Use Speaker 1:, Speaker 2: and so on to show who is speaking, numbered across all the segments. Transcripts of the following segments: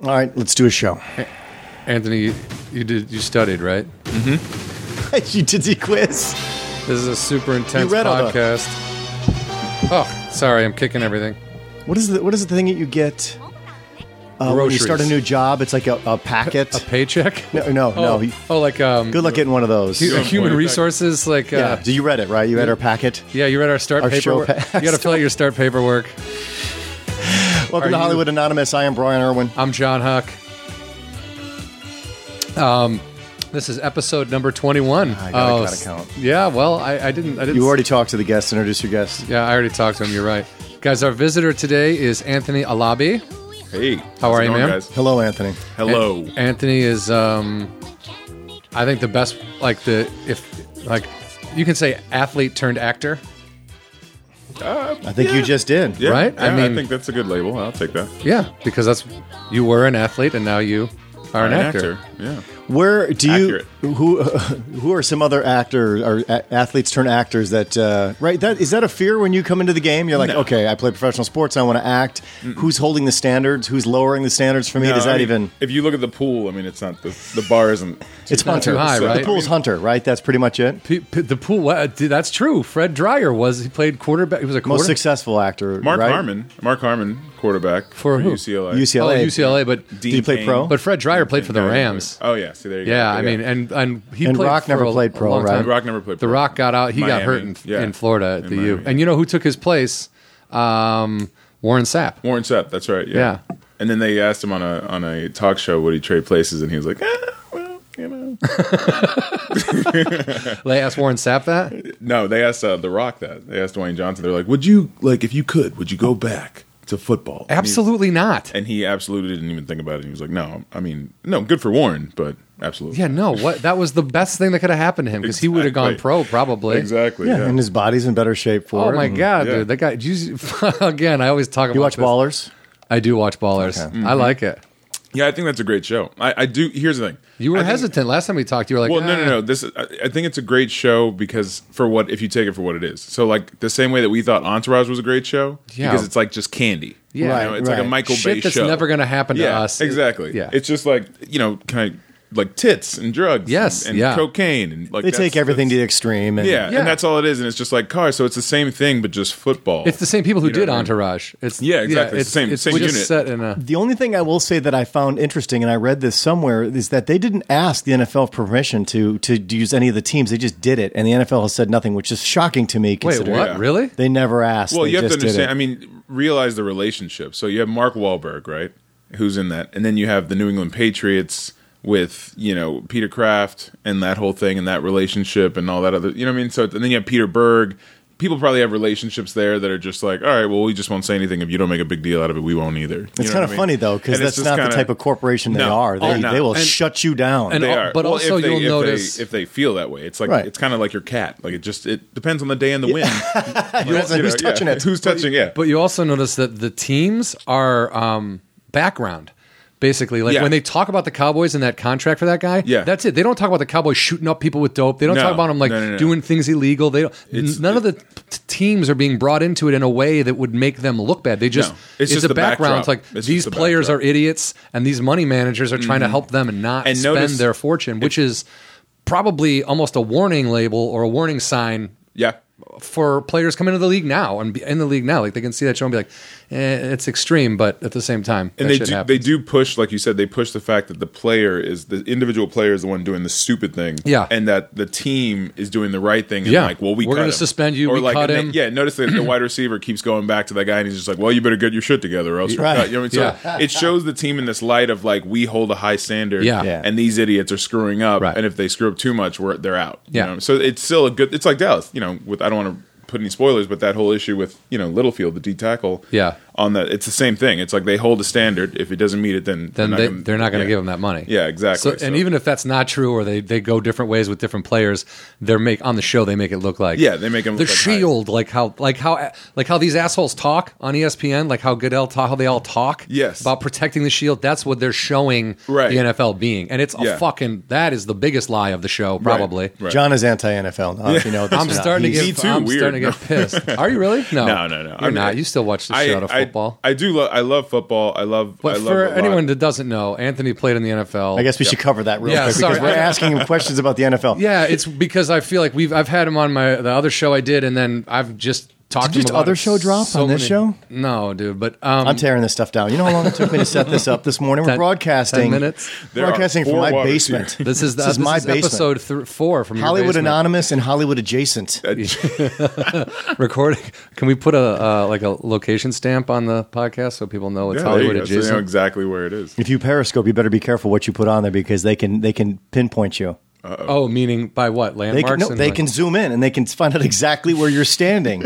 Speaker 1: All right, let's do a show.
Speaker 2: Anthony, you, you did you studied right?
Speaker 1: you did the quiz.
Speaker 2: This is a super intense
Speaker 1: read all the-
Speaker 2: podcast. Oh, sorry, I'm kicking everything.
Speaker 1: What is the what is the thing that you get uh, when you
Speaker 2: Groceries.
Speaker 1: start a new job? It's like a, a packet.
Speaker 2: A paycheck?
Speaker 1: no, no,
Speaker 2: Oh,
Speaker 1: no.
Speaker 2: oh, like um,
Speaker 1: Good luck getting one of those.
Speaker 2: hu- human
Speaker 3: Unemployed.
Speaker 2: resources. Like
Speaker 1: yeah.
Speaker 2: uh,
Speaker 1: Do you read it right? You read our packet.
Speaker 2: yeah, you read our start
Speaker 1: Our show
Speaker 2: paperwork.
Speaker 1: pa-
Speaker 2: you got to fill out your start paperwork.
Speaker 1: Welcome to
Speaker 2: you-
Speaker 1: Hollywood Anonymous. I am Brian Irwin.
Speaker 2: I'm John Huck. Um, this is episode number 21.
Speaker 1: I gotta-
Speaker 2: Oh,
Speaker 1: gotta
Speaker 2: s-
Speaker 1: count.
Speaker 2: Yeah, well, I, I didn't. I didn't.
Speaker 1: You already talked to the guest. Introduce your guest.
Speaker 2: Yeah, I already talked to him. You're right, guys. Our visitor today is Anthony Alabi.
Speaker 3: Hey,
Speaker 2: How
Speaker 3: how's
Speaker 2: are
Speaker 3: it
Speaker 2: you,
Speaker 3: going,
Speaker 2: man?
Speaker 3: Guys?
Speaker 1: Hello, Anthony.
Speaker 3: Hello.
Speaker 2: An- Anthony is um I think the best like the if like you can say athlete turned actor,
Speaker 1: I think you just did.
Speaker 3: Yeah,
Speaker 2: right?
Speaker 3: yeah,
Speaker 2: I
Speaker 3: I
Speaker 2: mean-
Speaker 3: think that's a good label. I'll take that.
Speaker 2: yeah, because that's you were an athlete and now you are an, actor.
Speaker 3: Yeah.
Speaker 1: Where do you
Speaker 3: Accurate.
Speaker 1: who who are some other actors or a- athletes turn actors that uh, right that is that a fear when you come into the game you're like
Speaker 3: No.
Speaker 1: okay I play professional sports I want to act who's holding the standards who's lowering the standards for me
Speaker 3: No,
Speaker 1: does
Speaker 3: I
Speaker 1: that
Speaker 3: mean,
Speaker 1: even
Speaker 3: If you look at the pool, I mean, it's not the the bar isn't.
Speaker 1: it's Hunter
Speaker 2: too high, right?
Speaker 1: the pool's Hunter right that's pretty much it
Speaker 2: P- p- the pool wa- dude, that's true. Fred Dreyer was he played quarterback he was a quarter,
Speaker 1: most successful actor
Speaker 3: Mark
Speaker 1: right?
Speaker 3: Harmon, Mark Harmon, quarterback
Speaker 2: For who?
Speaker 3: UCLA.
Speaker 1: UCLA.
Speaker 2: Oh, UCLA but
Speaker 3: Dean
Speaker 1: Did he play
Speaker 3: Cain.
Speaker 1: pro?
Speaker 2: but Fred Dreyer played for the
Speaker 3: Yeah,
Speaker 2: Rams.
Speaker 3: Oh yeah, see there you go.
Speaker 2: Yeah, I
Speaker 3: Okay.
Speaker 2: mean and and he
Speaker 1: And
Speaker 2: played
Speaker 1: Rock
Speaker 2: for
Speaker 1: never
Speaker 2: a-
Speaker 1: played
Speaker 2: a
Speaker 1: pro,
Speaker 2: long
Speaker 1: right?
Speaker 2: time.
Speaker 3: Rock never played
Speaker 2: The
Speaker 3: pro.
Speaker 2: Rock got out. He got
Speaker 3: Miami,
Speaker 2: hurt in,
Speaker 3: yeah.
Speaker 2: in Florida at
Speaker 3: In
Speaker 2: the U.
Speaker 3: Miami.
Speaker 2: And you know who took his place? Um, Warren Sapp.
Speaker 3: Warren Sepp. That's right. Yeah.
Speaker 2: Yeah.
Speaker 3: And then they asked him on a on a talk show, would he trade places? And he was like, "Ah, well, you know.
Speaker 2: They asked Warren Sapp that.
Speaker 3: No, they asked uh, The Rock that. They asked Dwayne Johnson. They're like, would you like if you could, would you go back to football? And he-
Speaker 2: Absolutely not.
Speaker 3: And he absolutely didn't even think about it. He was like, "No, I mean, no, good for Warren, but absolutely,
Speaker 2: Yeah, no. What that was the best thing that could have happened to him because he would have gone
Speaker 3: Exactly.
Speaker 2: pro probably.
Speaker 3: exactly." Mm-hmm.
Speaker 1: yeah, and his body's in better shape for
Speaker 2: Oh
Speaker 1: it.
Speaker 2: my
Speaker 1: And
Speaker 2: god,
Speaker 3: Yeah.
Speaker 2: dude! That guy. You, again, I always talk about.
Speaker 1: you watch
Speaker 2: this.
Speaker 1: Ballers
Speaker 2: I do watch ballers. I
Speaker 3: Mm-hmm.
Speaker 2: like it.
Speaker 3: Yeah, I think that's a great show. I, I do. Here's the thing:
Speaker 2: You were
Speaker 3: I think-
Speaker 2: hesitant last time we talked. You were like,
Speaker 3: Well, no, no,
Speaker 2: "Ah."
Speaker 3: no. This I, I think it's a great show because for what if you take it for what it is. So like the same way that we thought Entourage was a great show
Speaker 2: Yeah.
Speaker 3: because it's like just candy.
Speaker 2: Yeah.
Speaker 3: You know,
Speaker 1: Right,
Speaker 3: it's like
Speaker 1: right.
Speaker 3: a Michael
Speaker 2: Shit
Speaker 3: Bay
Speaker 2: that's
Speaker 3: show.
Speaker 2: never gonna happen to
Speaker 3: yeah,
Speaker 2: us.
Speaker 3: Exactly.
Speaker 2: Yeah.
Speaker 3: Yeah, it's just like you know, kind of like tits and drugs.
Speaker 2: Yes,
Speaker 3: and, and
Speaker 2: yeah.
Speaker 3: cocaine and like
Speaker 1: they
Speaker 3: that's-
Speaker 1: take everything to
Speaker 3: that's-
Speaker 1: the extreme and
Speaker 3: Yeah,
Speaker 2: Yeah.
Speaker 3: and that's all it is, and it's just like cars. So it's the same thing, but just football.
Speaker 2: It's the same people who
Speaker 3: You know
Speaker 2: did
Speaker 3: what I mean?
Speaker 2: Entourage. It's
Speaker 3: Yeah, exactly. It's the same- same
Speaker 2: we're just
Speaker 3: unit.
Speaker 2: set in a.
Speaker 1: The only thing I will say that I found interesting, and I read this somewhere, is that they didn't ask the NFL permission to to use any of the teams. They just did it, and the NFL has said nothing, which is shocking to me.
Speaker 2: Wait, what?
Speaker 1: considering
Speaker 3: Yeah.
Speaker 2: Really?
Speaker 1: They never asked.
Speaker 3: Well,
Speaker 1: They
Speaker 3: you have to
Speaker 1: just did
Speaker 3: understand.
Speaker 1: it.
Speaker 3: I mean, realize the relationship. So you have Mark Wahlberg, right? Who's in that, and then you have the New England Patriots with you know Peter Kraft and that whole thing and that relationship and all that other. You know what I mean? So and then you have Peter Berg. People probably have relationships there that are just like, all right, well, we just won't say anything. If you don't make a big deal out of it, we won't either. You
Speaker 1: it's
Speaker 3: know
Speaker 1: kind
Speaker 3: what
Speaker 1: of
Speaker 3: I mean?
Speaker 1: funny though, because
Speaker 3: And it's
Speaker 1: that's
Speaker 3: just
Speaker 1: not the
Speaker 3: kinda-
Speaker 1: type of corporation they
Speaker 3: No.
Speaker 1: are. They,
Speaker 3: Oh, no.
Speaker 1: they will
Speaker 3: And-
Speaker 1: shut you down.
Speaker 2: and-
Speaker 3: They
Speaker 2: Al-
Speaker 3: are.
Speaker 2: but
Speaker 3: if
Speaker 2: also
Speaker 3: they-
Speaker 2: you'll
Speaker 3: if they-
Speaker 2: notice-
Speaker 3: if they feel that way, it's like
Speaker 1: Right.
Speaker 3: it's kind of like your cat. Like it just it depends on the day and the wind.
Speaker 1: You know, it's like,
Speaker 3: You know,
Speaker 1: who's touching
Speaker 3: yeah.
Speaker 1: it?
Speaker 3: Who's touching? Yeah,
Speaker 2: But you also notice that the teams are um, background. Basically, like
Speaker 3: Yeah.
Speaker 2: when they talk about the Cowboys and that contract for that guy,
Speaker 3: Yeah.
Speaker 2: that's it. They don't talk about the Cowboys shooting up people with dope. They don't
Speaker 3: No.
Speaker 2: talk about them like
Speaker 3: No, no, no.
Speaker 2: doing things illegal. They don't.
Speaker 3: It's-
Speaker 2: n- none of the t- teams are being brought into it in a way that would make them look bad. They just
Speaker 3: No.
Speaker 2: it's,
Speaker 3: It's just
Speaker 2: the
Speaker 3: the
Speaker 2: background. It's
Speaker 3: backdrop.
Speaker 2: like
Speaker 3: It's just
Speaker 2: these
Speaker 3: the
Speaker 2: players
Speaker 3: backdrop. Mm-hmm.
Speaker 2: are idiots, and these money managers are trying to help them and not
Speaker 3: And
Speaker 2: spend
Speaker 3: notice-
Speaker 2: their fortune, which is probably almost a warning label or a warning sign
Speaker 3: yeah.
Speaker 2: for players coming into the league now and be in the league now. Like they can see that show and be like, eh, it's extreme, but at the same time, that
Speaker 3: and they
Speaker 2: shit
Speaker 3: do,
Speaker 2: happens.
Speaker 3: they do push like you said they push the fact that the player is the individual player is the one doing the stupid thing
Speaker 2: Yeah.
Speaker 3: and that the team is doing the right thing and
Speaker 2: Yeah.
Speaker 3: like well we
Speaker 2: We're
Speaker 3: cut
Speaker 2: gonna
Speaker 3: him.
Speaker 2: suspend you,
Speaker 3: or
Speaker 2: we
Speaker 3: like
Speaker 2: cut
Speaker 3: and
Speaker 2: him.
Speaker 3: They, yeah notice that the wide receiver keeps going back to that guy and he's just like well you better get your shit together or else we're
Speaker 1: Right.
Speaker 3: cut. You know what I mean? so
Speaker 2: Yeah.
Speaker 3: it shows the team in this light of like we hold a high standard
Speaker 2: Yeah.
Speaker 1: Yeah.
Speaker 3: and these idiots are screwing up
Speaker 2: Right.
Speaker 3: and if they screw up too much we're they're out you
Speaker 2: Yeah.
Speaker 3: know? so it's still a good it's like Dallas you know with I don't want to put any spoilers but that whole issue with you know Littlefield the D tackle
Speaker 2: Yeah.
Speaker 3: on that it's the same thing it's like they hold a standard if it doesn't meet it then
Speaker 2: then they,
Speaker 3: gonna-
Speaker 2: they're not going to
Speaker 3: yeah.
Speaker 2: give them that money.
Speaker 3: Yeah, exactly.
Speaker 2: So,
Speaker 3: So-
Speaker 2: and even if that's not true, or they, they go different ways with different players, they're make on the show they make it look like
Speaker 3: Yeah, they make 'em
Speaker 2: the
Speaker 3: look like
Speaker 2: shield, like how like how like how these assholes talk on E ESPN, like how Goodell talk, how they all talk,
Speaker 3: Yes.
Speaker 2: about protecting the shield. That's what they're showing
Speaker 3: Right.
Speaker 2: the NFL being, and it's a
Speaker 3: Yeah.
Speaker 2: fucking that is the biggest lie of the show probably.
Speaker 3: Right.
Speaker 1: John is anti NFL. If you know, this or
Speaker 2: I'm
Speaker 1: not.
Speaker 2: starting to
Speaker 1: He's-
Speaker 2: get
Speaker 3: Me too,
Speaker 2: I'm
Speaker 3: weird.
Speaker 2: starting to get pissed. Are you really? No,
Speaker 3: No, no, no.
Speaker 2: You're
Speaker 3: I mean,
Speaker 2: not. You still watch the shit out of
Speaker 3: I, I
Speaker 2: football. football.
Speaker 3: I do. Lo- I love football. I love. I
Speaker 2: but
Speaker 3: love
Speaker 2: for
Speaker 3: a lot.
Speaker 2: anyone that doesn't know, Anthony played in the NFL.
Speaker 1: I guess we should cover that real
Speaker 2: Yeah,
Speaker 1: quick
Speaker 2: sorry.
Speaker 1: because we're asking him questions about the NFL.
Speaker 2: Yeah, it's because I feel like we've I've had him on my the other show I did, and then I've just
Speaker 1: Did
Speaker 2: talked. to
Speaker 1: your
Speaker 2: him about
Speaker 1: other
Speaker 2: it
Speaker 1: show drop
Speaker 2: so
Speaker 1: on this show?
Speaker 2: many- No, dude. But um,
Speaker 1: I'm tearing this stuff down. You know how long it took me to set this up this morning? We're broadcasting.
Speaker 2: 10 minutes.
Speaker 3: There are
Speaker 1: broadcasting from
Speaker 3: four
Speaker 1: my
Speaker 3: waters
Speaker 1: basement.
Speaker 3: here.
Speaker 2: this is the,
Speaker 1: this is my basement.
Speaker 2: episode th- four from your
Speaker 1: Hollywood
Speaker 2: basement.
Speaker 1: Anonymous and Hollywood Adjacent.
Speaker 2: recording. Can we put a uh, like a location stamp on the podcast so people know it's
Speaker 3: Yeah, there you
Speaker 2: Hollywood
Speaker 3: go. So they know
Speaker 2: adjacent?
Speaker 3: exactly where it is.
Speaker 1: If you Periscope, you better be careful what you put on there because they can they can pinpoint you.
Speaker 2: oh, meaning by what
Speaker 1: They
Speaker 2: landmarks?
Speaker 1: can, no,
Speaker 2: and
Speaker 1: they
Speaker 2: like-
Speaker 1: can zoom in and they can find out exactly where you're standing.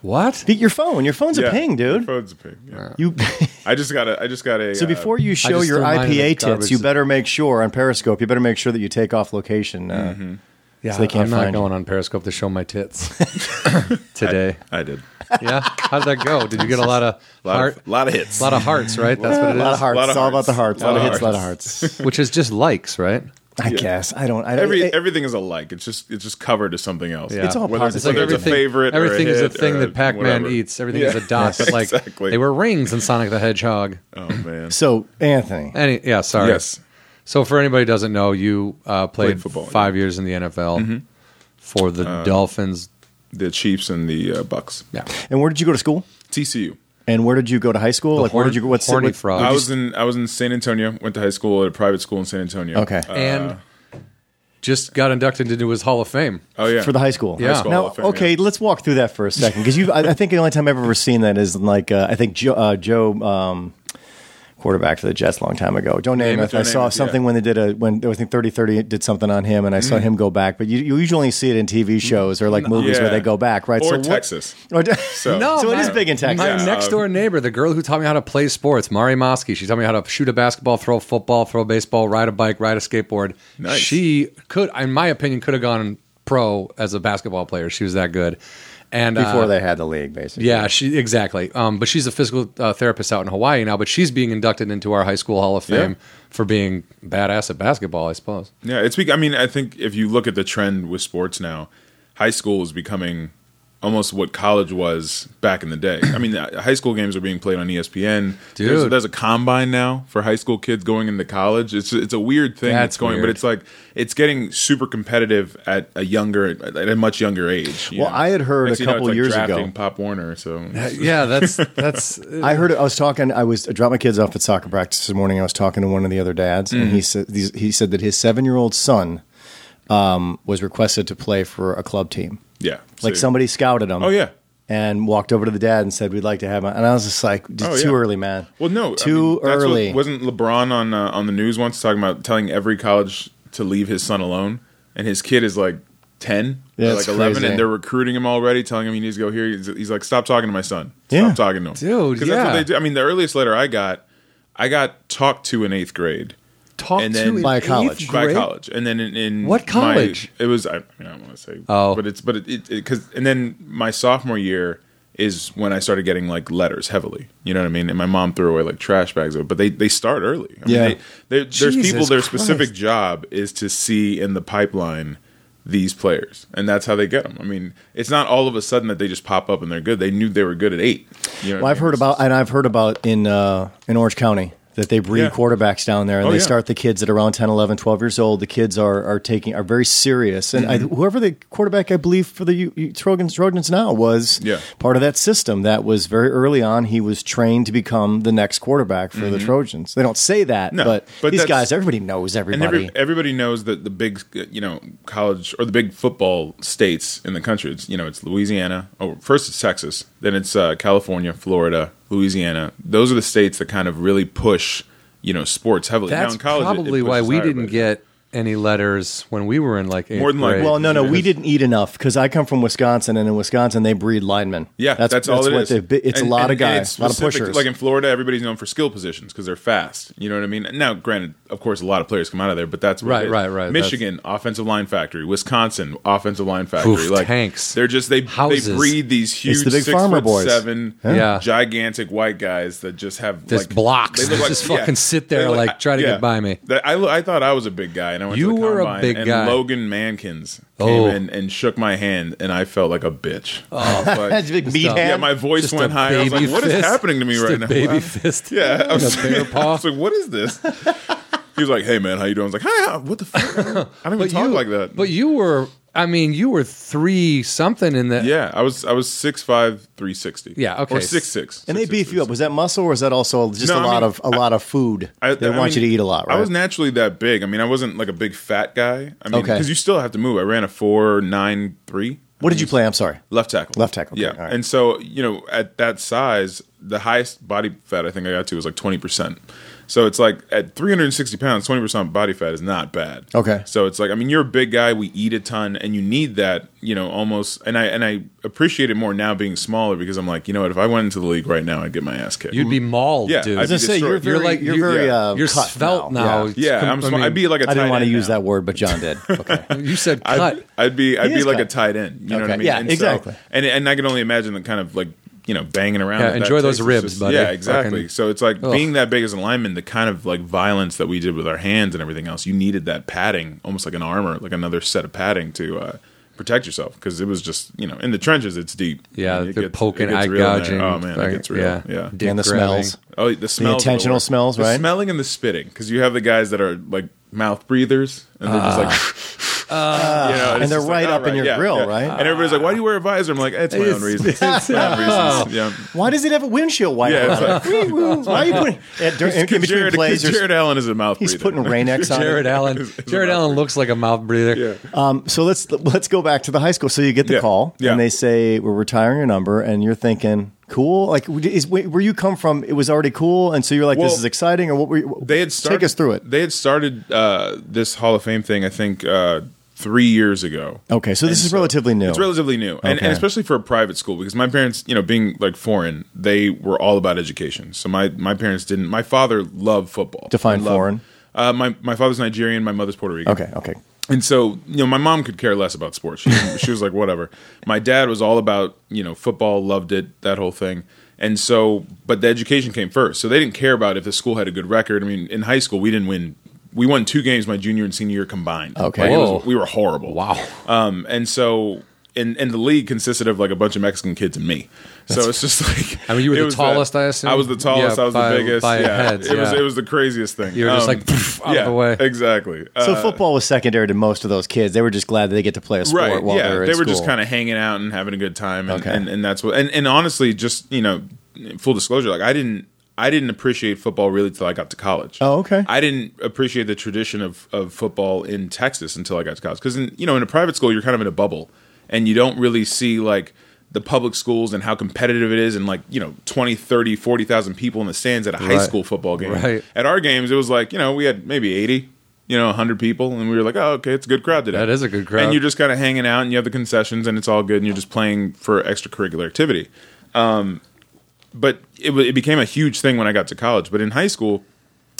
Speaker 2: what?
Speaker 1: Beat your phone. Your phone's
Speaker 3: Yeah.
Speaker 1: a ping,
Speaker 3: Your
Speaker 1: dude.
Speaker 3: Phone's a ping. Yeah.
Speaker 1: You.
Speaker 3: I just got a. I just got a. uh,
Speaker 1: So before you show
Speaker 2: just
Speaker 1: your
Speaker 2: threw mine in the
Speaker 1: IPA tits,
Speaker 2: garbage.
Speaker 1: you better make sure on Periscope. You better make sure that you take off location. Uh,
Speaker 2: Mm-hmm. Yeah,
Speaker 1: they can't
Speaker 2: I'm not
Speaker 1: find you.
Speaker 2: going on Periscope to show my tits today.
Speaker 3: I did.
Speaker 2: yeah, how did that go? Did you get a lot of
Speaker 3: A lot,
Speaker 2: heart?
Speaker 3: of, lot of hits.
Speaker 2: A lot of hearts, right? That's what it
Speaker 1: A lot of
Speaker 2: is.
Speaker 1: hearts.
Speaker 3: Lot of
Speaker 1: it's all about
Speaker 3: hearts.
Speaker 1: the hearts. A lot of
Speaker 3: Lot
Speaker 1: hits.
Speaker 3: of
Speaker 1: A lot of hearts.
Speaker 2: Which is just likes, right?
Speaker 1: I guess. I don't. I don't.
Speaker 3: Every
Speaker 1: it-
Speaker 3: everything is a like. It's just it's just covered to something else.
Speaker 2: Yeah. It's all
Speaker 3: whether
Speaker 1: positive.
Speaker 3: It's, whether it's a
Speaker 1: Everything-
Speaker 3: favorite. or
Speaker 2: Everything is a
Speaker 3: hit
Speaker 2: thing
Speaker 3: or
Speaker 2: that Pac-Man
Speaker 3: whatever.
Speaker 2: eats. Everything is
Speaker 3: Yeah.
Speaker 2: a dot. But like
Speaker 3: Exactly.
Speaker 2: they were rings in Sonic the Hedgehog.
Speaker 3: Oh man.
Speaker 1: so Anthony,
Speaker 2: Any yeah, sorry.
Speaker 3: Yes.
Speaker 2: So for anybody who doesn't know, you uh, played,
Speaker 3: Played football, Mm-hmm. Uh,
Speaker 2: five years in the NFL for the Dolphins.
Speaker 3: The Chiefs and the uh, Bucks.
Speaker 2: Yeah.
Speaker 1: and where did you go to school?
Speaker 3: TCU.
Speaker 1: And where did you go to high school? like where
Speaker 2: horn-
Speaker 1: did you go? What's
Speaker 2: horny
Speaker 1: what,
Speaker 2: frog. Oh,
Speaker 3: I
Speaker 2: you
Speaker 3: was in I was in San Antonio. Went to high school at a private school in San Antonio.
Speaker 1: Okay.
Speaker 3: Uh,
Speaker 2: and just got inducted into his Hall of Fame.
Speaker 3: oh yeah.
Speaker 1: for the high school.
Speaker 2: Yeah. High school
Speaker 1: Now,
Speaker 3: Hall of Fame,
Speaker 1: okay,
Speaker 3: yeah.
Speaker 1: let's walk through that for a second because you. I, I think the only time I've ever seen that is in, like uh, I think Joe, uh, Joe um, quarterback for the Jets, a long time ago. Joe Namath.
Speaker 3: Namath, Joe
Speaker 1: I saw
Speaker 3: Namath,
Speaker 1: something
Speaker 3: yeah.
Speaker 1: when they did a when I think thirty thirty did something on him, and I
Speaker 3: Mm-hmm.
Speaker 1: saw him go back. But you, you usually see it in TV shows or like movies
Speaker 3: Yeah.
Speaker 1: where they go back, right?
Speaker 3: Or
Speaker 1: what-
Speaker 3: Texas.
Speaker 1: or-
Speaker 3: So-
Speaker 2: No,
Speaker 1: so it
Speaker 2: my-
Speaker 1: is big in Texas.
Speaker 2: My
Speaker 3: Yeah,
Speaker 2: next
Speaker 3: um,
Speaker 2: door neighbor, the girl who taught me how to play sports, Mari Mosky, she taught me how to shoot a basketball, throw a football, throw a baseball, ride a bike, ride a skateboard.
Speaker 3: Nice.
Speaker 2: She could, in my opinion, could have gone pro as a basketball player. She was that good. And
Speaker 1: Before
Speaker 2: uh,
Speaker 1: they had the league, basically.
Speaker 2: yeah, she exactly. Um, but she's a physical uh, therapist out in Hawaii now. But she's being inducted into our high school Hall of
Speaker 3: Yeah.
Speaker 2: Fame for being badass at basketball, I suppose.
Speaker 3: Yeah, it's. bec- I mean, I think if you look at the trend with sports now, high school is becoming almost what college was back in the day. I mean, uh, high school games are being played on E ESPN. There's,
Speaker 2: Dude.
Speaker 3: there's a combine now for high school kids going into college. It's it's a weird thing
Speaker 2: That's
Speaker 3: that's, going, but
Speaker 2: weird.
Speaker 3: it's like it's getting super competitive at a younger at a much younger age. you
Speaker 1: Well, I had heard
Speaker 3: Next
Speaker 1: a
Speaker 3: thing you
Speaker 1: couple
Speaker 3: it's
Speaker 1: years ago-
Speaker 3: drafting Pop Warner. So
Speaker 2: Uh, yeah, that's that's.
Speaker 1: I heard. I was talking. I was I dropped my kids off at soccer practice this morning. I was talking to one of the other dads, and
Speaker 3: Mm-hmm.
Speaker 1: he said these- he said that his seven year old son um, was requested to play for a club team.
Speaker 3: yeah,
Speaker 1: Like
Speaker 3: so-
Speaker 1: somebody scouted him.
Speaker 3: Oh yeah.
Speaker 1: And walked over to the dad and said, "We'd like to have him." And I was just like, "It's
Speaker 3: Oh, yeah.
Speaker 1: too early, man.
Speaker 3: Well, no, I
Speaker 1: too
Speaker 3: mean, that's what-
Speaker 1: early."
Speaker 3: wasn't LeBron on uh, on the news once talking about telling every college to leave his son alone, and his kid is like ten,
Speaker 1: Yeah,
Speaker 3: or,
Speaker 1: it's
Speaker 3: like eleven,
Speaker 1: crazy.
Speaker 3: and they're recruiting him already, telling him he needs to go here. He's, he's like, "Stop talking to my son. Stop
Speaker 1: Yeah.
Speaker 3: talking to him,
Speaker 2: Dude,
Speaker 3: that's what
Speaker 2: yeah.
Speaker 3: they do. I mean, the earliest letter I got, I got talked to in eighth grade
Speaker 2: Talk
Speaker 3: and
Speaker 2: to
Speaker 3: then-
Speaker 2: in
Speaker 1: By
Speaker 2: eighth
Speaker 1: college.
Speaker 3: by
Speaker 2: grade?
Speaker 3: college, and then in, in
Speaker 2: What
Speaker 3: my-
Speaker 2: college?
Speaker 3: it was I, I don't want to say.
Speaker 2: Oh.
Speaker 3: but it's but it because and then my sophomore year is when I started getting like letters heavily. You know what I mean? And my mom threw away like trash bags, of it, but they they start early. I
Speaker 1: Yeah.
Speaker 3: mean, they, they, there's
Speaker 2: Jesus
Speaker 3: people. Their specific
Speaker 2: Christ.
Speaker 3: job is to see in the pipeline these players, and that's how they get them. I mean, it's not all of a sudden that they just pop up and they're good. They knew they were good at eight. You know what
Speaker 1: Well,
Speaker 3: I
Speaker 1: I've
Speaker 3: mean?
Speaker 1: heard about, and I've heard about in uh, in Orange County that they breed
Speaker 3: Yeah.
Speaker 1: quarterbacks down there, and
Speaker 3: Oh,
Speaker 1: they
Speaker 3: yeah.
Speaker 1: start the kids at around 10, 11, 12 years old. The kids are are taking are very serious, and
Speaker 3: Mm-hmm.
Speaker 1: I, whoever the quarterback I believe for the U- U- Trojans, Trojans now was
Speaker 3: Yeah.
Speaker 1: part of that system that was very early on. He was trained to become the next quarterback for the Trojans. They don't say that,
Speaker 3: Mm-hmm. No,
Speaker 1: but,
Speaker 3: but
Speaker 1: these
Speaker 3: that's-
Speaker 1: guys, everybody knows
Speaker 3: And
Speaker 1: everybody.
Speaker 3: every, everybody knows that the big, you know, college or the big football states in the country. It's you know, it's Louisiana. Oh, first it's Texas, then it's uh, California, Florida, Louisiana. Those are the states that kind of really push, you know, sports heavily. Now,
Speaker 2: That's
Speaker 3: in college, it- it
Speaker 2: probably why
Speaker 3: pushes
Speaker 2: we
Speaker 3: higher,
Speaker 2: didn't
Speaker 3: but-
Speaker 2: get any letters when we were in like eighth
Speaker 3: More than likely.
Speaker 2: grade.
Speaker 1: well, no, no, we
Speaker 3: Yeah.
Speaker 1: didn't eat enough because I come from Wisconsin, and in Wisconsin they breed linemen.
Speaker 3: Yeah, that's, all it
Speaker 1: what
Speaker 3: is.
Speaker 1: they- It's
Speaker 3: And-
Speaker 1: a lot
Speaker 3: and-
Speaker 1: of
Speaker 3: and
Speaker 1: guys,
Speaker 3: it's
Speaker 1: a lot of
Speaker 3: specific-
Speaker 1: pushers.
Speaker 3: Like in Florida, everybody's known for skill positions because they're fast. You know what I mean? Now, granted, of course, a lot of players come out of there, but that's what it
Speaker 2: Right,
Speaker 3: is.
Speaker 2: right, right.
Speaker 3: Michigan offensive line factory, Wisconsin offensive line factory,
Speaker 2: Oof,
Speaker 3: like
Speaker 2: tanks.
Speaker 3: They're just they
Speaker 2: Houses.
Speaker 3: they breed these huge
Speaker 1: the big
Speaker 3: six
Speaker 1: farmer
Speaker 3: foot
Speaker 1: boys.
Speaker 3: seven,
Speaker 2: Yeah.
Speaker 3: gigantic white guys that just have
Speaker 2: Just
Speaker 3: like,
Speaker 2: blocks.
Speaker 3: They look
Speaker 2: Just fucking sit there,
Speaker 3: They look
Speaker 2: like, try to get by me.
Speaker 3: That- I, I thought I was a big guy, and and I went
Speaker 2: You
Speaker 3: to the
Speaker 2: were a
Speaker 3: combine,
Speaker 2: big
Speaker 3: and
Speaker 2: guy.
Speaker 3: Logan Mankins came
Speaker 2: Oh.
Speaker 3: in and shook my hand, and I felt like a bitch. Oh,
Speaker 1: That's a big meathead.
Speaker 3: yeah, my voice
Speaker 2: Just
Speaker 3: went
Speaker 2: a
Speaker 3: high. I was
Speaker 2: baby
Speaker 3: like, "What is
Speaker 2: fist.
Speaker 3: happening to me
Speaker 2: Just
Speaker 3: right
Speaker 2: a
Speaker 3: now?"
Speaker 2: Baby
Speaker 3: Wow.
Speaker 2: fist.
Speaker 3: Yeah, I was,
Speaker 2: a bear
Speaker 3: I
Speaker 2: paw.
Speaker 3: was like, "What is this?" He was like, "Hey man, how you doing?" I was like, "Hi, how- what the fuck?" I don't even talk
Speaker 2: you,
Speaker 3: like that.
Speaker 2: But you were, I mean, you were three something in the.
Speaker 3: yeah, I was I was six five three sixty.
Speaker 2: Yeah, okay.
Speaker 3: or six six.
Speaker 1: And they beef you up. Was that muscle or is that also just
Speaker 3: No,
Speaker 1: a
Speaker 3: I
Speaker 1: lot
Speaker 3: mean,
Speaker 1: of a lot of food? they want
Speaker 3: mean,
Speaker 1: you to eat a lot, right?
Speaker 3: I was naturally that big. I mean, I wasn't like a big fat guy. I mean,
Speaker 1: Okay.
Speaker 3: because you still have to move. I ran a four nine three.
Speaker 1: what did you play? I'm sorry.
Speaker 3: Left tackle.
Speaker 1: Left tackle, okay,
Speaker 3: Yeah.
Speaker 1: all right.
Speaker 3: And so, you know, at that size, the highest body fat I think I got to was like 20%. So it's like at 360 pounds, 20% body fat is not bad.
Speaker 1: Okay.
Speaker 3: So it's like, I mean, you're a big guy. We eat a ton and you need that, you know, almost. And I, and I appreciate it more now being smaller because I'm like, you know what? If I went into the league right now, I'd get my ass kicked.
Speaker 2: You'd be mauled,
Speaker 3: Yeah,
Speaker 2: dude.
Speaker 3: I was
Speaker 1: gonna say, you're
Speaker 3: destroyed.
Speaker 1: very,
Speaker 2: You're like-
Speaker 1: you're
Speaker 2: you-
Speaker 1: very
Speaker 3: yeah.
Speaker 1: uh,
Speaker 2: You're
Speaker 1: cut
Speaker 2: svelte now.
Speaker 1: Yeah.
Speaker 2: It's
Speaker 3: yeah.
Speaker 2: com-
Speaker 3: I'm
Speaker 2: I
Speaker 3: small. I
Speaker 2: mean,
Speaker 3: would be like a
Speaker 1: I didn't
Speaker 3: tight
Speaker 1: want to
Speaker 3: end
Speaker 1: use
Speaker 3: now.
Speaker 1: that word, but John did. Okay.
Speaker 2: You said cut.
Speaker 3: I'd, I'd be I'd
Speaker 1: is
Speaker 3: be like
Speaker 1: cut.
Speaker 3: a tight end. You know what
Speaker 1: Okay.
Speaker 3: I mean?
Speaker 1: Yeah,
Speaker 3: so-
Speaker 1: exactly.
Speaker 3: and and I can only imagine the kind of like you know banging around.
Speaker 2: Yeah,
Speaker 3: that that
Speaker 2: enjoy those
Speaker 3: takes. It's
Speaker 2: ribs, buddy.
Speaker 3: Yeah, exactly.
Speaker 2: Fucking-
Speaker 3: so it's like
Speaker 2: Ugh.
Speaker 3: being that big as a lineman, the kind of like violence that we did with our hands and everything else. You needed that padding, almost like an armor, like another set of padding to. uh Protect yourself because it was just you know in the trenches it's deep
Speaker 2: yeah,
Speaker 3: I mean, it
Speaker 2: they're
Speaker 3: gets-
Speaker 2: poking,
Speaker 3: it gets
Speaker 2: eye
Speaker 3: real in there.
Speaker 2: gouging.
Speaker 3: oh man it
Speaker 2: fucking-
Speaker 3: gets real
Speaker 2: Yeah.
Speaker 3: yeah
Speaker 2: Dick
Speaker 1: And the
Speaker 2: grabbing.
Speaker 1: smells.
Speaker 3: Oh, the smells. are
Speaker 1: intentional
Speaker 3: worst.
Speaker 1: smells,
Speaker 3: The
Speaker 1: right?
Speaker 3: smelling and the spitting, because you have the guys that are like mouth breathers, and they're just like, you know,
Speaker 1: Ah. And
Speaker 3: it's
Speaker 1: they're
Speaker 3: just
Speaker 1: right
Speaker 3: "All
Speaker 1: up in your grill, right?
Speaker 3: And everybody's like, "Why do you wear a visor?" I'm like, "It's my own
Speaker 2: It's-
Speaker 3: reason. It's my own reasons." Yeah.
Speaker 1: Why does it have a windshield wiper?
Speaker 3: Yeah, it's
Speaker 1: on it? Why are you putting at, during, in between
Speaker 3: Jared,
Speaker 1: plays? you're-
Speaker 3: Jared Allen is a mouth
Speaker 1: he's
Speaker 3: breather.
Speaker 1: putting Rain-X on.
Speaker 2: Jared
Speaker 1: it.
Speaker 2: Allen. Jared Allen looks like a mouth breather.
Speaker 3: Yeah.
Speaker 1: Um, so let's let's go back to the high school. So you get the
Speaker 3: Yeah.
Speaker 1: call,
Speaker 3: Yeah.
Speaker 1: and they say we're retiring your number, and you're thinking, cool. Like, is where you come from? It was already cool, and so you're like,
Speaker 3: Well,
Speaker 1: this is exciting, or what? Were you,
Speaker 3: They had started,
Speaker 1: take us through it.
Speaker 3: They had started uh, this Hall of Fame thing, I think, uh, three years ago.
Speaker 1: Okay, so this
Speaker 3: And
Speaker 1: is relatively new.
Speaker 3: It's relatively new, and,
Speaker 1: Oh. Okay.
Speaker 3: and especially for a private school because my parents, you know, being like foreign, they were all about education. So my my parents didn't. My father loved football.
Speaker 1: Define
Speaker 3: I loved-
Speaker 1: foreign.
Speaker 3: Uh, my my father's Nigerian. My mother's Puerto Rican.
Speaker 1: okay, okay.
Speaker 3: And so, you know, my mom could care less about sports. She, she was like, whatever. My dad was all about, you know, football, loved it, that whole thing. And so, but the education came first. So they didn't care about if the school had a good record. I mean, in high school, we didn't win. We won two games my junior and senior year combined.
Speaker 1: Okay.
Speaker 3: Like, it was-
Speaker 2: Whoa.
Speaker 3: we were horrible.
Speaker 2: Wow.
Speaker 3: Um, and so, and, and the league consisted of like a bunch of Mexican kids and me. so it's just like
Speaker 2: I mean, you were
Speaker 3: it
Speaker 2: the
Speaker 3: was
Speaker 2: tallest, I assume?
Speaker 3: I was the tallest.
Speaker 2: Yeah,
Speaker 3: I was
Speaker 2: by-
Speaker 3: the biggest.
Speaker 2: by a
Speaker 3: yeah,
Speaker 2: head,
Speaker 3: it was
Speaker 2: yeah.
Speaker 3: it was the craziest thing. Um,
Speaker 2: You were just like, poof, out of the way.
Speaker 3: Exactly. Uh,
Speaker 1: So football was secondary to most of those kids. They were just glad that they get to play a sport while
Speaker 3: yeah,
Speaker 1: they're at
Speaker 3: they were just
Speaker 1: school.
Speaker 3: kind of hanging out and having a good time, and,
Speaker 1: Okay.
Speaker 3: and, and that's what. And, and honestly, just you know, full disclosure, like I didn't, I didn't appreciate football really till I got to college.
Speaker 1: Oh, okay.
Speaker 3: I didn't appreciate the tradition of of football in Texas until I got to college because you know in a private school you're kind of in a bubble and you don't really see like the public schools and how competitive it is and like you know 20 30 40,000 people in the stands at a high
Speaker 2: Right.
Speaker 3: school football game.
Speaker 2: Right.
Speaker 3: At our games it was like, you know, we had maybe 80, you know, 100 people and we were like, "Oh, okay, it's a good crowd today."
Speaker 2: That is a good crowd.
Speaker 3: And you're just kind of hanging out and you have the concessions and it's all good and you're just playing for extracurricular activity. Um, but it, wa- it became a huge thing when I got to college. But in high school,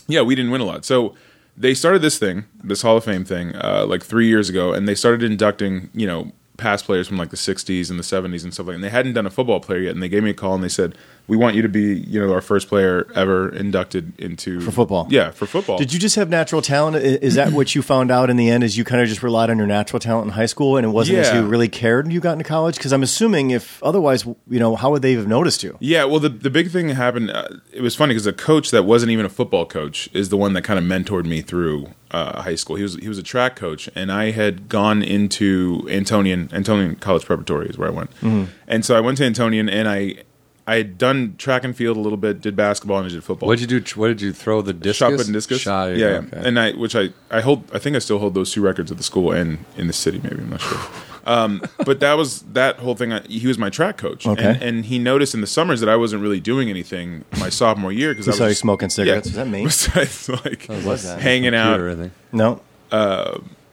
Speaker 3: yeah, we didn't win a lot. So they started this thing, this Hall of Fame thing, uh, like three years ago, and they started inducting, you know, past players from like the 60s and the 70s and stuff like that. And they hadn't done a football player yet. And they gave me a call and they said, We want you to be, you know, our first player ever inducted into. For
Speaker 1: football.
Speaker 3: Yeah, for football.
Speaker 1: Did you just have natural talent? I- Is that what you found out in the end? Is you kind of just relied on your natural talent in high school, and it wasn't as
Speaker 3: Yeah.
Speaker 1: you really cared when you got into college? Because I'm assuming if otherwise, you know, how would they have noticed you?
Speaker 3: Yeah, well, the the big thing that happened. Uh, it was funny because a coach that wasn't even a football coach is the one that kind of mentored me through uh, high school. He was he was a track coach, and I had gone into Antonian Antonian College Preparatory is where I went, and so I went to Antonian, and I I had done track and field a little bit, did basketball, and I did football.
Speaker 2: What did you do? What did you throw the discus?
Speaker 3: Shot put and discus.
Speaker 2: Shot,
Speaker 3: yeah,
Speaker 2: okay.
Speaker 3: yeah. and I, which I, I hold, I think I still hold those two records at the school and in the city. Maybe I'm not sure. Um, but that was that whole thing. I, he was my track coach,
Speaker 1: Okay.
Speaker 3: and, and he noticed in the summers that I wasn't really doing anything my sophomore year because I was
Speaker 1: saw you
Speaker 3: just-
Speaker 1: smoking cigarettes. Was that me?
Speaker 3: Besides, like
Speaker 1: was that?
Speaker 3: hanging out,
Speaker 2: Computer, I think.
Speaker 1: No.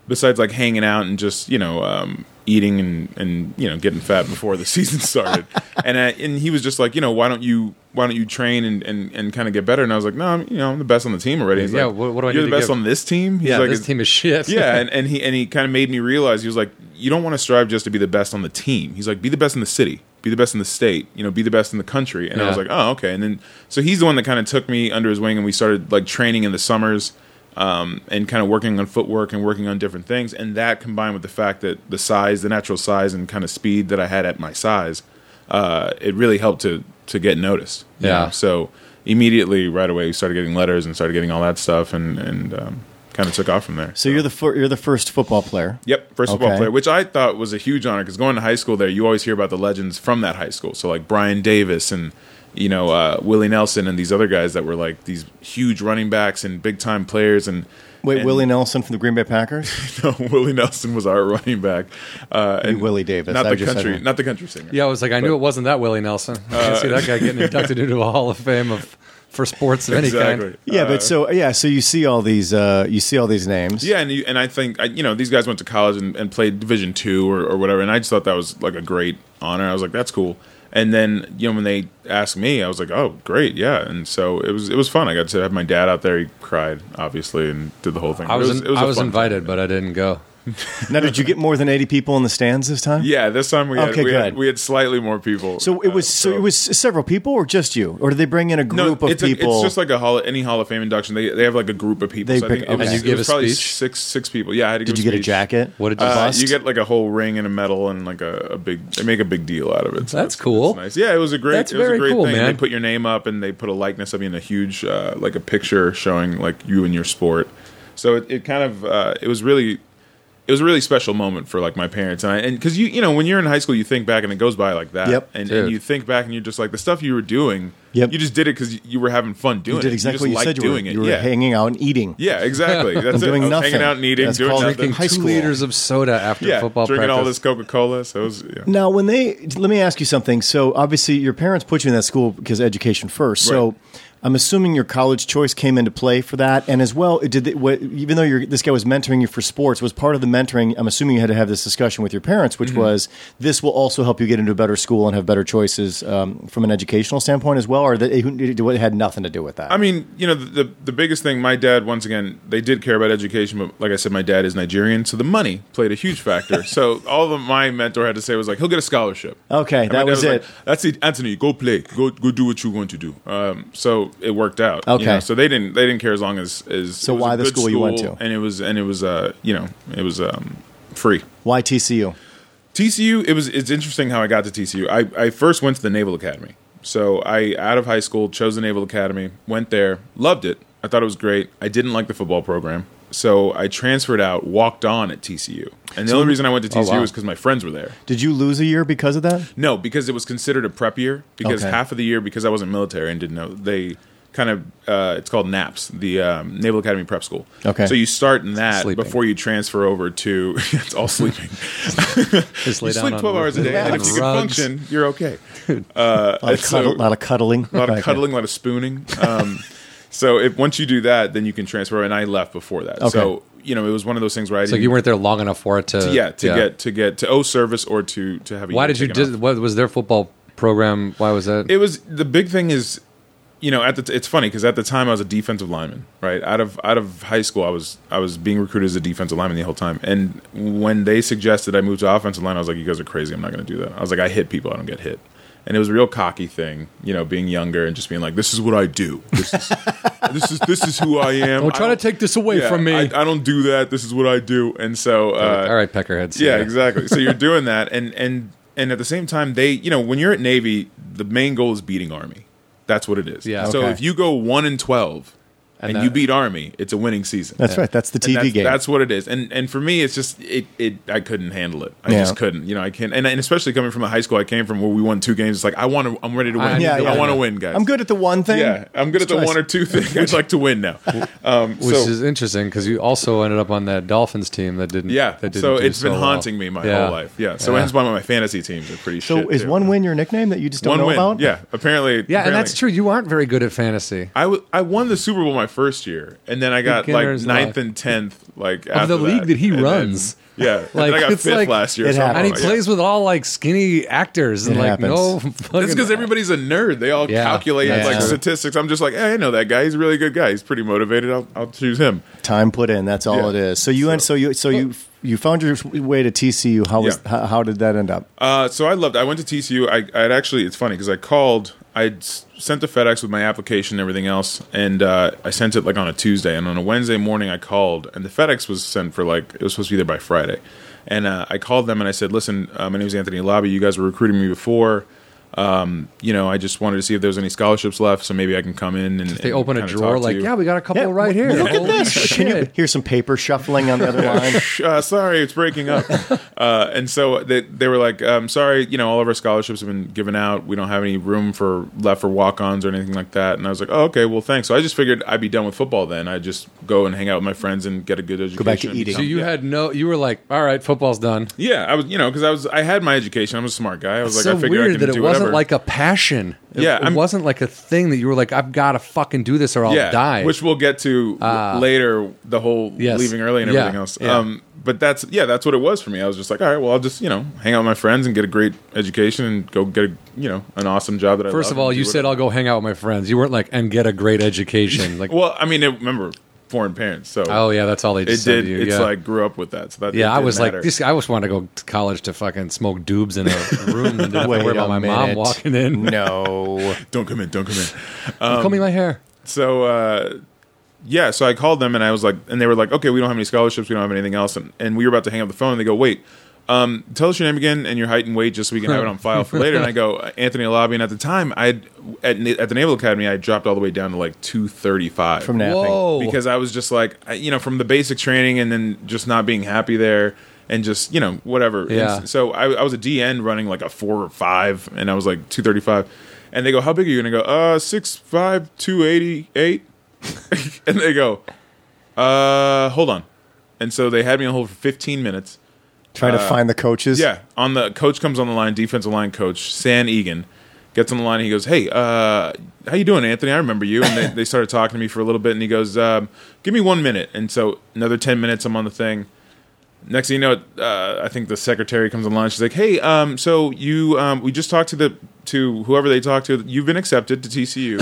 Speaker 3: besides like hanging out and just you know um, eating and and you know getting fat before the season started and I, and he was just like you know why don't you why don't you train and and, and kind of get better and I was like no I'm you know I'm the best on the team already He's
Speaker 2: Yeah,
Speaker 3: like,
Speaker 2: what- what do I
Speaker 3: you're
Speaker 2: need
Speaker 3: the
Speaker 2: to
Speaker 3: best
Speaker 2: give?"
Speaker 3: on this team He's
Speaker 2: Yeah,
Speaker 3: like,
Speaker 2: this
Speaker 3: "It's-
Speaker 2: team is shit.
Speaker 3: yeah and, and he and he kind of made me realize he was like you don't want to strive just to be the best on the team he's like be the best in the city be the best in the state you know be the best in the country and i
Speaker 2: Yeah.
Speaker 3: was like oh okay and then so he's the one that kind of took me under his wing and we started like training in the summers um, and kind of working on footwork and working on different things. And that combined with the fact that the size, the natural size, and kind of speed that I had at my size, uh, it really helped to to get noticed. you
Speaker 2: Yeah.
Speaker 3: know? So immediately, right away, we started getting letters and started getting all that stuff, and and um, kind of took off from there.
Speaker 1: So you're the fir- you're the first football player.
Speaker 3: Yep, first football
Speaker 1: Okay.
Speaker 3: player, which I thought was a huge honor because going to high school there, you always hear about the legends from that high school. So like Brian Davis and you know uh, Willie Nelson and these other guys that were like these huge running backs and big time players. And
Speaker 1: Wait,
Speaker 3: and-
Speaker 1: Willie Nelson from the Green Bay Packers.
Speaker 3: no, Willie Nelson was our running back. Uh, and
Speaker 1: Willie Davis,
Speaker 3: not
Speaker 1: I
Speaker 3: the
Speaker 1: just said
Speaker 3: country,
Speaker 1: that.
Speaker 3: not the country singer.
Speaker 2: Yeah, I was like, I knew it wasn't that Willie Nelson. I can
Speaker 3: Uh,
Speaker 2: see that guy getting inducted into a Hall of Fame of for sports of any kind.
Speaker 1: yeah, but
Speaker 3: Uh,
Speaker 1: so yeah, so you see all these uh, you see all these names.
Speaker 3: Yeah, and you, and I think I, you know these guys went to college and, and played Division two or, or whatever, and I just thought that was like a great honor. I was like, that's cool. And then you know when they asked me, I was like, oh great, yeah. And so it was it was fun. I got to have my dad out there. He cried obviously and did the whole thing.
Speaker 2: I
Speaker 3: It
Speaker 2: was,
Speaker 3: it was
Speaker 2: I
Speaker 3: a
Speaker 2: was
Speaker 3: fun time.
Speaker 2: invited, but I didn't go.
Speaker 1: Now, did you get more than eighty people in the stands this time?
Speaker 3: Yeah, this time we had,
Speaker 1: Okay,
Speaker 3: we,
Speaker 1: good.
Speaker 3: had we had slightly more people.
Speaker 1: So it
Speaker 3: uh,
Speaker 1: was so, it was several people or just you, or did they bring in a group of
Speaker 3: it's a-
Speaker 1: people?
Speaker 3: it's just like a hall, any Hall of Fame induction. They, they have like a group of people.
Speaker 1: They
Speaker 3: so
Speaker 1: pick-
Speaker 3: I think it was,
Speaker 1: okay. And you
Speaker 3: it
Speaker 2: give
Speaker 3: was
Speaker 2: a
Speaker 3: probably
Speaker 2: speech?
Speaker 3: six six people. Yeah, I had to
Speaker 1: did
Speaker 3: give
Speaker 1: you get a
Speaker 3: speech.
Speaker 1: jacket?
Speaker 2: What did you
Speaker 3: Uh,
Speaker 1: bust?
Speaker 3: you get like a whole ring and a medal and like a, a big. They make a big deal out of it.
Speaker 2: That's
Speaker 3: it's-
Speaker 2: cool.
Speaker 3: it's nice. Yeah, it was a great.
Speaker 2: That's
Speaker 3: it was
Speaker 2: very
Speaker 3: a great
Speaker 2: cool,
Speaker 3: thing.
Speaker 2: man.
Speaker 3: They put your name up and they put a likeness of you in a huge, uh, like a picture showing like you and your sport. So it, it kind of uh, it was really. It was a really special moment for like my parents and I, and because you you know when you're in high school you think back and it goes by like that
Speaker 1: Yep.
Speaker 3: and,
Speaker 2: Dude.
Speaker 3: and you think back and you're just like the stuff you were doing
Speaker 1: Yep.
Speaker 3: you just did it because you were having fun doing
Speaker 1: you did
Speaker 3: it
Speaker 1: exactly
Speaker 3: you
Speaker 1: what you
Speaker 3: just
Speaker 1: said
Speaker 3: liked
Speaker 1: you were.
Speaker 3: doing it
Speaker 1: You were
Speaker 3: yeah
Speaker 1: hanging out and eating.
Speaker 3: yeah exactly that's it
Speaker 1: doing
Speaker 3: I was
Speaker 1: nothing.
Speaker 3: hanging out and eating
Speaker 1: That's
Speaker 3: doing
Speaker 1: called
Speaker 3: nothing
Speaker 2: Drinking
Speaker 1: High
Speaker 2: two
Speaker 1: school.
Speaker 2: liters of soda after
Speaker 3: yeah,
Speaker 2: football
Speaker 3: drinking
Speaker 2: practice.
Speaker 3: all this Coca Cola. So it was, yeah.
Speaker 1: Now, when they let me ask you something. So, obviously, your parents put you in that school because education first. So,
Speaker 3: Right.
Speaker 1: I'm assuming your college choice came into play for that, and as well, it did. The, what, even though you're, this guy was mentoring you for sports, was part of the mentoring. I'm assuming you had to have this discussion with your parents,
Speaker 3: Mm-hmm.
Speaker 1: which was this will also help you get into a better school and have better choices um, from an educational standpoint as well, or that it, it had nothing to do with that.
Speaker 3: I mean, you know, the, the the biggest thing. My dad, once again, they did care about education, but like I said, my dad is Nigerian, so the money played a huge factor. so all that my mentor had to say was like, he'll get a scholarship.
Speaker 1: Okay,
Speaker 3: And my
Speaker 1: that
Speaker 3: dad
Speaker 1: was
Speaker 3: like,
Speaker 1: it.
Speaker 3: That's it, Anthony. Go play. Go go do what you're going to do. Um, so it worked out. you
Speaker 1: Okay.
Speaker 3: know. So they didn't they didn't care as long as as
Speaker 1: So
Speaker 3: it was
Speaker 1: why
Speaker 3: a
Speaker 1: the
Speaker 3: good
Speaker 1: school you went to?
Speaker 3: and it was and it was uh you know it was um free.
Speaker 1: Why TCU?
Speaker 3: TCU. It was. It's interesting how I got to TCU. I, I first went to the Naval Academy. So I out of high school chose the Naval Academy. Went there, loved it. I thought it was great. I didn't like the football program, so I transferred out, walked on at TCU. And the only reason I went to TCU
Speaker 2: wow.
Speaker 3: is because my friends were there.
Speaker 1: Did you lose a year because of that?
Speaker 3: No, because it was considered a prep year. Because
Speaker 1: Okay.
Speaker 3: half of the year, because I wasn't military and didn't know, they kind of uh, it's called NAPS, the um, Naval Academy Prep School.
Speaker 1: Okay.
Speaker 3: So you start in that
Speaker 2: Sleeping.
Speaker 3: before you transfer over to it's all sleeping.
Speaker 2: Just lay
Speaker 3: you
Speaker 2: down
Speaker 3: sleep
Speaker 2: on
Speaker 3: 12 hours a day, and
Speaker 1: on
Speaker 3: if you can
Speaker 2: rugs.
Speaker 3: function, you're okay. Uh,
Speaker 1: A lot of,
Speaker 3: so-
Speaker 1: cuddle, lot of cuddling.
Speaker 3: A lot of cuddling, a lot of spooning. Um, so if once you do that, then you can transfer. And I left before that,
Speaker 1: Okay.
Speaker 3: so you know it was one of those things where I
Speaker 2: It's like
Speaker 3: didn't,
Speaker 2: you weren't there long enough for it to.
Speaker 3: yeah to get to get to owe service or to to have. A
Speaker 2: Why
Speaker 3: year
Speaker 2: did you?
Speaker 3: taken off.
Speaker 2: Did, what was their football program? Why was that?
Speaker 3: it was the big thing is you know at the t- it's funny because at the time I was a defensive lineman right out of out of high school I was I was being recruited as a defensive lineman the whole time and when they suggested I move to offensive line I was like you guys are crazy I'm not going to do that I was like I hit people I don't get hit and it was a real cocky thing you know being younger and just being like this is what I do this is this is this is who I am
Speaker 2: Don't try
Speaker 3: I
Speaker 2: to take this away
Speaker 3: yeah,
Speaker 2: from me.
Speaker 3: I, I don't do that this is what I do and so uh,
Speaker 2: all right, peckerheads.
Speaker 3: yeah, exactly. So you're doing that, and and and at the same time, they, you know, when you're at Navy, the main goal is beating Army. That's what it is.
Speaker 2: Yeah.
Speaker 3: So
Speaker 1: Okay.
Speaker 3: if you go one and twelve, and,
Speaker 2: that-
Speaker 3: you beat Army, it's a winning season.
Speaker 1: That's right. That's the
Speaker 3: And
Speaker 1: TV
Speaker 3: that's,
Speaker 1: game.
Speaker 3: That's what it is. And and for me, it's just it. it I couldn't handle it. I
Speaker 1: Yeah.
Speaker 3: just couldn't. You know, I can't. And, and especially coming from the high school I came from, where we won two games, it's like I want to. I'm ready to win.
Speaker 2: I-
Speaker 3: I,
Speaker 2: Yeah, yeah.
Speaker 3: want to win, guys.
Speaker 1: I'm good at the one thing.
Speaker 3: Yeah, I'm good at the
Speaker 1: Let's try
Speaker 3: one or two thing. I'd like to win now. Um,
Speaker 2: which
Speaker 3: so-
Speaker 2: is interesting because you also ended up on that Dolphins team that didn't.
Speaker 3: yeah,
Speaker 2: that didn't
Speaker 3: so
Speaker 2: do
Speaker 3: it's been
Speaker 2: well.
Speaker 3: haunting me my
Speaker 2: Yeah.
Speaker 3: whole life. Yeah, so
Speaker 2: Yeah.
Speaker 3: hence why my fantasy teams are pretty.
Speaker 1: So
Speaker 3: shit,
Speaker 1: is
Speaker 3: too.
Speaker 1: one win your nickname that you just don't
Speaker 3: one
Speaker 1: know
Speaker 3: win.
Speaker 1: about?
Speaker 3: Yeah, apparently.
Speaker 2: Yeah, and
Speaker 3: apparently.
Speaker 2: that's true. You aren't very good at fantasy.
Speaker 3: I, w- I won the Super Bowl my first year, and then I got like
Speaker 2: Beginner's
Speaker 3: ninth
Speaker 2: luck.
Speaker 3: and tenth, like
Speaker 2: uh, Of the
Speaker 3: after
Speaker 2: league that he
Speaker 3: And
Speaker 2: runs.
Speaker 3: Then, yeah, like
Speaker 2: Like,
Speaker 3: I got
Speaker 2: it's
Speaker 3: fifth
Speaker 2: like-
Speaker 3: last year.
Speaker 1: It
Speaker 3: or something
Speaker 2: And he
Speaker 3: like that.
Speaker 2: plays with all like skinny actors and
Speaker 1: It
Speaker 2: like no.
Speaker 1: happens.
Speaker 2: Fucking,
Speaker 3: That's because everybody's a nerd. They all
Speaker 2: Yeah,
Speaker 3: calculate
Speaker 2: that's
Speaker 3: like
Speaker 1: true.
Speaker 3: statistics. I'm just like, hey, I know that guy. He's a really good guy. He's pretty motivated. I'll, I'll choose him.
Speaker 1: Time put in. That's all
Speaker 3: Yeah.
Speaker 1: it is. So you and so you so you you found your way to TCU. How was
Speaker 3: Yeah.
Speaker 1: how, how did that end up?
Speaker 3: Uh, so I loved. I went to TCU. I I'd actually. It's funny because I called. I sent to FedEx with my application and everything else, and uh, I sent it like on a Tuesday. And on a Wednesday morning, I called, and the FedEx was sent for like it was supposed to be there by Friday. And uh, I called them and I said, "Listen, uh, my name is Anthony Lobby. You guys were recruiting me before. Um, you know, I just wanted to see if there was any scholarships left, so maybe I can come in and
Speaker 2: They
Speaker 3: and
Speaker 2: open a
Speaker 3: kinda
Speaker 2: drawer
Speaker 3: talk to
Speaker 2: like,
Speaker 3: you."
Speaker 2: yeah, we got a couple
Speaker 1: Yeah,
Speaker 2: right here.
Speaker 1: Look at
Speaker 2: Holy
Speaker 1: this. Can you
Speaker 2: shit.
Speaker 1: hear some paper shuffling on the other line?
Speaker 3: uh, sorry, it's breaking up. uh, and so they, they were like, um, sorry, you know, all of our scholarships have been given out. We don't have any room for left for walk ons or anything like that. And I was like, oh, okay, well, thanks. So I just figured I'd be done with football then. I'd just go and hang out with my friends and get a good education.
Speaker 1: back to
Speaker 3: and
Speaker 1: eating.
Speaker 3: become-
Speaker 2: So you
Speaker 3: yeah.
Speaker 2: had no. You were like, all right, football's done.
Speaker 3: Yeah, I was, you know, because I was, I had my education. I'm a smart guy. I was like,
Speaker 2: so
Speaker 3: I figured I
Speaker 2: weird
Speaker 3: can
Speaker 2: that it
Speaker 3: do
Speaker 2: wasn't
Speaker 3: whatever.
Speaker 2: like a passion. It,
Speaker 3: Yeah,
Speaker 2: it
Speaker 3: I'm-
Speaker 2: wasn't like a thing that you were like, I've got to fucking do this or I'll
Speaker 3: yeah,
Speaker 2: die. Uh,
Speaker 3: which we'll get to w- later. The whole
Speaker 2: Yes.
Speaker 3: leaving early and
Speaker 2: Yeah,
Speaker 3: everything else.
Speaker 2: yeah.
Speaker 3: Um, but that's yeah, that's what it was for me. I was just like, all right, well, I'll just you know hang out with my friends and get a great education and go get a you know an awesome job that I
Speaker 2: First
Speaker 3: love
Speaker 2: of all,
Speaker 3: and do
Speaker 2: you
Speaker 3: what-
Speaker 2: said I'll go hang out with my friends. You weren't like and get a great education. Like,
Speaker 3: well, I mean, it, remember foreign parents, so
Speaker 2: oh yeah, that's all they
Speaker 3: it
Speaker 2: just said
Speaker 3: did.
Speaker 2: to you.
Speaker 3: It's
Speaker 2: yeah.
Speaker 3: like grew up with that. So that it
Speaker 2: yeah, I
Speaker 3: didn't
Speaker 2: was like,
Speaker 3: matter.
Speaker 2: this, I just wanted to go to college to fucking smoke dubes in a room and didn't
Speaker 1: Wait
Speaker 2: worry about
Speaker 1: a
Speaker 2: my mom
Speaker 1: minute.
Speaker 2: walking in.
Speaker 1: No.
Speaker 3: don't come in, don't come in.
Speaker 2: Comb me my hair.
Speaker 3: so uh, yeah, so I called them and I was like, and they were like, okay, we don't have any scholarships, we don't have anything else, and, and we were about to hang up the phone. and They go, wait, um, tell us your name again and your height and weight, just so we can have it on file for later. And I go, Anthony Alabi. And at the time, I had at, Na- at the Naval Academy, I had dropped all the way down to like two thirty five
Speaker 1: From napping.
Speaker 2: Whoa.
Speaker 3: because I was just like, I- you know, from the basic training and then just not being happy there and just, you know, whatever. And
Speaker 2: Yeah.
Speaker 3: s- so I, I was a DN running like a four or five and I was like 235. And they go, how big are you? And I go, uh, six, five, 288. and they go, uh, hold on. And so they had me on hold for 15 minutes.
Speaker 1: Trying to find the coaches.
Speaker 3: Uh, Yeah, on the coach comes on the line, defensive line coach San Egan gets on the line. and He goes, "Hey, uh, how you doing, Anthony? I remember you." And they, they started talking to me for a little bit, and he goes, um, "Give me one minute." And so another ten minutes, I'm on the thing. Next thing you know, uh, I think the secretary comes on the line. She's like, "Hey, um, so you, um, we just talked to the to whoever they talked to. You've been accepted to TCU.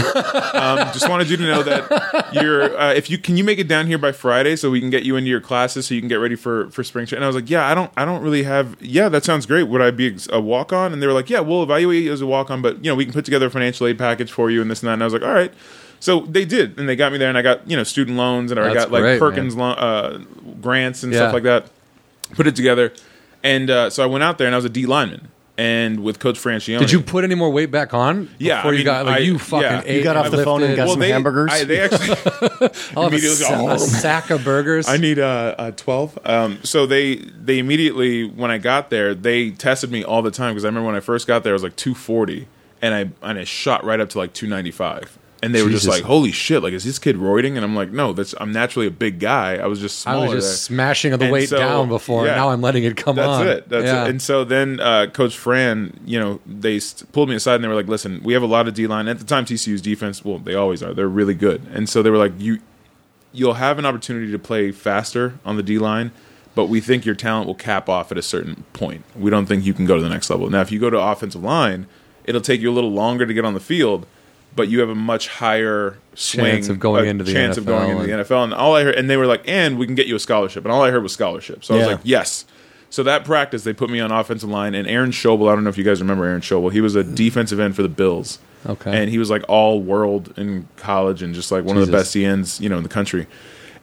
Speaker 3: um, just wanted you to know that you're. Uh, if you can, you make it down here by Friday so we can get you into your classes so you can get ready for for spring training. And I was like, yeah, I don't, I don't really have. Yeah, that sounds great. Would I be a walk on? And they were like, yeah, we'll evaluate you as a walk on, but you know, we can put together a financial aid package for you and this and that. And I was like, all right. So they did, and they got me there, and I got you know student loans, and I
Speaker 2: That's
Speaker 3: got like
Speaker 2: great, man.
Speaker 3: Perkins lo- uh, grants and
Speaker 2: Yeah.
Speaker 3: stuff like that put it together. And uh, so I went out there and I was a D lineman. And with Coach Francione,
Speaker 2: Did you put any more weight back on?
Speaker 3: Yeah,
Speaker 2: Before
Speaker 3: I
Speaker 2: you
Speaker 3: mean,
Speaker 2: got like
Speaker 3: I-
Speaker 2: you fucking
Speaker 3: yeah.
Speaker 2: ate
Speaker 3: You
Speaker 1: got off the phone and
Speaker 2: lifted.
Speaker 1: got
Speaker 3: well,
Speaker 1: some
Speaker 3: they,
Speaker 1: hamburgers?
Speaker 3: I, they actually
Speaker 2: I'll have a,
Speaker 3: immediately
Speaker 2: sa-
Speaker 3: go, "Oh."
Speaker 2: a sack of burgers.
Speaker 3: I need a, a twelve. Um, so they they immediately when I got there, they tested me all the time because I remember when I first got there, I was like two forty, and I and I shot right up to like two ninety five. And they were just
Speaker 2: Jesus.
Speaker 3: like, "Holy shit! Like, is this kid roiding?" And I'm like, "No, that's I'm naturally a big guy. I was just
Speaker 2: I
Speaker 3: smaller."
Speaker 2: was just
Speaker 3: there."
Speaker 2: smashing the
Speaker 3: And
Speaker 2: weight
Speaker 3: so,
Speaker 2: down before.
Speaker 3: yeah.
Speaker 2: now I'm letting it come
Speaker 3: That's
Speaker 2: on.
Speaker 3: it. That's
Speaker 2: Yeah.
Speaker 3: it. And so then uh, Coach Fran, you know, they st- pulled me aside and they were like, "Listen, we have a lot of D line at the time. TCU's defense, well, they always are. They're really good." And so they were like, "You, you'll have an opportunity to play faster on the D line." But we think your talent will cap off at a certain point. We don't think you can go to the next level. Now, if you go to offensive line, it'll take you a little longer to get on the field, but you have a much higher swing
Speaker 2: Chance of going
Speaker 3: a
Speaker 2: into the
Speaker 3: chance of going
Speaker 2: NFL
Speaker 3: into the
Speaker 2: and-
Speaker 3: NFL. And all I heard, and they were like, "And we can get you a scholarship." And all I heard was scholarship. So I was
Speaker 1: Yeah.
Speaker 3: like, "Yes." So that practice, they put me on offensive line, and Aaron Schobel. I don't know if you guys remember Aaron Schobel. He was a defensive end for the Bills.
Speaker 2: Okay.
Speaker 3: and he was like all world in college and just like one of the
Speaker 2: Jesus.
Speaker 3: best ends you know in the country.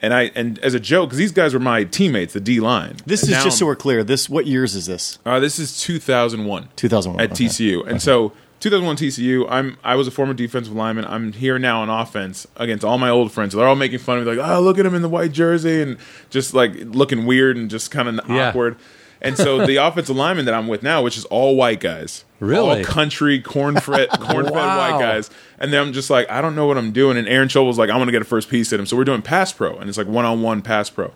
Speaker 3: And I and as a joke, because these guys were my teammates, the D line.
Speaker 1: This
Speaker 3: And
Speaker 1: is
Speaker 3: now
Speaker 1: just so
Speaker 3: I'm-
Speaker 1: we're clear. This what years is this?
Speaker 3: uh, this is 2001.
Speaker 1: 2001,
Speaker 3: At
Speaker 1: okay.
Speaker 3: TCU. And so 2001 TCU, I'm I was a former defensive lineman. I'm here now on offense against all my old friends. They're all making fun of me like, "Oh, look at him in the white jersey and just like looking weird and just kind of
Speaker 2: Yeah.
Speaker 3: awkward." And so the offensive lineman that I'm with now, which is all white guys.
Speaker 2: Really?
Speaker 3: All country corn fed corn fed
Speaker 2: Wow.
Speaker 3: white guys. And then I'm just like, I don't know what I'm doing. And Aaron Schobel's like, I want to get a first piece at him. So we're doing pass pro, and it's like one on one pass pro.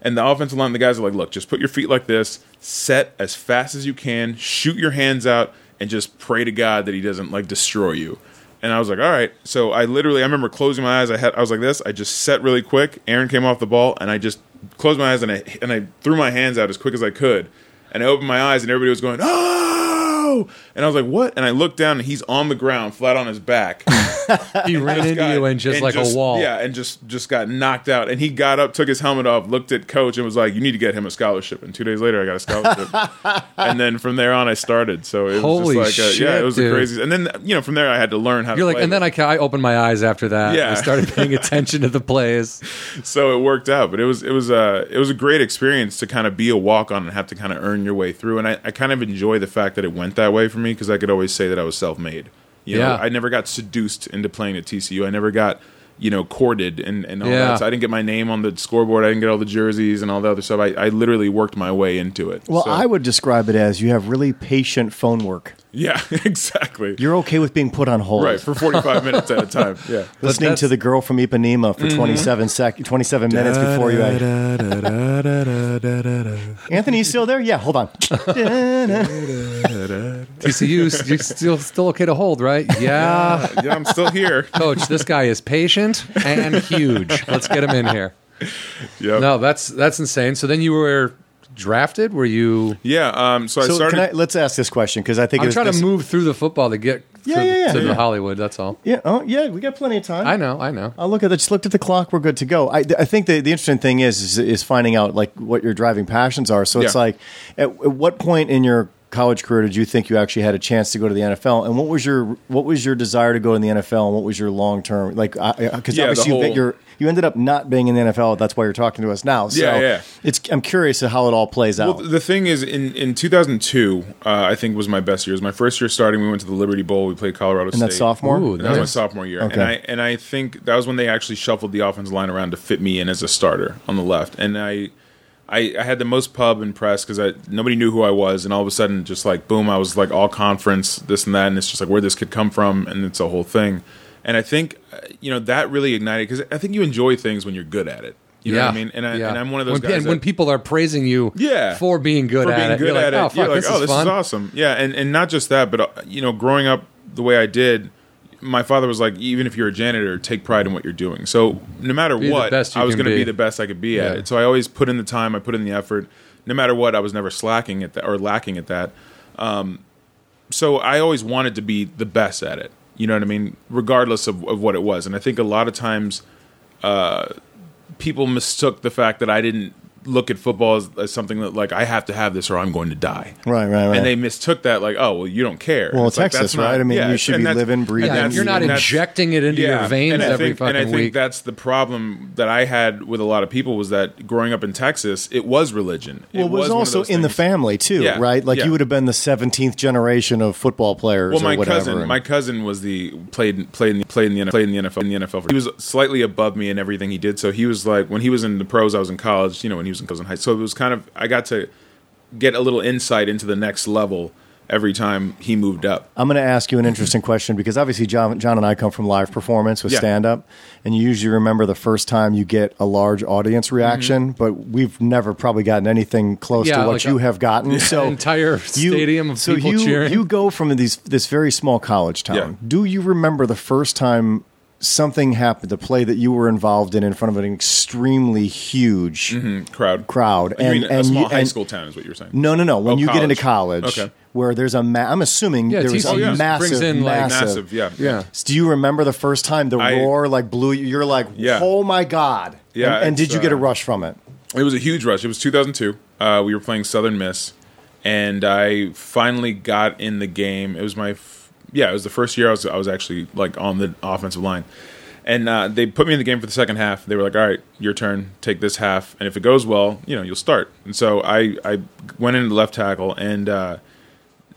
Speaker 3: And the offensive line, the guys are like, look, just put your feet like this, set as fast as you can, shoot your hands out, and just pray to God that he doesn't like destroy you. And I was like, all right. So I literally, I remember closing my eyes. I had, I was like this. I just set really quick. Aaron came off the ball, and I just closed my eyes and I and I threw my hands out as quick as I could. And I opened my eyes, and everybody was "Ah!" going, oh! And I was like, what? And I looked down, and he's on the ground, flat on his back.
Speaker 2: He ran into
Speaker 3: got-
Speaker 2: you and just like a wall.
Speaker 3: Yeah, and just just got knocked out. And he got up, took his helmet off, looked at coach, and was like, "You need to get him a scholarship." And two days later, I got a scholarship. and then from there on, I started. So it was
Speaker 2: Holy
Speaker 3: just like, a, yeah,
Speaker 2: shit,
Speaker 3: it was
Speaker 2: dude.
Speaker 3: a crazy. And then you know, from there, I had to learn how.
Speaker 2: You're
Speaker 3: to
Speaker 2: like,
Speaker 3: play
Speaker 2: and then I, ca- I opened my eyes after that.
Speaker 3: Yeah.
Speaker 2: I started paying attention to the plays.
Speaker 3: so it worked out. But it was it was a it was a great experience to kind of be a walk on and have to kind of earn your way through. And I, I kind of enjoy the fact that it went that way for me because I could always say that I was self made. You know,
Speaker 2: Yeah.
Speaker 3: I never got seduced into playing at TCU. I never got you know courted and and all
Speaker 2: Yeah.
Speaker 3: that. So I didn't get my name on the scoreboard. I didn't get all the jerseys and all the other stuff. I, I literally worked my way into it.
Speaker 1: Well,
Speaker 3: So-
Speaker 1: I would describe it as you have really patient phone work.
Speaker 3: yeah exactly.
Speaker 1: You're okay with being put on hold.
Speaker 3: Right for forty five minutes at a time. Yeah.
Speaker 1: Listening to
Speaker 2: that's- Mm-hmm.
Speaker 1: the girl from Ipanema for 27 sec- 27 minutes before you. Had- Anthony, you still there? Yeah, hold on.
Speaker 2: TCU, s- you're still, still okay to hold, right? Yeah.
Speaker 3: Yeah, I'm still here.
Speaker 2: Coach, this guy is patient and huge. Let's get him in here.
Speaker 3: Yep.
Speaker 2: No, that's that's insane. So then you were drafted? Were you?
Speaker 3: Yeah. Um. So, I
Speaker 1: So
Speaker 3: started.
Speaker 1: can I, let's ask this question because I think
Speaker 2: I'm
Speaker 1: it's
Speaker 2: trying
Speaker 1: this-
Speaker 2: to move through the football to get
Speaker 1: Yeah,
Speaker 2: to,
Speaker 1: yeah, yeah,
Speaker 2: to
Speaker 1: yeah.
Speaker 2: the Hollywood. That's all.
Speaker 1: Yeah, oh, yeah, we got plenty of time.
Speaker 2: I know. I know.
Speaker 1: I Uh, look at the, just looked at the clock. We're good to go. I, I think the, the interesting thing is, is is finding out like what your driving passions are. So it's
Speaker 3: Yeah.
Speaker 1: like, at, at what point in your college career did you think you actually had a chance to go to the NFL? And what was your what was your desire to go to the NFL? And what was your long term like? Because
Speaker 3: Yeah, the
Speaker 1: obviously you,
Speaker 3: whole-
Speaker 1: you're, you ended up not being in the NFL. That's why you're talking to us now. So
Speaker 3: Yeah, yeah.
Speaker 1: It's I'm curious of how it all plays out.
Speaker 3: Well, the thing is, in, in 2002, uh, I think was my best year. It was my first year starting. We went to the Liberty Bowl. We played Colorado
Speaker 1: and
Speaker 3: State.
Speaker 1: that sophomore.
Speaker 2: Ooh,
Speaker 3: And that was my
Speaker 2: Nice.
Speaker 3: sophomore year,
Speaker 1: Okay.
Speaker 3: and I and I think that was when they actually shuffled the offensive line around to fit me in as a starter on the left, and I. I, I had the most pub and press because I nobody knew who I was, and all of a sudden, just like boom, I was like all conference, this and that, and it's just like where this could come from, and it's a whole thing. And I think uh, you know that really ignited because I think you enjoy things when you're good at it. You know what I mean? And, I,
Speaker 2: yeah.
Speaker 3: and I'm one of those
Speaker 2: When,
Speaker 3: guys.
Speaker 2: and
Speaker 3: that-
Speaker 2: when people are praising you,
Speaker 3: Yeah.
Speaker 2: for being good
Speaker 3: for
Speaker 2: at
Speaker 3: being
Speaker 2: it,
Speaker 3: good
Speaker 2: you're
Speaker 3: at
Speaker 2: like,
Speaker 3: it.
Speaker 2: oh, fuck,
Speaker 3: You're like,
Speaker 2: this,
Speaker 3: oh,
Speaker 2: is,
Speaker 3: this
Speaker 2: fun.
Speaker 3: is awesome. Yeah, and and not just that, but uh, you know, growing up the way I did, my father was like, even if you're a janitor, take pride in what you're doing. So no matter
Speaker 2: the
Speaker 3: what,
Speaker 2: best you
Speaker 3: I was
Speaker 2: can
Speaker 3: going to
Speaker 2: be.
Speaker 3: be the best I could be at
Speaker 2: Yeah.
Speaker 3: it. So I always put in the time, I put in the effort. No matter what, I was never slacking at that or lacking at that. Um, so I always wanted to be the best at it. You know what I mean? Regardless of, of what it was. And I think a lot of times uh, people mistook the fact that I didn't look at football as, as something that like I have to have this or I'm going to die.
Speaker 1: Right, right, right.
Speaker 3: And they mistook that like, oh well, you don't care.
Speaker 1: Well,
Speaker 3: like,
Speaker 1: Texas,
Speaker 3: that's not-
Speaker 1: right? I mean, you
Speaker 3: it's-
Speaker 1: should
Speaker 3: and
Speaker 1: be
Speaker 3: that's-
Speaker 1: living, breathing,
Speaker 2: Yeah,
Speaker 1: And
Speaker 2: if you're not
Speaker 1: that's-
Speaker 2: injecting it into your veins
Speaker 3: and I
Speaker 2: every
Speaker 3: think,
Speaker 2: fucking
Speaker 3: and I think
Speaker 2: week.
Speaker 3: that's the problem that I had with a lot of people was that growing up in Texas, it was religion.
Speaker 1: Well, it was,
Speaker 3: one of
Speaker 1: also in
Speaker 3: those
Speaker 1: the
Speaker 3: things.
Speaker 1: family too,
Speaker 3: Yeah,
Speaker 1: right? Like
Speaker 3: yeah.
Speaker 1: you would have been the seventeenth generation of football players.
Speaker 3: Well,
Speaker 1: or
Speaker 3: my
Speaker 1: whatever.
Speaker 3: cousin,
Speaker 1: and-
Speaker 3: my cousin was the played played in the, played in the N- played in the NFL. In the NFL, for, he was slightly above me in everything he did. So he was like when he was in the pros, I was in college. You know, when he was in college, in high. So it was kind of I got to get a little insight into the next level every time he moved up.
Speaker 1: I'm going to ask you an interesting question because obviously John, John and I come from live performance with
Speaker 3: Yeah.
Speaker 1: stand up, and you usually remember the first time you get a large audience reaction, but we've never probably gotten anything close
Speaker 2: Yeah,
Speaker 1: to what
Speaker 2: like
Speaker 1: you
Speaker 2: a-
Speaker 1: have gotten. So
Speaker 2: entire stadium of
Speaker 1: so
Speaker 2: people
Speaker 1: you,
Speaker 2: cheering.
Speaker 1: You go from these this very small college town.
Speaker 3: Yeah.
Speaker 1: Do you remember the first time? Something happened. The play that you were involved in in front of an extremely huge
Speaker 3: Crowd,
Speaker 1: crowd,
Speaker 3: Mm-hmm. You
Speaker 1: and
Speaker 3: mean a
Speaker 1: and
Speaker 3: small
Speaker 1: you-
Speaker 3: high
Speaker 1: and-
Speaker 3: school town is what you're saying?
Speaker 1: No, no, no. When
Speaker 3: Oh,
Speaker 1: you get into
Speaker 3: college.
Speaker 1: college,
Speaker 3: Okay.
Speaker 1: where there's a ma- I'm assuming
Speaker 2: Yeah,
Speaker 1: there was
Speaker 2: TCU
Speaker 1: a
Speaker 2: brings
Speaker 1: massive,
Speaker 2: in, like-
Speaker 1: massive,
Speaker 3: Massive, yeah,
Speaker 2: yeah.
Speaker 1: So Do you remember the first time the
Speaker 3: I-
Speaker 1: roar like blew you? You're like,
Speaker 3: Yeah.
Speaker 1: oh my god!
Speaker 3: Yeah,
Speaker 1: and, and did
Speaker 3: it's,
Speaker 1: you get a
Speaker 3: uh,
Speaker 1: rush from it?
Speaker 3: It was a huge rush. It was 2002. Uh, we were playing Southern Miss, and I finally got in the game. It was my, f- yeah, it was the first year I was I was actually like on the offensive line, and uh, they put me in the game for the second half. They were like, "All right, your turn. Take this half, and if it goes well, you know, you'll start." And so I I went into left tackle, and uh,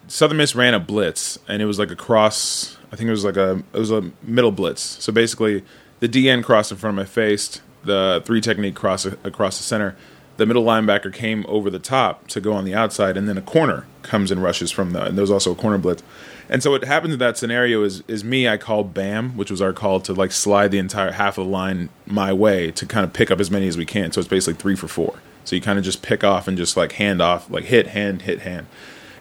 Speaker 3: Southern Miss ran a blitz, and it was like a cross. I think it was like a it was a middle blitz. So basically, the DN crossed in front of my face, the three technique cross across the center. The middle linebacker came over the top to go on the outside, and then a corner comes and rushes from the. And there was also a corner blitz. And so what happened in that scenario is is me. I called Bam, which was our call to like slide the entire half of the line my way to kind of pick up as many as we can. So it's basically three for four. So you kind of just pick off and just like hand off, like hit hand, hit hand.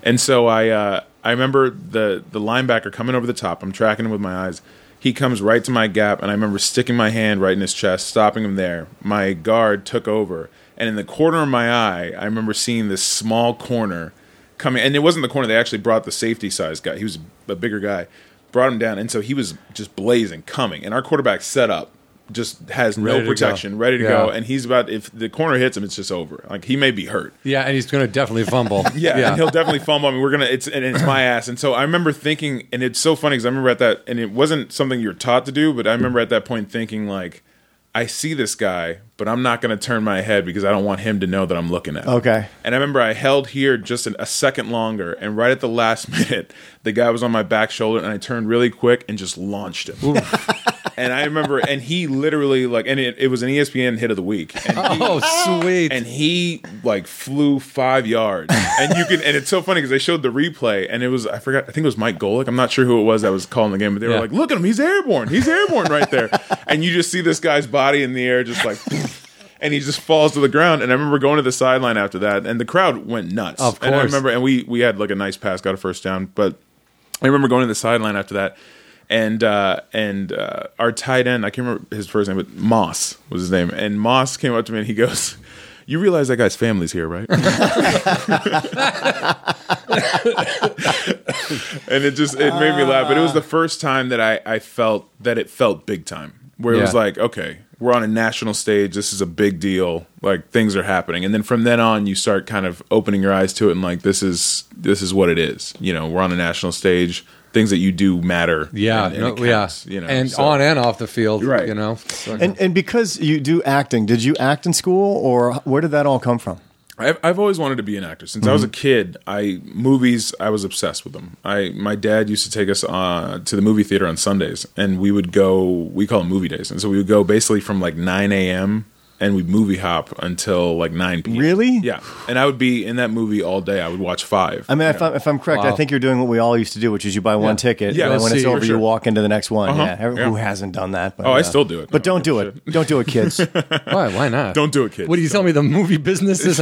Speaker 3: And so I uh, I remember the the linebacker coming over the top. I'm tracking him with my eyes. He comes right to my gap, and I remember sticking my hand right in his chest, stopping him there. My guard took over, and in the corner of my eye, I remember seeing this small corner coming. And it wasn't the corner; they actually brought the safety size guy. He was a bigger guy brought him down, and so he was just blazing, coming, and our quarterback set up. Just has
Speaker 2: Ready
Speaker 3: no
Speaker 2: to go.
Speaker 3: protection, ready to
Speaker 2: Yeah.
Speaker 3: go, and he's about. If the corner hits him, it's just over. Like he may be hurt.
Speaker 2: Yeah, and he's going to definitely fumble.
Speaker 3: Yeah, and he'll definitely fumble. I mean, we're gonna. It's and it's my ass. And so I remember thinking, and it's so funny because I remember at that, and it wasn't something you're taught to do, but I remember at that point thinking like, I see this guy, but I'm not gonna turn my head because I don't want him to know that I'm looking at. him.
Speaker 1: Okay.
Speaker 3: And I remember I held here just an, a second longer, and right at the last minute, the guy was on my back shoulder, and I turned really quick and just launched him. and I remember, and he literally like, and it, it was an E ESPN hit of the week. And he-
Speaker 2: Oh, sweet.
Speaker 3: and he like flew five yards and you can and it's so funny because they showed the replay and it was i forgot i think it was mike golick i'm not sure who it was that was calling the game but they
Speaker 2: Yeah.
Speaker 3: were like look at him he's airborne he's airborne right there and you just see this guy's body in the air just like and he just falls to the ground and i remember going to the sideline after that and the crowd went nuts
Speaker 2: Of
Speaker 3: and i
Speaker 2: course.
Speaker 3: remember and we we had like a nice pass got a first down but I remember going to the sideline after that, and uh, and uh, our tight end, I can't remember his first name, but Moss was his name, and Moss came up to me and he goes, "You realize that guy's family's here, right?" and it just it made me laugh. But it was the first time that I I felt that it felt big time, where it was
Speaker 2: Yeah.
Speaker 3: like, okay, we're on a national stage. This is a big deal. Like things are happening. And then from then on, you start kind of opening your eyes to it and like this is this is what it is. You know, we're on a national stage. Things that you do matter.
Speaker 2: yeah,
Speaker 3: and, and
Speaker 2: no,
Speaker 3: it counts,
Speaker 2: yeah.
Speaker 3: You know,
Speaker 2: and
Speaker 3: so-
Speaker 2: on and off the field,
Speaker 3: Right.
Speaker 2: you know. So-
Speaker 1: And and because you do acting, did you act in school or where did that all come from?
Speaker 3: I've, I've always wanted to be an actor since I
Speaker 1: Mhm.
Speaker 3: was a kid. I movies I was obsessed with them. I my dad used to take us uh, to the movie theater on Sundays, and we would go. We call them movie days, and so we would go basically from like nine a.m. and we'd movie hop until like nine p.m.
Speaker 1: Really?
Speaker 3: Yeah, and I would be in that movie all day. I would watch five.
Speaker 1: I mean, if, I'm, if I'm correct, I
Speaker 2: Wow.
Speaker 1: think you're doing what we all used to do, which is you buy one ticket,
Speaker 3: Yeah,
Speaker 1: and then
Speaker 3: let's
Speaker 1: when it's
Speaker 2: see,
Speaker 1: over,
Speaker 3: for
Speaker 1: you
Speaker 3: sure.
Speaker 1: walk into the next one.
Speaker 3: Uh-huh,
Speaker 1: Yeah, every-
Speaker 3: yeah.
Speaker 1: who hasn't done that? But,
Speaker 3: Oh, I
Speaker 1: uh,
Speaker 3: still do it.
Speaker 1: But
Speaker 3: I
Speaker 1: don't
Speaker 3: don't
Speaker 1: do
Speaker 3: give a
Speaker 1: it. Don't do it, kids.
Speaker 2: why? Why not?
Speaker 3: Don't do it, kids.
Speaker 2: What do you tell me? The movie business is.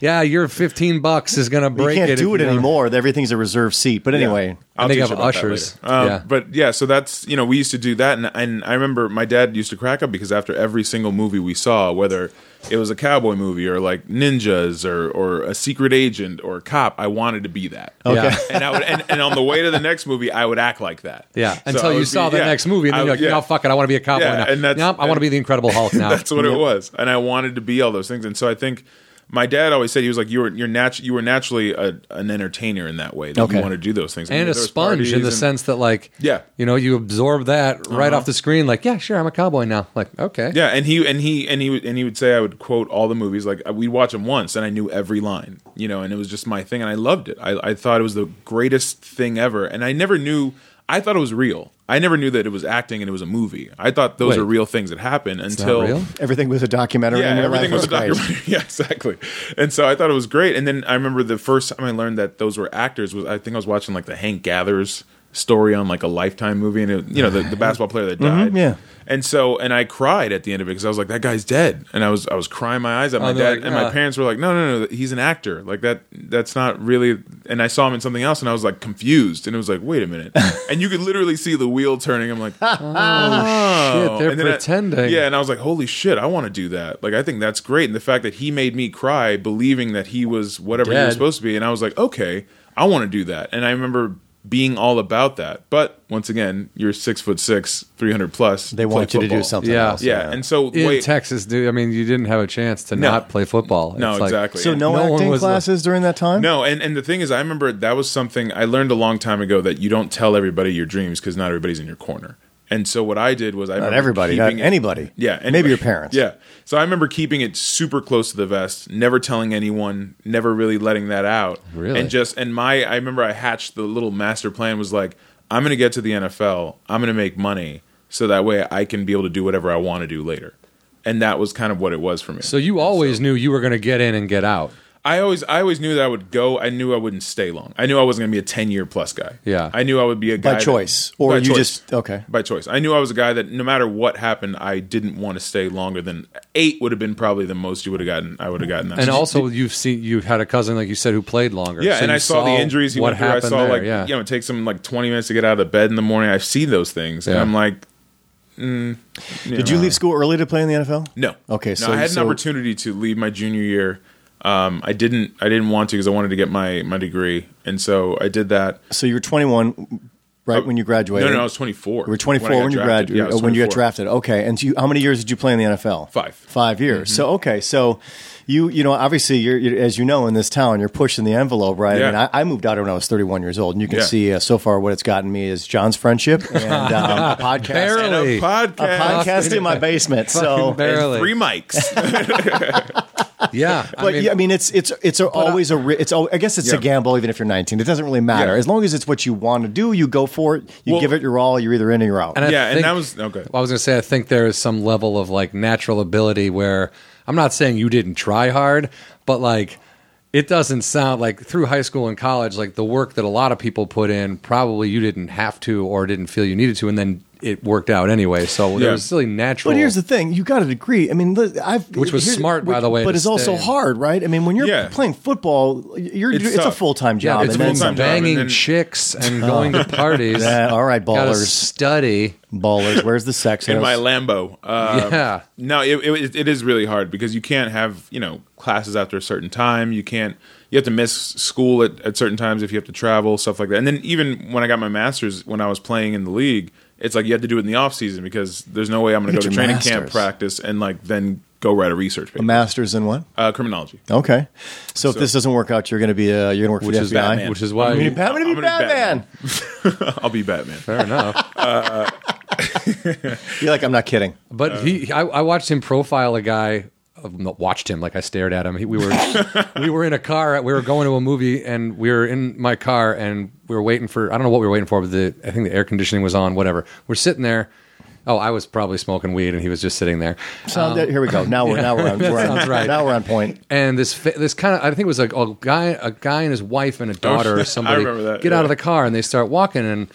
Speaker 2: yeah, your fifteen bucks is going to
Speaker 1: you
Speaker 2: break
Speaker 1: can't
Speaker 2: it.
Speaker 1: do
Speaker 2: if
Speaker 1: it
Speaker 2: you don't-
Speaker 1: anymore. Everything's a reserved seat. But anyway,
Speaker 2: And they
Speaker 3: teach
Speaker 2: have
Speaker 3: you about that
Speaker 2: ushers.
Speaker 3: later. Um,
Speaker 2: Yeah.
Speaker 3: But yeah, so that's you know we used to do that, and and I remember my dad used to crack up because after every single movie we saw, whether it was a cowboy movie or like ninjas or or a secret agent or a cop, I wanted to be that.
Speaker 2: Oh, Yeah.
Speaker 3: and I would and, and on the way to the next movie, I would act like that.
Speaker 2: Yeah,
Speaker 3: So I
Speaker 2: until
Speaker 3: would
Speaker 2: you
Speaker 3: be-
Speaker 2: saw the
Speaker 3: yeah.
Speaker 2: next movie, and
Speaker 3: I
Speaker 2: then you're like,
Speaker 3: would- yeah.
Speaker 2: no, fuck it, I want to be a cowboy
Speaker 3: Yeah,
Speaker 2: now.
Speaker 3: and that's-
Speaker 2: Nope, I want to
Speaker 3: and-
Speaker 2: be the Incredible Hulk now.
Speaker 3: That's what it was, and I wanted to be all those things. And so I think my dad always said he was like, "You were you're natu- you were naturally a, an entertainer in that way. That
Speaker 1: Okay.
Speaker 3: you want to do those things
Speaker 2: and a sponge in the sense
Speaker 3: sense.
Speaker 2: that, like,
Speaker 3: Yeah. Uh-huh.
Speaker 2: you know, you absorb that right off the screen. Like, yeah, sure, I'm a cowboy now. Like, okay,
Speaker 3: Yeah, and he and he and he would and he would say I would quote all the movies like uh, we'd watch them once and I knew every line, you know, and it was just my thing and I loved it. I, I thought it was the greatest thing ever, and I never knew. I thought it was real. I never knew that it was acting and it was a movie. I thought those
Speaker 2: Wait.
Speaker 3: are real things that happen
Speaker 2: not
Speaker 3: until
Speaker 2: real?
Speaker 1: everything was a documentary.
Speaker 3: yeah,
Speaker 1: in real
Speaker 3: everything
Speaker 1: life
Speaker 3: was a
Speaker 1: great.
Speaker 3: documentary. Yeah, exactly. And so I thought it was great. And then I remember the first time I learned that those were actors was I think I was watching like the Hank Gathers story on like a Lifetime movie, and it, you know the, the basketball player that died.
Speaker 1: Mm-hmm, yeah.
Speaker 3: And so and I cried at the end of it because I was like that guy's dead, and I was I was crying my eyes out. My
Speaker 2: Oh, they're
Speaker 3: dad
Speaker 2: like,
Speaker 3: and
Speaker 1: "Ah."
Speaker 3: my
Speaker 2: "Uh."
Speaker 3: parents were like, no, no, no, he's an actor. Like that that's not really. And I saw him in something else, and I was like confused, and it was like wait a minute, and you could literally see the wheel turning. I'm like.
Speaker 2: oh, shit,
Speaker 3: Oh,
Speaker 2: they're
Speaker 3: and then I-
Speaker 2: pretending.
Speaker 3: yeah, and I was like, holy shit, I want to do that. Like, I think that's great. And the fact that he made me cry, believing that he was whatever he
Speaker 2: Dead.
Speaker 3: was supposed to be, and I was like, okay, I want to do that. And I remember being all about that. But once again, you're six foot six, three hundred plus.
Speaker 1: They
Speaker 3: play
Speaker 1: want you to do
Speaker 3: football.
Speaker 1: something
Speaker 2: Yeah.
Speaker 1: else.
Speaker 3: Yeah, and so
Speaker 2: in
Speaker 3: wait,
Speaker 2: Texas, dude. I mean, you didn't have a chance to
Speaker 3: No.
Speaker 2: not play football.
Speaker 3: no,
Speaker 2: It's like-
Speaker 3: exactly.
Speaker 1: so
Speaker 3: And-
Speaker 1: no,
Speaker 2: No one
Speaker 1: acting
Speaker 2: was a-
Speaker 1: classes during that time.
Speaker 3: No, and, and the thing is, I remember that was something I learned a long time ago that you don't tell everybody your dreams because not everybody's in your corner. And so what I did was I
Speaker 1: not
Speaker 3: remember
Speaker 1: everybody, not
Speaker 3: keeping it-
Speaker 1: anybody.
Speaker 3: Yeah,
Speaker 1: maybe
Speaker 3: anyway.
Speaker 1: your parents.
Speaker 3: Yeah. So I remember keeping it super close to the vest, never telling anyone, never really letting that out.
Speaker 2: Really?
Speaker 3: And just and my I remember I hatched the little master plan was like I'm going to get to the NFL, I'm going to make money so that way I can be able to do whatever I want to do later. And that was kind of what it was for me.
Speaker 2: So you always knew you were going to get in and get out.
Speaker 3: I always I always knew that I would go. I knew I wouldn't stay long. I knew I wasn't going to be a 10 year plus guy.
Speaker 2: Yeah.
Speaker 3: I knew I would be a
Speaker 1: By
Speaker 3: guy that-
Speaker 1: choice, or
Speaker 3: by
Speaker 1: you
Speaker 3: choice.
Speaker 1: just- okay.
Speaker 3: By choice. I knew I was a guy that no matter what happened, I didn't want to stay longer than 8 would have been probably the most you would have gotten. I would have gotten that.
Speaker 2: And also, you've seen you've had a cousin like you said who played longer.
Speaker 3: yeah,
Speaker 2: So
Speaker 3: and
Speaker 2: you
Speaker 3: I saw, the injuries he
Speaker 2: what
Speaker 3: went through. I
Speaker 2: happened
Speaker 3: saw
Speaker 2: there,
Speaker 3: like
Speaker 2: yeah.
Speaker 3: you know, it takes him like 20 minutes to get out of bed in the morning. I've seen those things and
Speaker 2: Yeah.
Speaker 3: I'm like
Speaker 1: Did you leave school early to play in the NFL?
Speaker 3: No.
Speaker 1: Okay,
Speaker 3: No,
Speaker 1: so-
Speaker 3: I had
Speaker 1: so-
Speaker 3: an opportunity to leave my junior year. Um, I didn't. I didn't want to because I wanted to get my my degree, and so I did that.
Speaker 1: So you were 21 right? when you graduated.
Speaker 3: No, no, I was 24.
Speaker 1: You were 24 when,
Speaker 3: I got
Speaker 1: you
Speaker 3: drafted.
Speaker 1: graduated,
Speaker 3: Yeah, I was
Speaker 1: or when you got
Speaker 3: 24.
Speaker 1: drafted. Okay, and so you, how many years did you play in the NFL?
Speaker 3: Five. Mm-hmm.
Speaker 1: Five years. So okay, so you you know obviously you're, you're as you know in this town you're pushing the envelope, right?
Speaker 3: Yeah.
Speaker 1: I mean, I, I moved out when I was 31 years old, and you can
Speaker 3: Yeah.
Speaker 1: see uh, so far what it's gotten me is John's friendship and um, a podcast,
Speaker 2: Barely.
Speaker 3: And a
Speaker 1: a
Speaker 3: podcast.
Speaker 1: podcast in my basement. so.
Speaker 2: Fucking barely.
Speaker 3: Three mics.
Speaker 2: yeah.
Speaker 1: But yeah, I mean, it's it's it's a, always a ri- it's al- I guess it's
Speaker 3: Yeah.
Speaker 1: a gamble even if you're 19. It doesn't really matter
Speaker 3: Yeah.
Speaker 1: as long as it's what you want to do. You go for it. You
Speaker 3: Well-
Speaker 1: give it your all. You're either in or you're out.
Speaker 2: I
Speaker 3: yeah, and
Speaker 2: think-
Speaker 3: that was okay.
Speaker 2: Well, I was going to say, I think there is some level of like natural ability where I'm not saying you didn't try hard, but like it doesn't sound like through high school and college, like the work that a lot of people put in, probably you didn't have to or didn't feel you needed to, and then it worked out anyway. So
Speaker 3: Yeah.
Speaker 2: there was really natural.
Speaker 1: But here's the thing: you got a degree. I mean, li- I've
Speaker 2: Which was
Speaker 1: here-
Speaker 2: smart, by
Speaker 1: which-
Speaker 2: the way,
Speaker 1: But
Speaker 2: to
Speaker 1: it's also
Speaker 2: stay.
Speaker 1: hard, right? I mean, when you're
Speaker 3: Yeah.
Speaker 1: playing football, you're
Speaker 3: It's
Speaker 1: it's, a
Speaker 3: tough.
Speaker 1: full time
Speaker 2: yeah,
Speaker 1: job.
Speaker 2: it's
Speaker 1: and then
Speaker 2: been
Speaker 3: full-time
Speaker 1: some-
Speaker 3: job, and
Speaker 2: banging
Speaker 3: then-
Speaker 2: chicks and going to parties.
Speaker 1: Yeah, all right,
Speaker 2: Gotta
Speaker 1: ballers,
Speaker 2: study.
Speaker 1: ballers. Where's the sex?
Speaker 3: in
Speaker 1: house?
Speaker 3: my Lambo. Uh,
Speaker 2: Yeah.
Speaker 3: No, it, it, it is really hard because you can't have you know classes after a certain time. You can't. You have to miss school at, at certain times if you have to travel stuff like that. And then even when I got my master's, when I was playing in the league, it's like you have to do it in the off season because there's no way I'm going to
Speaker 1: Look
Speaker 3: go
Speaker 1: at
Speaker 3: to
Speaker 1: your
Speaker 3: training camp
Speaker 1: master's.
Speaker 3: practice and like then go write a research paper.
Speaker 1: a master's in what?
Speaker 3: uh, criminology.
Speaker 1: Okay, so, if
Speaker 3: So-
Speaker 1: this doesn't work out, you're going to be uh, you're going to work
Speaker 2: Which
Speaker 1: for
Speaker 2: is
Speaker 1: the FBI.
Speaker 2: Batman. Which is why
Speaker 1: I'm
Speaker 2: you-
Speaker 1: going to
Speaker 3: I'm
Speaker 1: be
Speaker 3: gonna be
Speaker 1: Batman.
Speaker 3: I'll be Batman.
Speaker 2: Fair enough.
Speaker 1: You're like, I'm not kidding.
Speaker 2: But he, I, I watched him profile a guy. uh, Not watched him like I stared at him. He, we were we were in a car. We were going to a movie, and we were in my car, and we were waiting for. I don't know what we were waiting for, but the I think the air conditioning was on. Whatever. We're sitting there. Oh, I was probably smoking weed, and he was just sitting there.
Speaker 1: Sound that- here we go. Now we're now we're on, we're on
Speaker 2: sounds right.
Speaker 1: now we're on point.
Speaker 2: And this fa- this kind of I think it was like a guy a guy and his wife and a daughter
Speaker 3: Oh, I
Speaker 2: or somebody
Speaker 3: remember that,
Speaker 2: get
Speaker 3: yeah.
Speaker 2: out of the car and they start walking and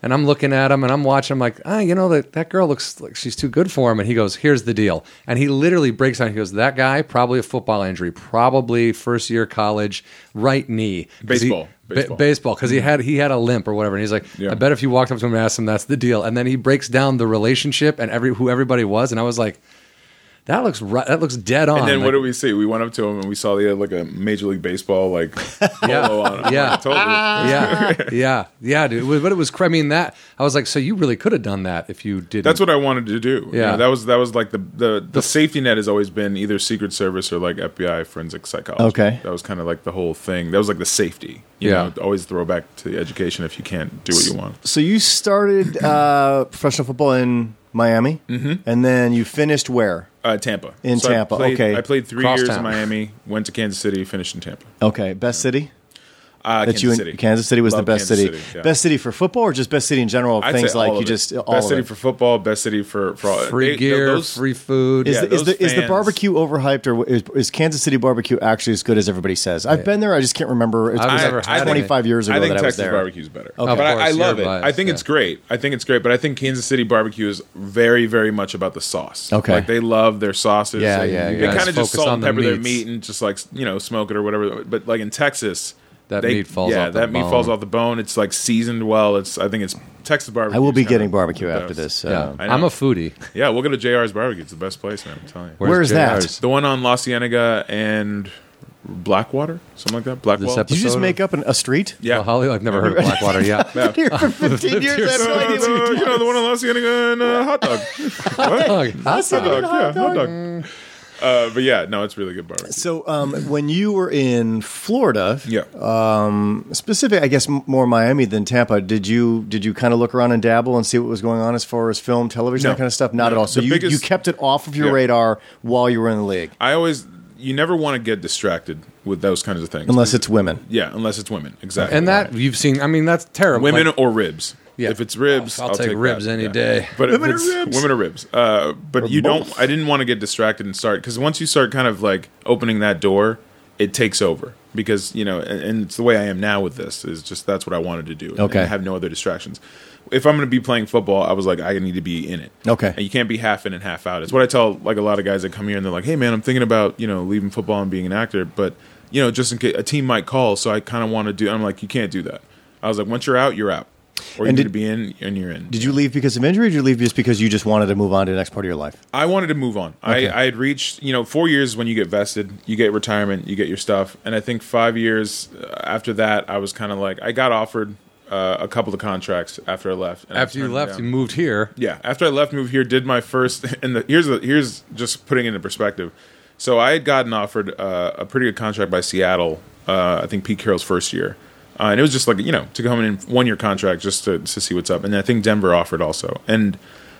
Speaker 2: and I'm looking at him and I'm watching I'm like ah you know that that girl looks like she's too good for him and he goes here's the deal and he literally breaks down he goes that guy probably a football injury probably first year college right knee 'Cause he-
Speaker 3: Baseball.
Speaker 2: ba-
Speaker 3: Baseball. Mm-hmm.
Speaker 2: baseball because he had he had a limp or whatever and he's like
Speaker 3: Yeah.
Speaker 2: I bet if you walked up to him and asked him that's the deal and then he breaks down the relationship and every who everybody was and I was like. That looks right, that looks dead on.
Speaker 3: And then
Speaker 2: Like,
Speaker 3: what did we see? We went up to him and we saw the like a Major League Baseball like polo on.
Speaker 2: Yeah.
Speaker 3: on totally.
Speaker 2: yeah, yeah, yeah, dude. It was- But it was, cra- I mean, that I was like, so you really could have done that if you didn't.
Speaker 3: That's what I wanted to do. You
Speaker 2: Yeah.
Speaker 3: know, that was that was like the, the the safety net has always been either Secret Service or like FBI forensic psychology.
Speaker 1: Okay.
Speaker 3: that was kind of like the whole thing. That was like the safety. You
Speaker 2: Yeah.
Speaker 3: know, always throw back to the education if you can't do what you want.
Speaker 1: So you started uh, professional football in Miami, mm-hmm. and then you finished where?
Speaker 3: Uh, Tampa
Speaker 1: In
Speaker 3: I
Speaker 1: Tampa,
Speaker 3: played-
Speaker 1: okay.
Speaker 3: I played three years
Speaker 2: Crosstown.
Speaker 3: in Miami, went to Kansas City, finished in Tampa.
Speaker 1: Okay, best city.
Speaker 3: Uh,
Speaker 1: that
Speaker 3: Kansas
Speaker 1: you in
Speaker 3: City.
Speaker 1: Kansas City was
Speaker 3: Love
Speaker 1: the best
Speaker 3: Kansas
Speaker 1: city.
Speaker 3: yeah.
Speaker 1: Best city for football or just best city in general?
Speaker 3: I'd say
Speaker 1: things like
Speaker 3: all
Speaker 1: you
Speaker 3: of it.
Speaker 1: just all
Speaker 3: best
Speaker 1: of
Speaker 3: city
Speaker 1: it.
Speaker 3: for football, best city for for all-
Speaker 2: free
Speaker 3: they-
Speaker 2: gear,
Speaker 3: those-
Speaker 2: free food.
Speaker 1: is,
Speaker 3: yeah,
Speaker 1: the, is,
Speaker 3: those
Speaker 1: the, is the
Speaker 3: fans-
Speaker 1: barbecue overhyped or is, is Kansas City barbecue actually as good as everybody says? I've been there. I just can't remember. It's
Speaker 2: I've
Speaker 1: was
Speaker 2: never
Speaker 1: like
Speaker 2: had it.
Speaker 1: 25 years ago
Speaker 3: I
Speaker 1: that I
Speaker 3: think
Speaker 1: was
Speaker 3: Texas
Speaker 1: there.
Speaker 3: barbecue's better.
Speaker 1: Okay.
Speaker 3: But I,
Speaker 2: Of
Speaker 3: I
Speaker 2: course,
Speaker 3: love
Speaker 2: you're
Speaker 3: it.
Speaker 2: biased,
Speaker 3: I think
Speaker 2: yeah.
Speaker 3: it's great. I think it's great. But I think Kansas City barbecue is very, very much about the sauce.
Speaker 1: Okay.
Speaker 3: like they love their sauces.
Speaker 1: Yeah,
Speaker 3: and
Speaker 1: yeah,
Speaker 3: They
Speaker 1: you guys
Speaker 3: kind of just
Speaker 2: focus
Speaker 3: salt
Speaker 2: on
Speaker 3: and
Speaker 2: the
Speaker 3: pepper their
Speaker 2: meats.
Speaker 3: meat and just like you know smoke it or whatever. But like in Texas.
Speaker 2: That
Speaker 3: they-
Speaker 2: meat falls
Speaker 3: yeah,
Speaker 2: off the
Speaker 3: that meat falls
Speaker 2: bone.
Speaker 3: off the bone. It's like seasoned well. It's I think it's Texas barbecue.
Speaker 1: I will be
Speaker 3: is kinda
Speaker 1: getting barbecue
Speaker 3: the
Speaker 1: after
Speaker 3: best.
Speaker 1: this.
Speaker 2: yeah,
Speaker 1: um,
Speaker 3: I know.
Speaker 2: I'm a foodie.
Speaker 3: Yeah, we'll go to JR's barbecue. It's the best place, man. I'm telling you.
Speaker 2: Where's
Speaker 1: Where is that?
Speaker 2: JR's?
Speaker 3: The one on La Cienega and Blackwater, something like that. Blackwell.
Speaker 1: Did you just
Speaker 2: episode
Speaker 1: make up an, a street?
Speaker 3: yeah.
Speaker 2: Oh, Holly, I've never heard of Blackwater. Yeah,
Speaker 3: Yeah.
Speaker 1: Here for 15 years. I have no
Speaker 3: Uh,
Speaker 1: idea.
Speaker 3: the- you know, the one on La Cienega and uh, hot dog. What?
Speaker 2: Dog, that's
Speaker 1: said
Speaker 2: not-
Speaker 1: it.
Speaker 3: Hot dog, yeah,
Speaker 1: Hot dog.
Speaker 3: hot dog. Uh, but yeah, no, it's really good barbecue.
Speaker 1: So um, when you were in Florida,
Speaker 3: Yeah,
Speaker 1: specific, I guess, m- more Miami than Tampa. Did you did you kind of look around and dabble and see what was going on as far as film, television,
Speaker 3: No.
Speaker 1: that kind of stuff? Not
Speaker 3: No.
Speaker 1: at all. So
Speaker 3: The
Speaker 1: you,
Speaker 3: biggest-
Speaker 1: you kept it off of your
Speaker 3: Yeah.
Speaker 1: radar while you were in the league,
Speaker 3: I always you never want to get distracted with those kinds of things.
Speaker 1: unless it's women.
Speaker 3: yeah, unless it's women, exactly.
Speaker 2: and that you've seen. I mean, that's terrible.
Speaker 3: women
Speaker 2: Like,
Speaker 3: or ribs.
Speaker 2: Yeah.
Speaker 3: If it's ribs,
Speaker 2: I'll-
Speaker 3: I'll,
Speaker 2: I'll take
Speaker 3: that.
Speaker 2: ribs any day.
Speaker 3: But
Speaker 1: Women
Speaker 3: women
Speaker 1: or
Speaker 3: it's,
Speaker 1: ribs?
Speaker 3: Women or ribs. Uh, but you
Speaker 1: both.
Speaker 3: don't. I didn't want to get distracted and start because once you start kind of like opening that door, it takes over because you know, and, and it's the way I am now with this. Is just that's what I wanted to do. and-
Speaker 1: Okay.
Speaker 3: and have no other distractions. If I'm going to be playing football, I was like, I need to be in it.
Speaker 1: Okay.
Speaker 3: And you can't be half in and half out. It's what I tell like a lot of guys that come here and they're like, Hey man, I'm thinking about you know leaving football and being an actor, but you know just in case a team might call, so I kind of want to do. I'm like, you can't do that. I was like, once you're out, you're out. Or you
Speaker 1: And did-
Speaker 3: need to be in, and you're in.
Speaker 1: Did you leave because of injury? or Did you leave just because you just wanted to move on to the next part of your life?
Speaker 3: I wanted to move on.
Speaker 1: Okay.
Speaker 3: I, I had reached, you know, four years is when you get vested, you get retirement, you get your stuff. And I think five years uh, after that, I was kind of like, I got offered uh, a couple of contracts after I left. and I
Speaker 2: After you
Speaker 3: turned them
Speaker 2: left,
Speaker 3: down.
Speaker 2: you moved here.
Speaker 3: Yeah, after I left, moved here, did my first, and the, here's the, here's just putting it in perspective. So I had gotten offered uh, a pretty good contract by Seattle. Uh, I think Pete Carroll's first year, uh, and it was just like you know to come in and one year contract just to, to see what's up. And I think Denver offered also, and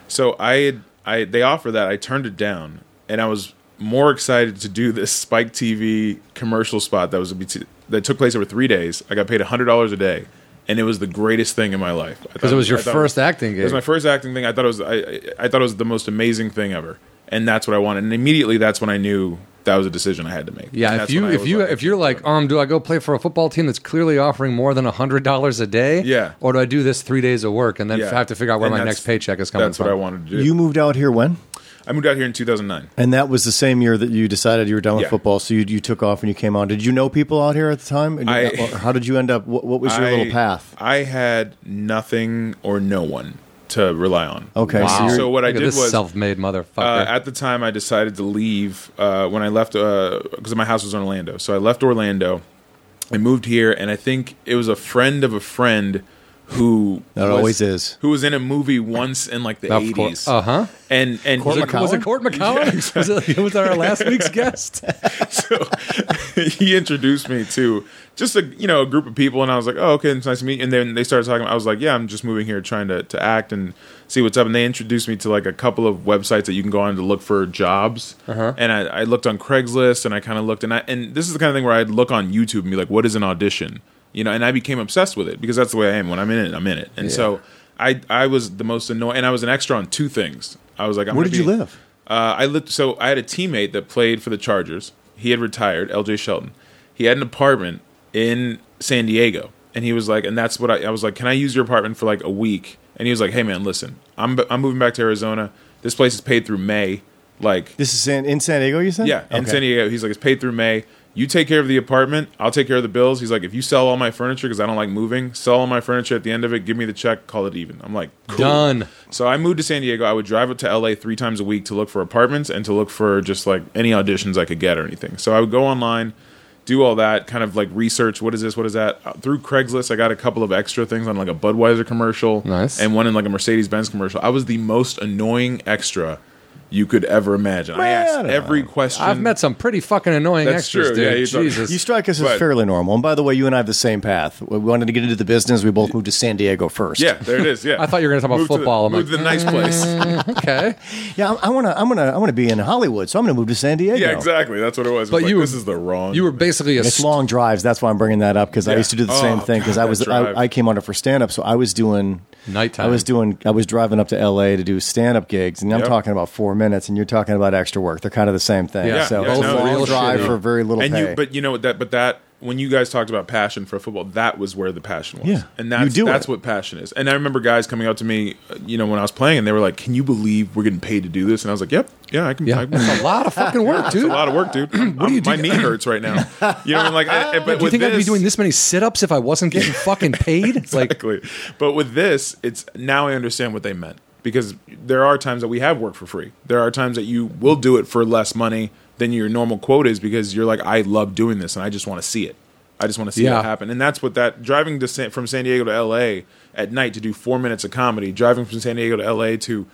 Speaker 3: so I had I they offered that I turned it down, and I was more excited to do this Spike TV commercial spot that was a BT, that took place over three days. I got paid hundred dollars a day. And it was the greatest thing in my life
Speaker 2: Because it was your first
Speaker 3: acting.
Speaker 2: acting
Speaker 3: It was
Speaker 2: gig.
Speaker 3: my first acting thing. I thought it was I, I- I thought it was the most amazing thing ever, and that's what I wanted. And immediately, that's when I knew that was a decision I had to make. And
Speaker 2: yeah, if
Speaker 3: that's
Speaker 2: you
Speaker 3: when I
Speaker 2: if
Speaker 3: was
Speaker 2: you if you're like, um, do I go play for a football team that's clearly offering more than hundred dollars a day?
Speaker 3: Yeah.
Speaker 2: Or do I do this three days of work and then
Speaker 3: yeah.
Speaker 2: have to figure out where
Speaker 3: And
Speaker 2: my
Speaker 3: that's-
Speaker 2: next paycheck is coming
Speaker 3: That's
Speaker 2: from?
Speaker 3: what I wanted to do.
Speaker 1: You moved out here when?
Speaker 3: I moved out here in 2009.
Speaker 1: And that was the same year that you decided you were done with
Speaker 3: Yeah.
Speaker 1: football, so you, you took off and you came on. Did you know people out here at the time? And you-
Speaker 3: I-
Speaker 1: or how did you end up? What, what was your
Speaker 3: I-
Speaker 1: little path?
Speaker 3: I had nothing or no one to rely on.
Speaker 1: Okay, so
Speaker 2: Wow.
Speaker 1: you're-
Speaker 3: So what I
Speaker 2: Look at
Speaker 3: did
Speaker 2: this
Speaker 3: was
Speaker 2: self-made
Speaker 3: Uh,
Speaker 2: motherfucker.
Speaker 3: at the time, I decided to leave uh, when I left because my house was in Orlando. So I left Orlando. I moved here, and I think it was a friend of a friend who
Speaker 1: That always is. oh.
Speaker 3: who was in a movie once in like the
Speaker 2: Of course.
Speaker 3: eighties.
Speaker 2: Uh-huh.
Speaker 3: And and
Speaker 2: was,
Speaker 3: he-
Speaker 2: it, was it Court McCowan? was, it, was that our last week's guest?
Speaker 3: he introduced me to just a you know a group of people, and I was like, oh okay, it's nice to meet. You. And then they started talking. I was like, yeah, I'm just moving here, trying to to act and see what's up. And they introduced me to like a couple of websites that you can go on to look for jobs. And I, I looked on Craigslist, and I kind of looked, and I and this is the kind of thing where I'd look on YouTube and be like, what is an audition? You know, and I became obsessed with it because that's the way I am. When I'm in it, I'm in it. And so I I was the most annoying, and I was an extra on two things. I was like, I'm
Speaker 1: Where
Speaker 3: gonna
Speaker 1: did you
Speaker 3: be-
Speaker 1: live?
Speaker 3: uh, I lived. So I had a teammate that played for the Chargers. He had retired. L.J. Shelton. He had an apartment in San Diego, and he was like, and that's what I, I was like. Can I use your apartment for like a week? And he was like, Hey man, listen, I'm I'm moving back to Arizona. This place is paid through May. Like,
Speaker 1: This is San, in San Diego, you said?
Speaker 3: yeah, in
Speaker 1: Okay.
Speaker 3: San Diego. He's like, it's paid through May. You take care of the apartment. I'll take care of the bills. He's like, if you sell all my furniture because I don't like moving, sell all my furniture at the end of it. Give me the check. Call it even. I'm like, cool.
Speaker 2: Done.
Speaker 3: So I moved to San Diego. I would drive up to LA three times a week to look for apartments and to look for just like any auditions I could get or anything. So I would go online, do all that kind of like research. What is this? What is that? Uh, Through Craigslist, I got a couple of extra things on like a Budweiser commercial,
Speaker 2: Nice.
Speaker 3: and one in like a Mercedes Benz commercial. I was the most annoying extra you could ever imagine. I asked
Speaker 1: Man.
Speaker 3: every question.
Speaker 2: I've met some pretty fucking annoying
Speaker 3: That's
Speaker 2: extras,
Speaker 3: true. Yeah, you
Speaker 2: dude.
Speaker 3: talk-
Speaker 2: Jesus.
Speaker 1: You strike us as
Speaker 3: But-
Speaker 1: fairly normal. And by the way, you and I have the same path. We wanted to get into the business. We both moved to San Diego first.
Speaker 3: Yeah, there it is. Yeah,
Speaker 2: I thought you were gonna talk about
Speaker 3: Move
Speaker 2: football. I'm
Speaker 3: To the, move
Speaker 2: like, "Mm."
Speaker 3: to the nice place.
Speaker 2: okay.
Speaker 1: yeah. I want to. I'm gonna. I'm gonna be in Hollywood, so I'm gonna move to San Diego.
Speaker 3: Yeah, exactly. That's what it was. It was
Speaker 2: But
Speaker 3: like,
Speaker 2: you were-
Speaker 3: this is the wrong.
Speaker 2: You were basically a
Speaker 1: It's long drives. That's why I'm bringing that up because I
Speaker 3: Yeah.
Speaker 1: used to do the
Speaker 3: Oh,
Speaker 1: same thing because I
Speaker 3: God,
Speaker 1: was
Speaker 3: that drive.
Speaker 1: I, I came on it for stand up, so I was doing
Speaker 2: Nighttime.
Speaker 1: I was doing I was driving up to L.A. to do stand up gigs, and I'm
Speaker 3: Yep.
Speaker 1: talking about four minutes, and you're talking about extra work. They're kind of the same thing.
Speaker 2: Yeah.
Speaker 1: So
Speaker 2: Yeah,
Speaker 1: both
Speaker 2: no,
Speaker 1: long
Speaker 2: real
Speaker 1: drive
Speaker 2: shitty.
Speaker 1: for very little
Speaker 3: and
Speaker 1: pay.
Speaker 3: you but you know what that but that when you guys talked about passion for football that was where the passion was
Speaker 1: Yeah.
Speaker 3: and that's
Speaker 1: You do
Speaker 3: that's
Speaker 1: it.
Speaker 3: what passion is and i remember guys coming up to me uh, you know when i was playing and they were like can you believe we're getting paid to do this and i was like yep yeah i can
Speaker 2: yeah.
Speaker 3: I can-
Speaker 2: That's a lot of fucking work, dude.
Speaker 3: a lot of work dude what do you my knee hurts right now you know what i'm like I, I- but
Speaker 2: Do you
Speaker 3: with
Speaker 2: think I'd be
Speaker 3: this-
Speaker 2: doing this many sit-ups if I wasn't getting fucking paid? It's Like,
Speaker 3: exactly. But with this, it's now I understand what they meant because there are times that we have work for free. There are times that you will do it for less money than your normal quote is because you're like, I love doing this and I just want to see it. I just want to see
Speaker 2: Yeah.
Speaker 3: it happen. And that's what that driving to San, from San Diego to LA at night to do four minutes of comedy, driving from San Diego to LA to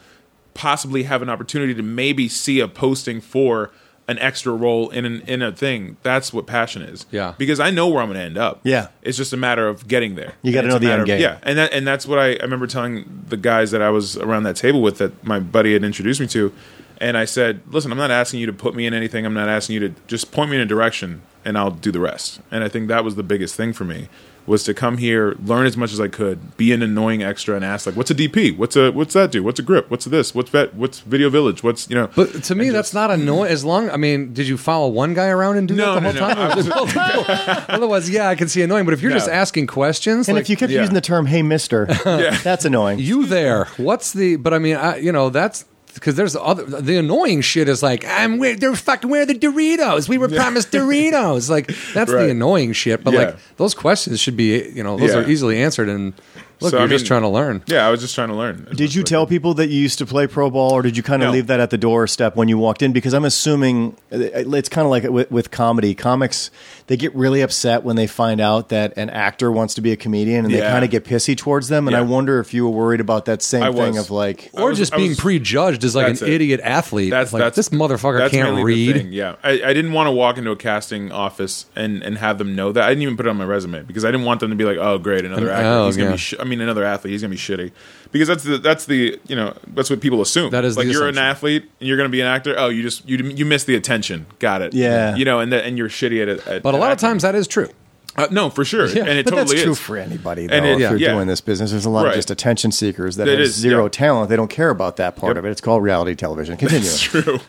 Speaker 3: possibly have an opportunity to maybe see a posting for an extra role in an, in a thing. That's what passion is.
Speaker 2: Yeah.
Speaker 3: Because I know where I'm going to end up.
Speaker 1: Yeah.
Speaker 3: It's just a matter of getting there.
Speaker 1: You gotta
Speaker 3: And it's
Speaker 1: know
Speaker 3: a
Speaker 1: the end
Speaker 3: matter of-
Speaker 1: game.
Speaker 3: Yeah, and that, and that's what I, I remember telling the guys that I was around that table with that my buddy had introduced me to, and I said, "Listen, I'm not asking you to put me in anything. I'm not asking you to just point me in a direction, and I'll do the rest." And I think that was the biggest thing for me was to come here, learn as much as I could, be an annoying extra, and ask like, "What's a DP? What's a what's that do? What's a grip? What's this? What's that? What's Video Village? What's you know?"
Speaker 2: but to me, that's not annoying. As long, I mean, did you follow one guy around and do
Speaker 3: No,
Speaker 2: that the
Speaker 3: no,
Speaker 2: whole
Speaker 3: no. I
Speaker 2: time? Well, no. Otherwise, yeah, I can see annoying. But if you're
Speaker 3: No.
Speaker 2: just asking questions,
Speaker 1: and
Speaker 2: like,
Speaker 1: if you kept
Speaker 3: yeah.
Speaker 1: using the term "Hey, Mister," that's annoying.
Speaker 2: you there what's the but i mean I, you know that's because there's other the annoying shit is like i'm where they're fucking where are the doritos we were promised doritos like that's
Speaker 3: Right.
Speaker 2: the annoying shit but
Speaker 3: Yeah.
Speaker 2: like those questions should be you know those
Speaker 3: Yeah.
Speaker 2: are easily answered and Look,
Speaker 3: So,
Speaker 2: you're
Speaker 3: I
Speaker 2: just
Speaker 3: mean-
Speaker 2: trying to learn.
Speaker 3: Yeah, I was just trying to learn. as
Speaker 1: Did
Speaker 3: much
Speaker 1: you
Speaker 3: as I
Speaker 1: tell people that you used to play pro ball, or did you kind of
Speaker 3: No.
Speaker 1: leave that at the doorstep when you walked in? Because I'm assuming uh, it's kind of like with, with comedy. Comics they get really upset when they find out that an actor wants to be a comedian, and they
Speaker 3: Yeah.
Speaker 1: kind of get pissy towards them. And I
Speaker 3: Yeah.
Speaker 1: wonder if you were worried about that same
Speaker 3: I
Speaker 1: thing
Speaker 3: was.
Speaker 1: of like,
Speaker 3: I
Speaker 2: Or
Speaker 3: was-
Speaker 2: just
Speaker 3: I
Speaker 2: being
Speaker 3: was-
Speaker 2: prejudged as like
Speaker 3: That's
Speaker 2: an
Speaker 3: it.
Speaker 2: idiot athlete.
Speaker 3: That's
Speaker 2: like,
Speaker 3: that's
Speaker 2: this motherfucker
Speaker 3: that's
Speaker 2: can't
Speaker 3: mainly the
Speaker 2: read.
Speaker 3: thing, Yeah, I, I didn't want to walk into a casting office and and have them know that. I didn't even put it on my resume because I didn't want them to be like, oh, great, another
Speaker 2: An-
Speaker 3: actor.
Speaker 2: oh,
Speaker 3: he's gonna
Speaker 2: yeah.
Speaker 3: be. Sh- I mean, another athlete. He's gonna be shitty because that's the that's the you know that's what people assume.
Speaker 2: That is
Speaker 3: like
Speaker 2: the
Speaker 3: you're
Speaker 2: assumption.
Speaker 3: an athlete and you're gonna be an actor. Oh, you just you you missed the attention. Got it.
Speaker 1: Yeah.
Speaker 3: you know, and that and you're shitty at it. At,
Speaker 2: But a
Speaker 3: at
Speaker 2: lot of
Speaker 3: acting.
Speaker 2: times that is true.
Speaker 3: uh, no, for sure,
Speaker 2: Yeah.
Speaker 3: and it
Speaker 1: but
Speaker 3: totally
Speaker 1: that's
Speaker 3: is.
Speaker 1: true for anybody though.
Speaker 3: And it-
Speaker 1: if you're
Speaker 3: yeah.
Speaker 1: doing this business, there's a lot of
Speaker 3: Right.
Speaker 1: just attention seekers that
Speaker 3: It
Speaker 1: have
Speaker 3: is,
Speaker 1: zero
Speaker 3: yeah.
Speaker 1: talent. They don't care about that part
Speaker 3: Yep.
Speaker 1: of it. It's called reality television. Continue.
Speaker 3: It's true.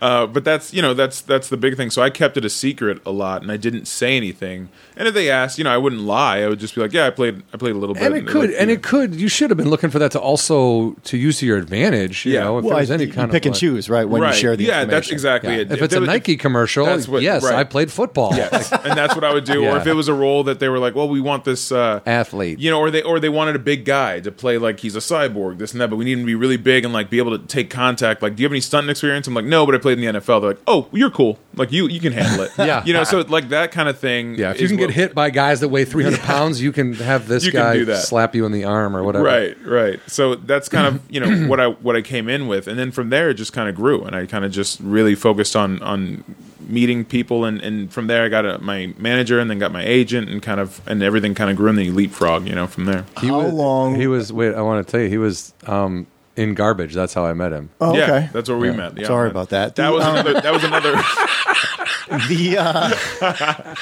Speaker 3: Uh, but that's you know that's that's the big thing. So I kept it a secret a lot, and I didn't say anything. And if they asked, you know, I wouldn't lie. I would just be like, yeah, I played, I played a little bit.
Speaker 2: And it
Speaker 3: they're
Speaker 2: could,
Speaker 3: like,
Speaker 2: and
Speaker 3: "Yeah."
Speaker 2: it could. You should have been looking for that to also to use to your advantage. You
Speaker 3: Yeah.
Speaker 2: know, if
Speaker 1: Well,
Speaker 2: there's
Speaker 1: I-
Speaker 2: any
Speaker 1: you
Speaker 2: kind
Speaker 1: pick
Speaker 2: of
Speaker 1: and
Speaker 2: like-
Speaker 1: choose, right? When
Speaker 3: right.
Speaker 1: you share the
Speaker 3: yeah, that's
Speaker 1: information.
Speaker 3: exactly
Speaker 2: Yeah.
Speaker 3: it.
Speaker 2: If it's a
Speaker 3: they're like-
Speaker 2: Nike commercial,
Speaker 3: That's what-
Speaker 2: yes,
Speaker 3: right.
Speaker 2: I played football.
Speaker 3: Yes, and that's what I would do. Or
Speaker 2: Yeah.
Speaker 3: if it was a role that they were like, "Well, we want this uh,
Speaker 2: Athlete.
Speaker 3: you know," or they or they wanted a big guy to play like he's a cyborg, this and that. But we need him to be really big and like be able to take contact. Like, do you have any stunt experience? I'm like, no, but I played in the NFL. They're like, oh, you're cool. Like you you can handle it.
Speaker 2: Yeah.
Speaker 3: you know, so like that kind of thing.
Speaker 2: Yeah, if you
Speaker 3: is
Speaker 2: can get
Speaker 3: what-
Speaker 2: hit by guys that weigh 300 pounds, you can have this
Speaker 3: You can
Speaker 2: guy
Speaker 3: do that.
Speaker 2: slap you in the arm or
Speaker 1: Uh,
Speaker 2: whatever.
Speaker 3: Right, right. So that's kind of you know what I what I came in with, and then from there it just kind of grew, and I kind of just really focused on on meeting people, and and from there I got a, my manager, and then got my agent, and kind of and everything kind of grew, and then you leapfrog, you know, from there.
Speaker 2: He
Speaker 1: How
Speaker 2: was,
Speaker 1: long-
Speaker 2: He was. Wait, I want to tell you, he was um, in garbage. That's how I met him.
Speaker 1: Oh,
Speaker 3: yeah,
Speaker 1: okay.
Speaker 3: that's where we met. Yeah,
Speaker 1: Sorry
Speaker 3: man.
Speaker 1: about that.
Speaker 3: That
Speaker 1: The,
Speaker 3: was another. That was another.
Speaker 1: the uh,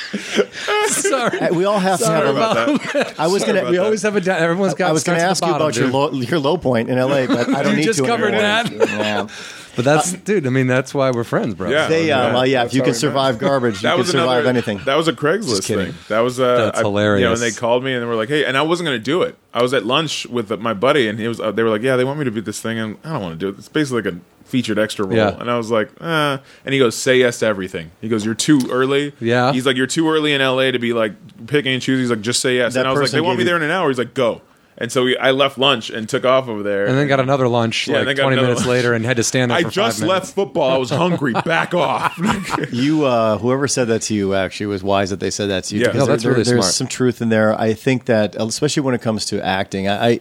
Speaker 2: Sorry.
Speaker 1: we all have
Speaker 2: Sorry
Speaker 1: to have a
Speaker 2: about
Speaker 3: that.
Speaker 1: I was gonna.
Speaker 3: about
Speaker 2: we always have a. da- Everyone's got.
Speaker 1: I was going to
Speaker 2: starts at the
Speaker 1: ask you
Speaker 2: bottom,
Speaker 1: about your low,
Speaker 2: dude.
Speaker 1: your low point in LA, but I don't
Speaker 2: You
Speaker 1: need
Speaker 2: just
Speaker 1: to
Speaker 2: covered
Speaker 1: anymore. Yeah.
Speaker 2: But that's, dude. I mean, that's why we're friends, bro.
Speaker 3: Yeah.
Speaker 1: uh, They, uh,
Speaker 3: Yeah.
Speaker 1: well, yeah. If
Speaker 3: That's
Speaker 1: you
Speaker 3: how
Speaker 1: can
Speaker 3: we met.
Speaker 1: survive garbage, you
Speaker 3: That
Speaker 1: can
Speaker 3: was
Speaker 1: survive
Speaker 3: another,
Speaker 1: anything.
Speaker 3: That was a Craigslist
Speaker 1: kidding.
Speaker 3: thing. That was uh,
Speaker 2: That's
Speaker 3: I- You know,
Speaker 2: hilarious.
Speaker 3: and they called me and they were like, "Hey," and I wasn't going to do it. I was at lunch with uh, my buddy, and he was. Uh, they were like, "Yeah, they want me to do this thing, and I don't want to do it. It's basically like a featured extra role."
Speaker 2: Yeah.
Speaker 3: And I was like, "Uh," and he goes, "Say yes to everything." He goes, "You're too early."
Speaker 2: Yeah.
Speaker 3: He's like, "You're too early in LA to be like picking and choosing." He's like, "Just say yes."
Speaker 1: That
Speaker 3: and I was like,
Speaker 1: person
Speaker 3: "They want
Speaker 1: gave
Speaker 3: me
Speaker 1: you-
Speaker 3: there in an hour." He's like, "Go." And so we, I left lunch and took off over there,
Speaker 2: And then got another lunch
Speaker 3: Yeah, and
Speaker 2: like
Speaker 3: then got
Speaker 2: 20
Speaker 3: another
Speaker 2: minutes
Speaker 3: lunch.
Speaker 2: later and had to stand up.
Speaker 3: I
Speaker 2: for five
Speaker 3: just
Speaker 2: minutes.
Speaker 3: left football. I was hungry. Back off.
Speaker 1: You, uh, whoever said that to you, actually was wise that they said that to you.
Speaker 3: Yeah.
Speaker 1: because
Speaker 3: No,
Speaker 2: that's really
Speaker 1: there's
Speaker 2: smart.
Speaker 1: some truth in there. I think that, especially when it comes to acting, I. I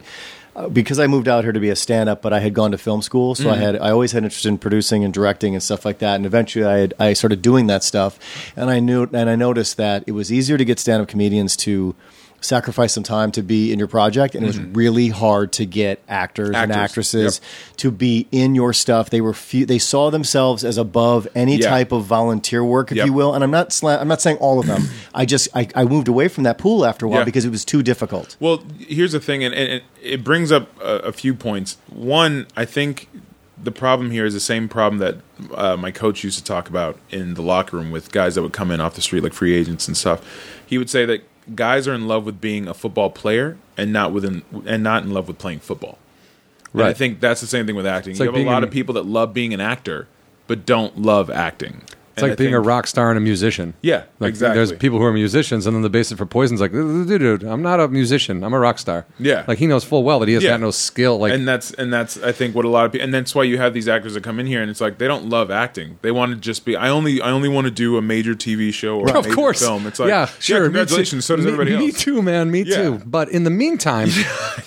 Speaker 1: uh, because I moved out here to be a stand-up, but I had gone to film school, so I had I always had an interest in producing and directing and stuff like that. And eventually, I had, I started doing that stuff, and I knew and I noticed that it was easier to get stand-up comedians to sacrifice some time to be in your project, and it was really hard to get actors, and
Speaker 3: Actors,
Speaker 1: actresses to be in your stuff. They were few, they saw themselves as above any
Speaker 3: Yeah.
Speaker 1: type of volunteer work, if
Speaker 3: Yep.
Speaker 1: you will. And I'm not sla- I'm not saying all of them. I just I, I moved away from that pool after a while
Speaker 3: Yeah.
Speaker 1: because it was too difficult.
Speaker 3: Well, here's the thing, and, and, and it brings up a, a few points. One, I think the problem here is the same problem that uh, my coach used to talk about in the locker room with guys that would come in off the street, like free agents and stuff. He would say that guys are in love with being a football player and not within and not in love with playing football. And I
Speaker 2: Right.
Speaker 3: think that's the same thing with acting.
Speaker 2: like
Speaker 3: you have
Speaker 2: being
Speaker 3: a lot
Speaker 2: an-
Speaker 3: of people that love being an actor but don't love acting.
Speaker 2: It's like being a rock star and a musician.
Speaker 3: Yeah,
Speaker 2: like,
Speaker 3: exactly.
Speaker 2: There's people who are musicians, and then the basis for Poison's like, dude, dude, dude, I'm not a musician. I'm a rock star.
Speaker 3: Yeah.
Speaker 2: like he knows full well that he has
Speaker 3: Yeah.
Speaker 2: got no skill. Like,
Speaker 3: and that's and that's I think what a lot of people and that's why you have these actors that come in here and it's like they don't love acting. They want to just be. I only I only want to do a major TV show or a
Speaker 2: of
Speaker 3: major
Speaker 2: course,
Speaker 3: film. It's like
Speaker 2: yeah, sure. me too.
Speaker 3: congratulations. So does
Speaker 2: me,
Speaker 3: everybody
Speaker 2: Me
Speaker 3: else.
Speaker 2: too, man. Me
Speaker 3: Yeah.
Speaker 2: too. But in the meantime,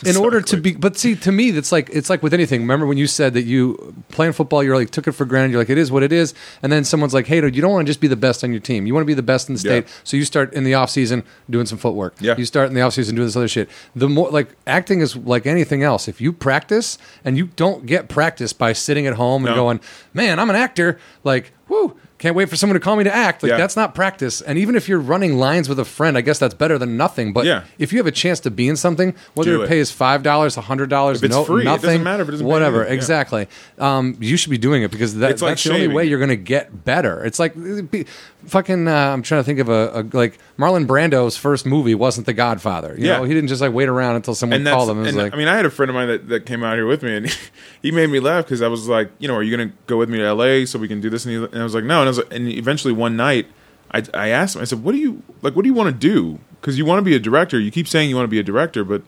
Speaker 2: in order to be, but see, to me, that's like it's like with anything. Remember when you said that you playing football, you're like took it for granted. You're like it is what it is, and then someone's like, hey, dude, you don't want to just be the best on your team. You want to be the best in the
Speaker 3: Yeah.
Speaker 2: state. So you start in the off season doing some footwork.
Speaker 3: Yeah.
Speaker 2: You start in the off season doing this other shit. The more like acting is like anything else. If you practice and you don't get practice by sitting at home and
Speaker 3: No.
Speaker 2: going, man, I'm an actor. Like, whoo. Can't wait for someone to call me to act. Like
Speaker 3: Yeah.
Speaker 2: that's not practice. And even if you're running lines with a friend, I guess that's better than nothing. But
Speaker 3: Yeah.
Speaker 2: if you have a chance to be in something, whether
Speaker 3: Do
Speaker 2: it
Speaker 3: it.
Speaker 2: pays five dollars, hundred dollars,
Speaker 3: it's
Speaker 2: no,
Speaker 3: free, it
Speaker 2: nothing,
Speaker 3: doesn't matter if it doesn't pay
Speaker 2: whatever,
Speaker 3: anything, yeah.
Speaker 2: exactly. Um, you should be doing it because that,
Speaker 3: It's like
Speaker 2: that's the only
Speaker 3: shaving.
Speaker 2: way you're going to get better. It's like it'd be, fucking. Uh, I'm trying to think of a, a like Marlon Brando's first movie wasn't The Godfather. You
Speaker 3: Yeah.
Speaker 2: know, he didn't just like wait around until someone
Speaker 3: and that's
Speaker 2: called him. It was
Speaker 3: and,
Speaker 2: like,
Speaker 3: I mean I had a friend of mine that, that came out here with me and he made me laugh because I was like you know are you gonna go with me to L.A. so we can do this and, he, and I was like no and I was like, and eventually one night I, I asked him I said what do you like what do you want to do because you want to be a director you keep saying you want to be a director but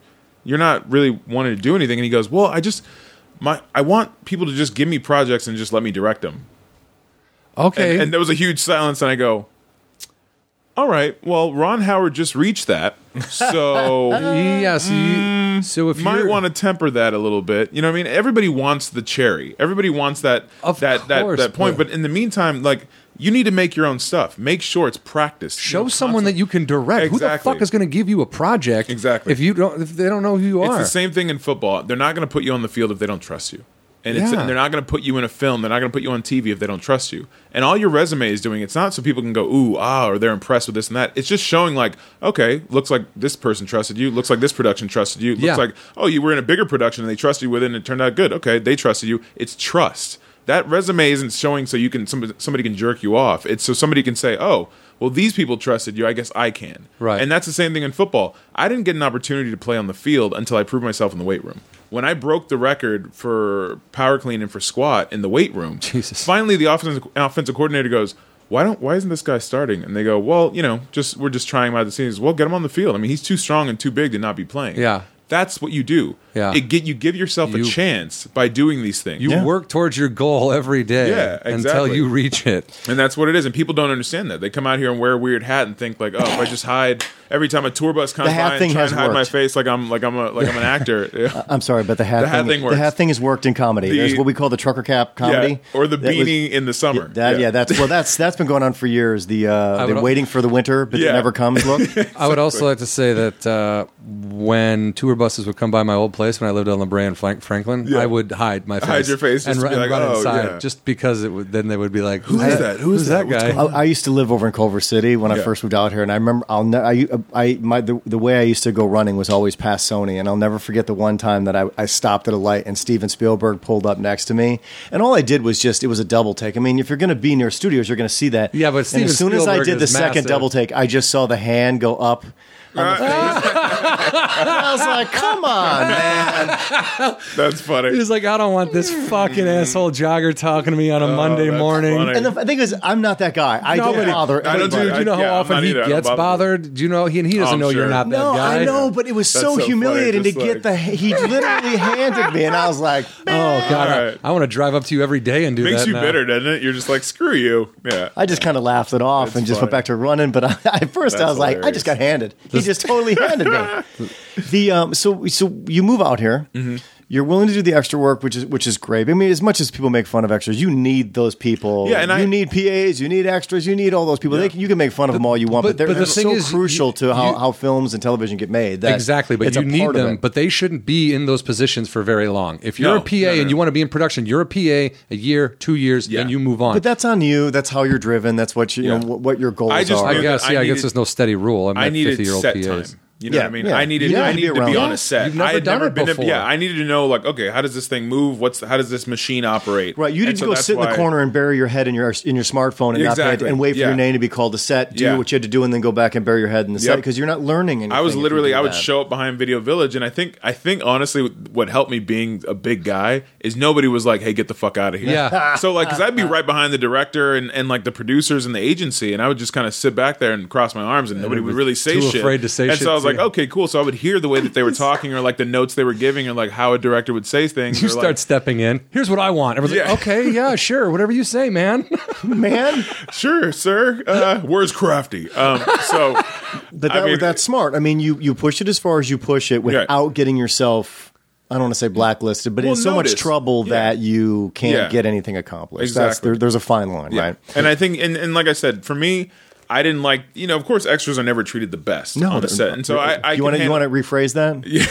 Speaker 3: you're not really wanting to do anything." And he goes, "Well, I just my I want people to just give me projects and just let me direct them."
Speaker 2: Okay.
Speaker 3: And, and there was a huge silence, and I go, "All right, well, Ron Howard just reached that, so
Speaker 2: yeah. So, you, so if
Speaker 3: you mm, might
Speaker 2: you're-
Speaker 3: want to temper that a little bit." You know, what I mean, everybody wants the cherry, everybody wants that
Speaker 2: Of
Speaker 3: that that
Speaker 2: course,
Speaker 3: that point.
Speaker 2: but-
Speaker 3: But in the meantime, like you need to make your own stuff. Make sure it's practiced.
Speaker 2: show someone that you can direct. Who the
Speaker 3: Exactly.
Speaker 2: fuck is going to give you a project?
Speaker 3: Exactly.
Speaker 2: If you don't, if they don't know who you
Speaker 3: It's
Speaker 2: are,
Speaker 3: the same thing in football. They're not going to put you on the field if they don't trust you. And, it's,
Speaker 2: Yeah.
Speaker 3: and they're not going to put you in a film. They're not going to put you on TV if they don't trust you. And all your resume is doing, it's not so people can go, ooh, ah, or they're impressed with this and that. It's just showing, like, okay, looks like this person trusted you. Looks like this production trusted you. Looks
Speaker 2: Yeah.
Speaker 3: like, oh, you were in a bigger production and they trusted you with it and it turned out good. Okay, they trusted you. It's trust. That resume isn't showing so you can somebody, somebody can jerk you off. It's so somebody can say, oh, well, these people trusted you. I guess I can.
Speaker 2: Right.
Speaker 3: And that's the same thing in football. I didn't get an opportunity to play on the field until I proved myself in the weight room. When I broke the record for power clean and for squat in the weight room,
Speaker 2: Jesus.
Speaker 3: finally the offensive, offensive coordinator goes, "Why don't? Why isn't this guy starting?" And they go, "Well, you know, just we're just trying him out of the season." He says, Well, get him on the field. I mean, he's too strong and too big to not be playing.
Speaker 2: Yeah.
Speaker 3: that's what you do.
Speaker 2: Yeah.
Speaker 3: it, get, you give yourself a
Speaker 2: You-
Speaker 3: chance by doing these things.
Speaker 2: you work towards your goal every day
Speaker 3: Yeah,
Speaker 2: until
Speaker 3: exactly.
Speaker 2: you reach it.
Speaker 3: And that's what it is. And people don't understand that. They come out here and wear a weird hat and think like, oh, if I just hide every time a tour bus comes
Speaker 1: The hat
Speaker 3: by and
Speaker 1: thing
Speaker 3: try
Speaker 1: has
Speaker 3: and hide my
Speaker 1: worked.
Speaker 3: face like I'm like I'm a like I'm an actor. Yeah.
Speaker 1: I'm sorry, but the hat,
Speaker 3: The hat thing
Speaker 1: the
Speaker 3: works.
Speaker 1: hat thing has worked in comedy.
Speaker 3: The-
Speaker 1: There's what we call the trucker cap comedy,
Speaker 3: Yeah. Or the
Speaker 1: That was-
Speaker 3: beanie in the summer.
Speaker 1: that, yeah. that's well, that's that's been going on for years. The uh, the
Speaker 2: would-
Speaker 1: waiting for the winter, but
Speaker 3: Yeah.
Speaker 1: it never comes. Look,
Speaker 2: I would also like to say that uh, when tour buses would come by my old place when I lived on La Brea and Frank- Franklin, I would hide my face,
Speaker 3: Hide your face
Speaker 2: and,
Speaker 3: just to
Speaker 2: ru-
Speaker 3: be
Speaker 2: and
Speaker 3: like,
Speaker 2: run
Speaker 3: "Oh,
Speaker 2: inside
Speaker 3: yeah."
Speaker 2: just because it would. Then they would be like,
Speaker 3: Who is that? Who is
Speaker 2: who's that,
Speaker 3: that? What's
Speaker 2: guy?"
Speaker 1: I, I used to live over in Culver City when I
Speaker 3: Yeah.
Speaker 1: first moved out here, and I remember I'll ne- I, I my the, the way I used to go running was always past Sony, and I'll never forget the one time that I, I stopped at a light and Steven Spielberg pulled up next to me, and all I did was just it was a double take. I mean, if you're going to be near studios, you're going to see that.
Speaker 2: Yeah, but
Speaker 1: And
Speaker 2: Steven
Speaker 1: as soon as I
Speaker 2: Spielberg
Speaker 1: did the
Speaker 2: is
Speaker 1: second
Speaker 2: massive.
Speaker 1: double take, I just saw the hand go up. On the face. I was like, "Come on, man!"
Speaker 3: That's funny.
Speaker 2: He was like, "I don't want this fucking asshole jogger talking to me on a Monday
Speaker 3: that's
Speaker 2: morning."
Speaker 3: funny.
Speaker 1: And the thing is, I'm not that guy. I don't
Speaker 2: Nobody-
Speaker 1: bother.
Speaker 3: I don't do-
Speaker 1: anybody.
Speaker 2: Dude, do you know
Speaker 3: I- yeah,
Speaker 2: how
Speaker 3: I'm
Speaker 2: often
Speaker 3: not
Speaker 2: he
Speaker 3: either. I don't
Speaker 2: gets
Speaker 3: bother.
Speaker 2: bothered? Do you know he and he doesn't
Speaker 3: I'm
Speaker 2: know
Speaker 3: sure.
Speaker 2: you're not that
Speaker 1: No,
Speaker 2: guy?
Speaker 1: I know, but it was
Speaker 3: That's so
Speaker 1: so,
Speaker 3: funny,
Speaker 1: humiliating to
Speaker 3: just
Speaker 1: get
Speaker 3: like-
Speaker 1: the. He literally handed me, and I was like,
Speaker 2: Oh god, I-
Speaker 3: right.
Speaker 2: I, want to drive up to you every day and do
Speaker 3: Makes
Speaker 2: that.
Speaker 3: you
Speaker 2: now.
Speaker 3: bitter, doesn't it? You're just like, screw you. Yeah.
Speaker 1: I just kind of laughed it off
Speaker 3: That's
Speaker 1: and just
Speaker 3: funny.
Speaker 1: went back to running. But I, at first, I
Speaker 3: That's
Speaker 1: was like, I
Speaker 3: hilarious.
Speaker 1: just got handed. He just totally handed me. The um, so so you move out here. You're willing to do the extra work, which is which is great. I mean, as much as people make fun of extras, you need those people.
Speaker 3: Yeah, and
Speaker 1: you
Speaker 3: I-
Speaker 1: need PAs, you need extras, you need all those people. They can, you can make fun of them all you want, but,
Speaker 2: but-
Speaker 1: they're
Speaker 2: but the thing
Speaker 1: so
Speaker 2: is,
Speaker 1: crucial
Speaker 2: you-
Speaker 1: to how,
Speaker 2: you-
Speaker 1: how films and television get made. that
Speaker 2: Exactly, but
Speaker 1: it's a
Speaker 2: you need
Speaker 1: part of
Speaker 2: them,
Speaker 1: it.
Speaker 2: but they shouldn't be in those positions for very long. If you're a
Speaker 3: No,
Speaker 2: PA
Speaker 3: no, no,
Speaker 2: and you
Speaker 3: no.
Speaker 2: want to be in production, you're a PA a year, two years,
Speaker 3: Yeah.
Speaker 2: then you move on.
Speaker 1: But that's on you. That's how you're driven. That's what you, you
Speaker 3: Yeah.
Speaker 1: know. What, what your goals
Speaker 3: I just
Speaker 1: are.
Speaker 2: I
Speaker 3: knew
Speaker 2: guess,
Speaker 3: I
Speaker 2: yeah, I, guess
Speaker 3: needed-
Speaker 2: there's no steady rule. I'm
Speaker 3: I
Speaker 2: not
Speaker 3: needed
Speaker 2: 50 year old
Speaker 3: set
Speaker 2: PAs.
Speaker 3: time. You know
Speaker 1: Yeah,
Speaker 3: what I mean?
Speaker 1: yeah.
Speaker 3: I needed.
Speaker 1: You
Speaker 3: I
Speaker 1: have to be
Speaker 3: needed to be
Speaker 1: around
Speaker 3: on
Speaker 1: it.
Speaker 3: a set.
Speaker 2: You've never
Speaker 3: I had
Speaker 2: done
Speaker 3: never
Speaker 2: it
Speaker 3: been.
Speaker 2: before.
Speaker 3: To, yeah, I needed to know like, okay, how does this thing move? What's how does this machine operate?
Speaker 1: Right, you
Speaker 3: And
Speaker 1: didn't
Speaker 3: so
Speaker 1: go
Speaker 3: that's
Speaker 1: sit in the
Speaker 3: why-
Speaker 1: corner and bury your head in your in your smartphone and not pay
Speaker 3: Exactly,
Speaker 1: it, and wait for
Speaker 3: yeah.
Speaker 1: your name to be called to set. Do
Speaker 3: Yeah.
Speaker 1: what you had to do, and then go back and bury your head in the set
Speaker 3: Yep.
Speaker 1: because you're not learning. Anything
Speaker 3: I was
Speaker 1: if you
Speaker 3: literally
Speaker 1: do
Speaker 3: I would
Speaker 1: that.
Speaker 3: show up behind Video Village, and I think I think honestly what helped me being a big guy is nobody was like, "Hey, get the fuck out of here."
Speaker 2: Yeah.
Speaker 3: so like, because I'd be right behind the director and, and like the producers and the agency, and I would just kind of sit back there and cross my arms, and nobody would really say
Speaker 2: too
Speaker 3: shit.
Speaker 2: afraid to say
Speaker 3: and
Speaker 2: shit,
Speaker 3: so I was like,
Speaker 2: too.
Speaker 3: okay, cool. So I would hear the way that they were talking, or like the notes they were giving, or like how a director would say things.
Speaker 2: You
Speaker 3: or, like-
Speaker 2: start stepping in. Here's what I want. Everyone's
Speaker 3: Yeah.
Speaker 2: like, okay, yeah, sure, whatever you say, man.
Speaker 1: man.
Speaker 3: sure, sir. Uh, where's Crafty? Um, so,
Speaker 1: But
Speaker 3: I
Speaker 1: that,
Speaker 3: mean-
Speaker 1: that's smart. I mean, you you push it as far as you push it without getting yourself. I don't want to say blacklisted, but
Speaker 3: Well,
Speaker 1: in so
Speaker 3: notice.
Speaker 1: much trouble
Speaker 3: Yeah.
Speaker 1: that you can't
Speaker 3: Yeah.
Speaker 1: get anything accomplished. That's,
Speaker 3: Exactly.
Speaker 1: there, there's a fine line,
Speaker 3: Yeah.
Speaker 1: right?
Speaker 3: And I think, and, and like I said, for me, I didn't like, you know, of course, extras are never treated the best on the set, and so I, I
Speaker 1: you want to you
Speaker 3: can
Speaker 1: want to
Speaker 3: handle-
Speaker 1: rephrase that? Yeah.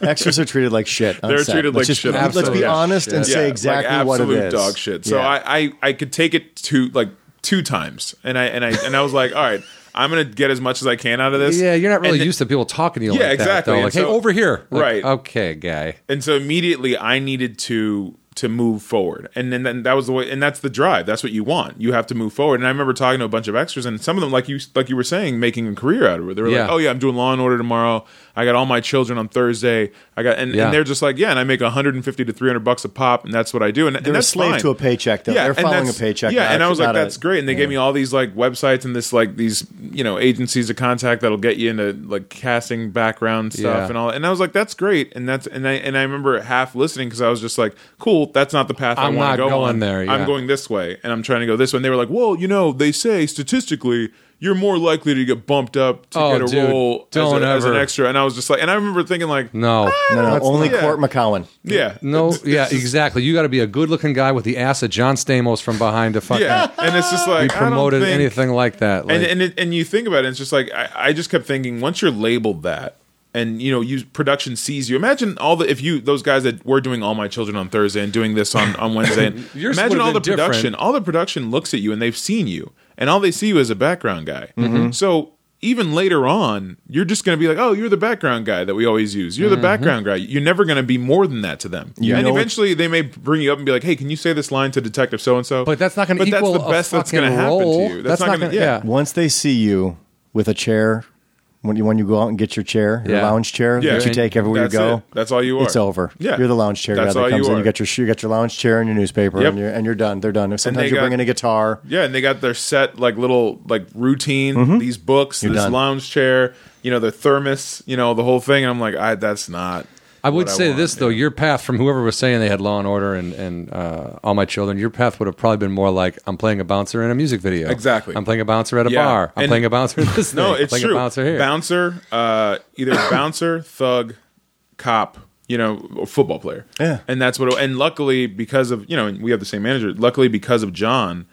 Speaker 1: Extras are treated like shit. on
Speaker 3: They're
Speaker 1: set.
Speaker 3: treated
Speaker 1: Let's
Speaker 3: like
Speaker 1: just-
Speaker 3: shit on
Speaker 1: Let's
Speaker 2: set.
Speaker 1: be
Speaker 2: Yeah.
Speaker 1: honest and
Speaker 2: Yeah.
Speaker 1: say
Speaker 3: like
Speaker 1: exactly what it
Speaker 3: absolute
Speaker 1: is.
Speaker 3: Dog shit. So
Speaker 1: Yeah.
Speaker 3: I, I, I could take it to like two times, and I and I and I was like, all right, I'm gonna get as much as I can out of this.
Speaker 2: yeah, you're not really
Speaker 3: and,
Speaker 2: used to people talking to you
Speaker 3: Yeah,
Speaker 2: like that.
Speaker 3: exactly.
Speaker 2: Though.
Speaker 3: And
Speaker 2: Like, hey,
Speaker 3: so-
Speaker 2: over here. Like,
Speaker 3: Right.
Speaker 2: Okay, guy.
Speaker 3: And so immediately, I needed to to move forward. And then then that was the way and that's the drive. That's what you want. You have to move forward. And I remember talking to a bunch of extras and some of them like you like you were saying making a career out of it. They were
Speaker 2: Yeah.
Speaker 3: like, "Oh yeah, I'm doing Law and Order tomorrow. I got all my children on Thursday. I got and,
Speaker 2: Yeah.
Speaker 3: and they're just like, "Yeah, and I make 150 to 300 bucks a pop and that's what I do." And,
Speaker 1: They're
Speaker 3: and
Speaker 1: a
Speaker 3: that's
Speaker 1: slave
Speaker 3: fine.
Speaker 1: to a paycheck, though. They're
Speaker 3: and
Speaker 1: following a
Speaker 3: that's-
Speaker 1: paycheck.
Speaker 3: Yeah,
Speaker 1: not-
Speaker 3: and I was like,
Speaker 1: not a-
Speaker 3: that's great. And they gave me all these like websites and this like these you know agencies to contact that'll get you into like casting background stuff
Speaker 2: Yeah.
Speaker 3: and all. And I was like, that's great. And that's and I and I remember half listening because I was just like, cool, that's not the path i
Speaker 2: I'm
Speaker 3: want
Speaker 2: not
Speaker 3: to go
Speaker 2: going
Speaker 3: on.
Speaker 2: there, yeah.
Speaker 3: I'm going this way, and I'm trying to go this way. And they were like, well, you know, they say statistically. You're more likely to get bumped up to
Speaker 2: Oh,
Speaker 3: get a
Speaker 2: dude,
Speaker 3: role as,
Speaker 2: don't
Speaker 3: a- as an
Speaker 2: ever.
Speaker 3: extra, and I was just like, and I remember thinking like,
Speaker 2: No.
Speaker 1: No, no,
Speaker 3: that's
Speaker 1: only
Speaker 3: not-
Speaker 1: Court McCowan.
Speaker 3: yeah,
Speaker 2: No,
Speaker 3: It's- it's
Speaker 2: yeah,
Speaker 3: just-
Speaker 2: exactly. You got to be a good-looking guy with the ass of John Stamos from behind to fucking
Speaker 3: yeah, and it's just
Speaker 2: be
Speaker 3: like
Speaker 2: promoted.
Speaker 3: I don't think,
Speaker 2: Anything like that? Like,
Speaker 3: and and it, and you think about it, it's just like I, I just kept thinking once you're labeled that, and you know, you production sees you. Imagine all the if you those guys that were doing all my children on Thursday and doing this on on Wednesday. And
Speaker 2: Yours
Speaker 3: imagine
Speaker 2: would've
Speaker 3: all the
Speaker 2: been different.
Speaker 3: production, all the production looks at you and they've seen you, and all they see you is a background guy.
Speaker 2: Mm-hmm.
Speaker 3: Mm-hmm. So. Even later on, you're just going to be like, "Oh, you're the background guy that we always use. You're the
Speaker 2: Mm-hmm.
Speaker 3: background guy. You're never going to be more than that to them."
Speaker 1: You
Speaker 3: and
Speaker 1: know-
Speaker 3: eventually, they may bring you up and be like, "Hey, can you say this line to Detective So and So?"
Speaker 2: but that's not going to
Speaker 3: But that's
Speaker 2: equal
Speaker 3: the best
Speaker 2: a
Speaker 3: that's
Speaker 2: fucking
Speaker 3: gonna happen to
Speaker 2: role.
Speaker 3: you.
Speaker 2: That's, not going to. Yeah.
Speaker 1: Once they see you with a chair, when you when you go out and get your chair, your
Speaker 2: Yeah.
Speaker 1: lounge chair
Speaker 3: Yeah.
Speaker 1: that you take everywhere
Speaker 3: That's
Speaker 1: you go,
Speaker 3: it. That's all you are.
Speaker 1: It's over.
Speaker 3: Yeah.
Speaker 1: you're the lounge chair
Speaker 3: That's
Speaker 1: guy that
Speaker 3: all
Speaker 1: comes
Speaker 3: you
Speaker 1: in. You
Speaker 3: are.
Speaker 1: got your sh- you got your lounge chair and your newspaper,
Speaker 3: Yep.
Speaker 1: and you're and you're done. They're done. If
Speaker 3: they
Speaker 1: sometimes you
Speaker 3: got-
Speaker 1: bring in a guitar,
Speaker 3: Yeah, and they got their set like little like routine, these books, this
Speaker 1: Mm-hmm. done.
Speaker 3: lounge chair, you know, their thermos, you know, the whole thing. And I'm like, I that's not.
Speaker 2: I would
Speaker 3: what
Speaker 2: say
Speaker 3: want,
Speaker 2: this
Speaker 3: you
Speaker 2: though:
Speaker 3: know.
Speaker 2: your path from whoever was saying they had Law and Order and and uh, All My Children, your path would have probably been more like I'm playing a bouncer in a music video.
Speaker 3: Exactly.
Speaker 2: I'm playing a bouncer at a
Speaker 3: Yeah.
Speaker 2: bar. I'm
Speaker 3: And-
Speaker 2: playing a bouncer in this.
Speaker 3: No,
Speaker 2: thing. I'm
Speaker 3: it's
Speaker 2: playing
Speaker 3: true.
Speaker 2: A bouncer here.
Speaker 3: Bouncer, uh, either bouncer, thug, cop, you know, or football player.
Speaker 1: Yeah.
Speaker 3: and that's what. And luckily, because of you know, and we have the same manager. Luckily, because of John.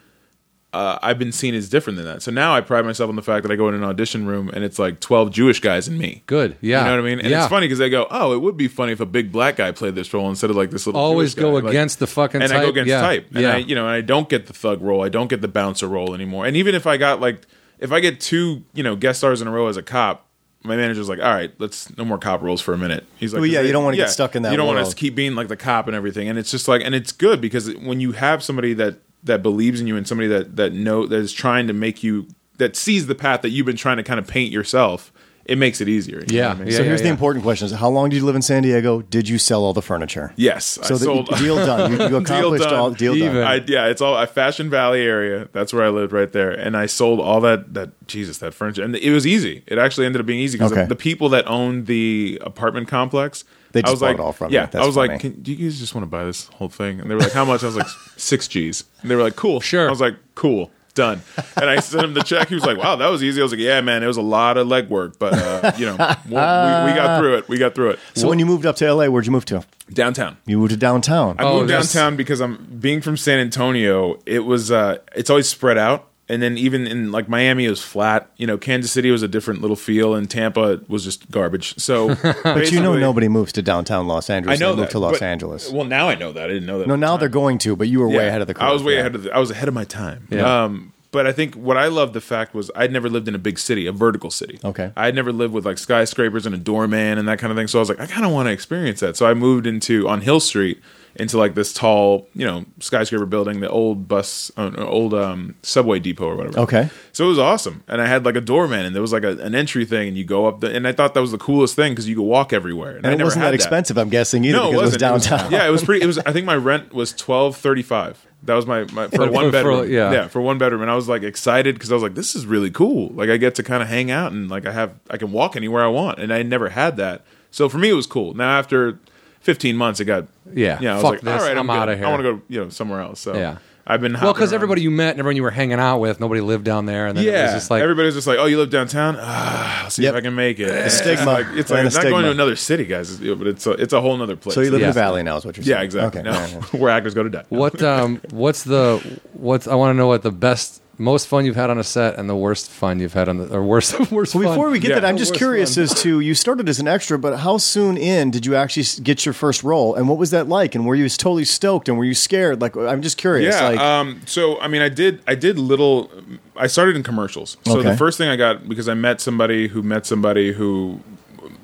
Speaker 3: Uh, I've been seen as different than that, so now I pride myself on the fact that I go in an audition room and it's like twelve Jewish guys and me.
Speaker 2: Good. Yeah.
Speaker 3: You know what I mean? And
Speaker 2: yeah.
Speaker 3: it's funny because they go, "Oh, it would be funny if a big black guy played this role instead of like this little."
Speaker 2: Always
Speaker 3: Jewish guy."
Speaker 2: go
Speaker 3: Like-
Speaker 2: against the fucking
Speaker 3: and
Speaker 2: type.
Speaker 3: I go against
Speaker 2: yeah.
Speaker 3: type. And
Speaker 2: yeah.
Speaker 3: I, you know, and I don't get the thug role. I don't get the bouncer role anymore. And even if I got like, if I get two, you know, guest stars in a row as a cop, my manager's like, "All right, let's no more cop roles for a minute." He's like,
Speaker 1: Well, yeah,
Speaker 3: "'Cause
Speaker 1: you don't wanna get stuck in that
Speaker 3: You don't want
Speaker 1: world."
Speaker 3: to keep being like the cop and everything." And it's just like, and it's good because when you have somebody that that believes in you and somebody that that know that is trying to make you that sees the path that you've been trying to kind of paint yourself, it makes it easier. You know
Speaker 2: Yeah.
Speaker 3: what I mean?
Speaker 2: Yeah,
Speaker 1: so here's
Speaker 2: yeah,
Speaker 1: the
Speaker 2: yeah.
Speaker 1: important question: is how long did you live in San Diego? Did you sell all the furniture?
Speaker 3: Yes,
Speaker 1: So the deal done. You, you accomplished all deal
Speaker 2: Even.
Speaker 1: done.
Speaker 3: I, yeah, it's all I Fashion Valley area. That's where I lived right there, and I sold all that that Jesus that furniture, and it was easy. It actually ended up being easy because
Speaker 1: Okay.
Speaker 3: the, people that owned the apartment complex,
Speaker 1: They just
Speaker 3: I was
Speaker 1: bought
Speaker 3: like,
Speaker 1: it all from you.
Speaker 3: yeah,
Speaker 1: That's
Speaker 3: I was
Speaker 1: funny.
Speaker 3: like, Can, do you guys just want to buy this whole thing? And they were like, how much? I was like, six G's. And they were like, cool,
Speaker 2: Sure.
Speaker 3: I was like, cool. Done, and I sent him the check. He was like, "Wow, that was easy." I was like, "Yeah, man, it was a lot of legwork, but uh, you know, we, we, we got through it. We got through it."
Speaker 1: So when you moved up to LA, where'd you move to?
Speaker 3: Downtown,
Speaker 1: You moved to downtown.
Speaker 3: I
Speaker 2: Oh,
Speaker 3: moved
Speaker 2: that's-
Speaker 3: downtown because I'm being from San Antonio. It was uh, it's always spread out, and then even in like Miami it was flat. You know, Kansas City was a different little feel, and Tampa was just garbage. So,
Speaker 1: but you know,
Speaker 3: basically-
Speaker 1: nobody moves to downtown Los
Speaker 3: I
Speaker 1: Angeles.
Speaker 3: know
Speaker 1: they move
Speaker 3: that,
Speaker 1: to Los
Speaker 3: but-
Speaker 1: Angeles.
Speaker 3: Well, now I know that. I didn't know that.
Speaker 1: No, now they're going to, but you were way
Speaker 3: Yeah.
Speaker 1: ahead of the curve.
Speaker 3: I was way
Speaker 1: yeah.
Speaker 3: ahead of the. I was ahead of my time.
Speaker 2: Yeah.
Speaker 3: Um, but I think what I loved the fact was I'd never lived in a big city, a vertical city.
Speaker 1: Okay.
Speaker 3: I'd never lived with like skyscrapers and a doorman and that kind of thing. So I was like, I kind of want to experience that. So I moved into on Hill Street into like this tall, you know, skyscraper building, the old bus, uh, old um, subway depot or whatever.
Speaker 1: Okay.
Speaker 3: So it was awesome, and I had like a doorman, and there was like a, an entry thing, and you go up the, and I thought that was the coolest thing because you could walk everywhere, and, I
Speaker 1: And it
Speaker 3: never
Speaker 1: wasn't
Speaker 3: had
Speaker 1: that expensive, I'm guessing, either because it was
Speaker 3: wasn't.
Speaker 1: downtown.
Speaker 3: yeah, it was pretty. It was. I think my rent was twelve thirty five. That was my, my for
Speaker 2: For-
Speaker 3: one
Speaker 2: for-
Speaker 3: bedroom.
Speaker 2: for- yeah.
Speaker 3: for one bedroom, and I was like excited because I was like, this is really cool. Like I get to kind of hang out and like I have I can walk anywhere I want, and I never had that. So for me, it was cool. Now after fifteen months, it got
Speaker 2: Yeah,
Speaker 3: Yeah, I was
Speaker 2: fuck
Speaker 3: like,
Speaker 2: this,
Speaker 3: all right,
Speaker 2: I'm
Speaker 3: good.
Speaker 2: outta here.
Speaker 3: I want to go you know somewhere else. So
Speaker 2: Yeah.
Speaker 3: I've been
Speaker 2: well,
Speaker 3: hopping
Speaker 2: because
Speaker 3: around.
Speaker 2: everybody you met and everyone you were hanging out with, nobody lived down there, and then it was
Speaker 3: Yeah,
Speaker 2: just like
Speaker 3: everybody's just like, "Oh, you live downtown? Ah, I'll see
Speaker 1: Yep.
Speaker 3: if I can make it." The
Speaker 1: stigma.
Speaker 3: Like, it's like
Speaker 1: And
Speaker 3: it's
Speaker 1: the
Speaker 3: not going
Speaker 1: stigma.
Speaker 3: to another city, guys. It's- But it's a, it's a whole nother place.
Speaker 1: So you live in
Speaker 2: Yeah.
Speaker 1: the valley now, is what you're saying?
Speaker 3: Yeah, exactly.
Speaker 1: Okay.
Speaker 3: No,
Speaker 1: Yeah, yeah.
Speaker 3: where actors go to die.
Speaker 2: What um what's the what's I want to know what the best most fun you've had on a set and the worst fun you've had on the or worst worst
Speaker 1: Well,
Speaker 2: fun.
Speaker 1: before we get
Speaker 3: Yeah.
Speaker 1: that, I'm
Speaker 3: The
Speaker 1: just
Speaker 2: worst
Speaker 1: curious
Speaker 2: one.
Speaker 1: as to you started as an extra, but how soon in did you actually s- get your first role, and what was that like? And were you totally stoked, and were you scared? Like, I'm just curious.
Speaker 3: Yeah.
Speaker 1: like,
Speaker 3: um, so I mean, I did. I did little. I started in commercials. So
Speaker 1: Okay.
Speaker 3: the first thing I got because I met somebody who met somebody who,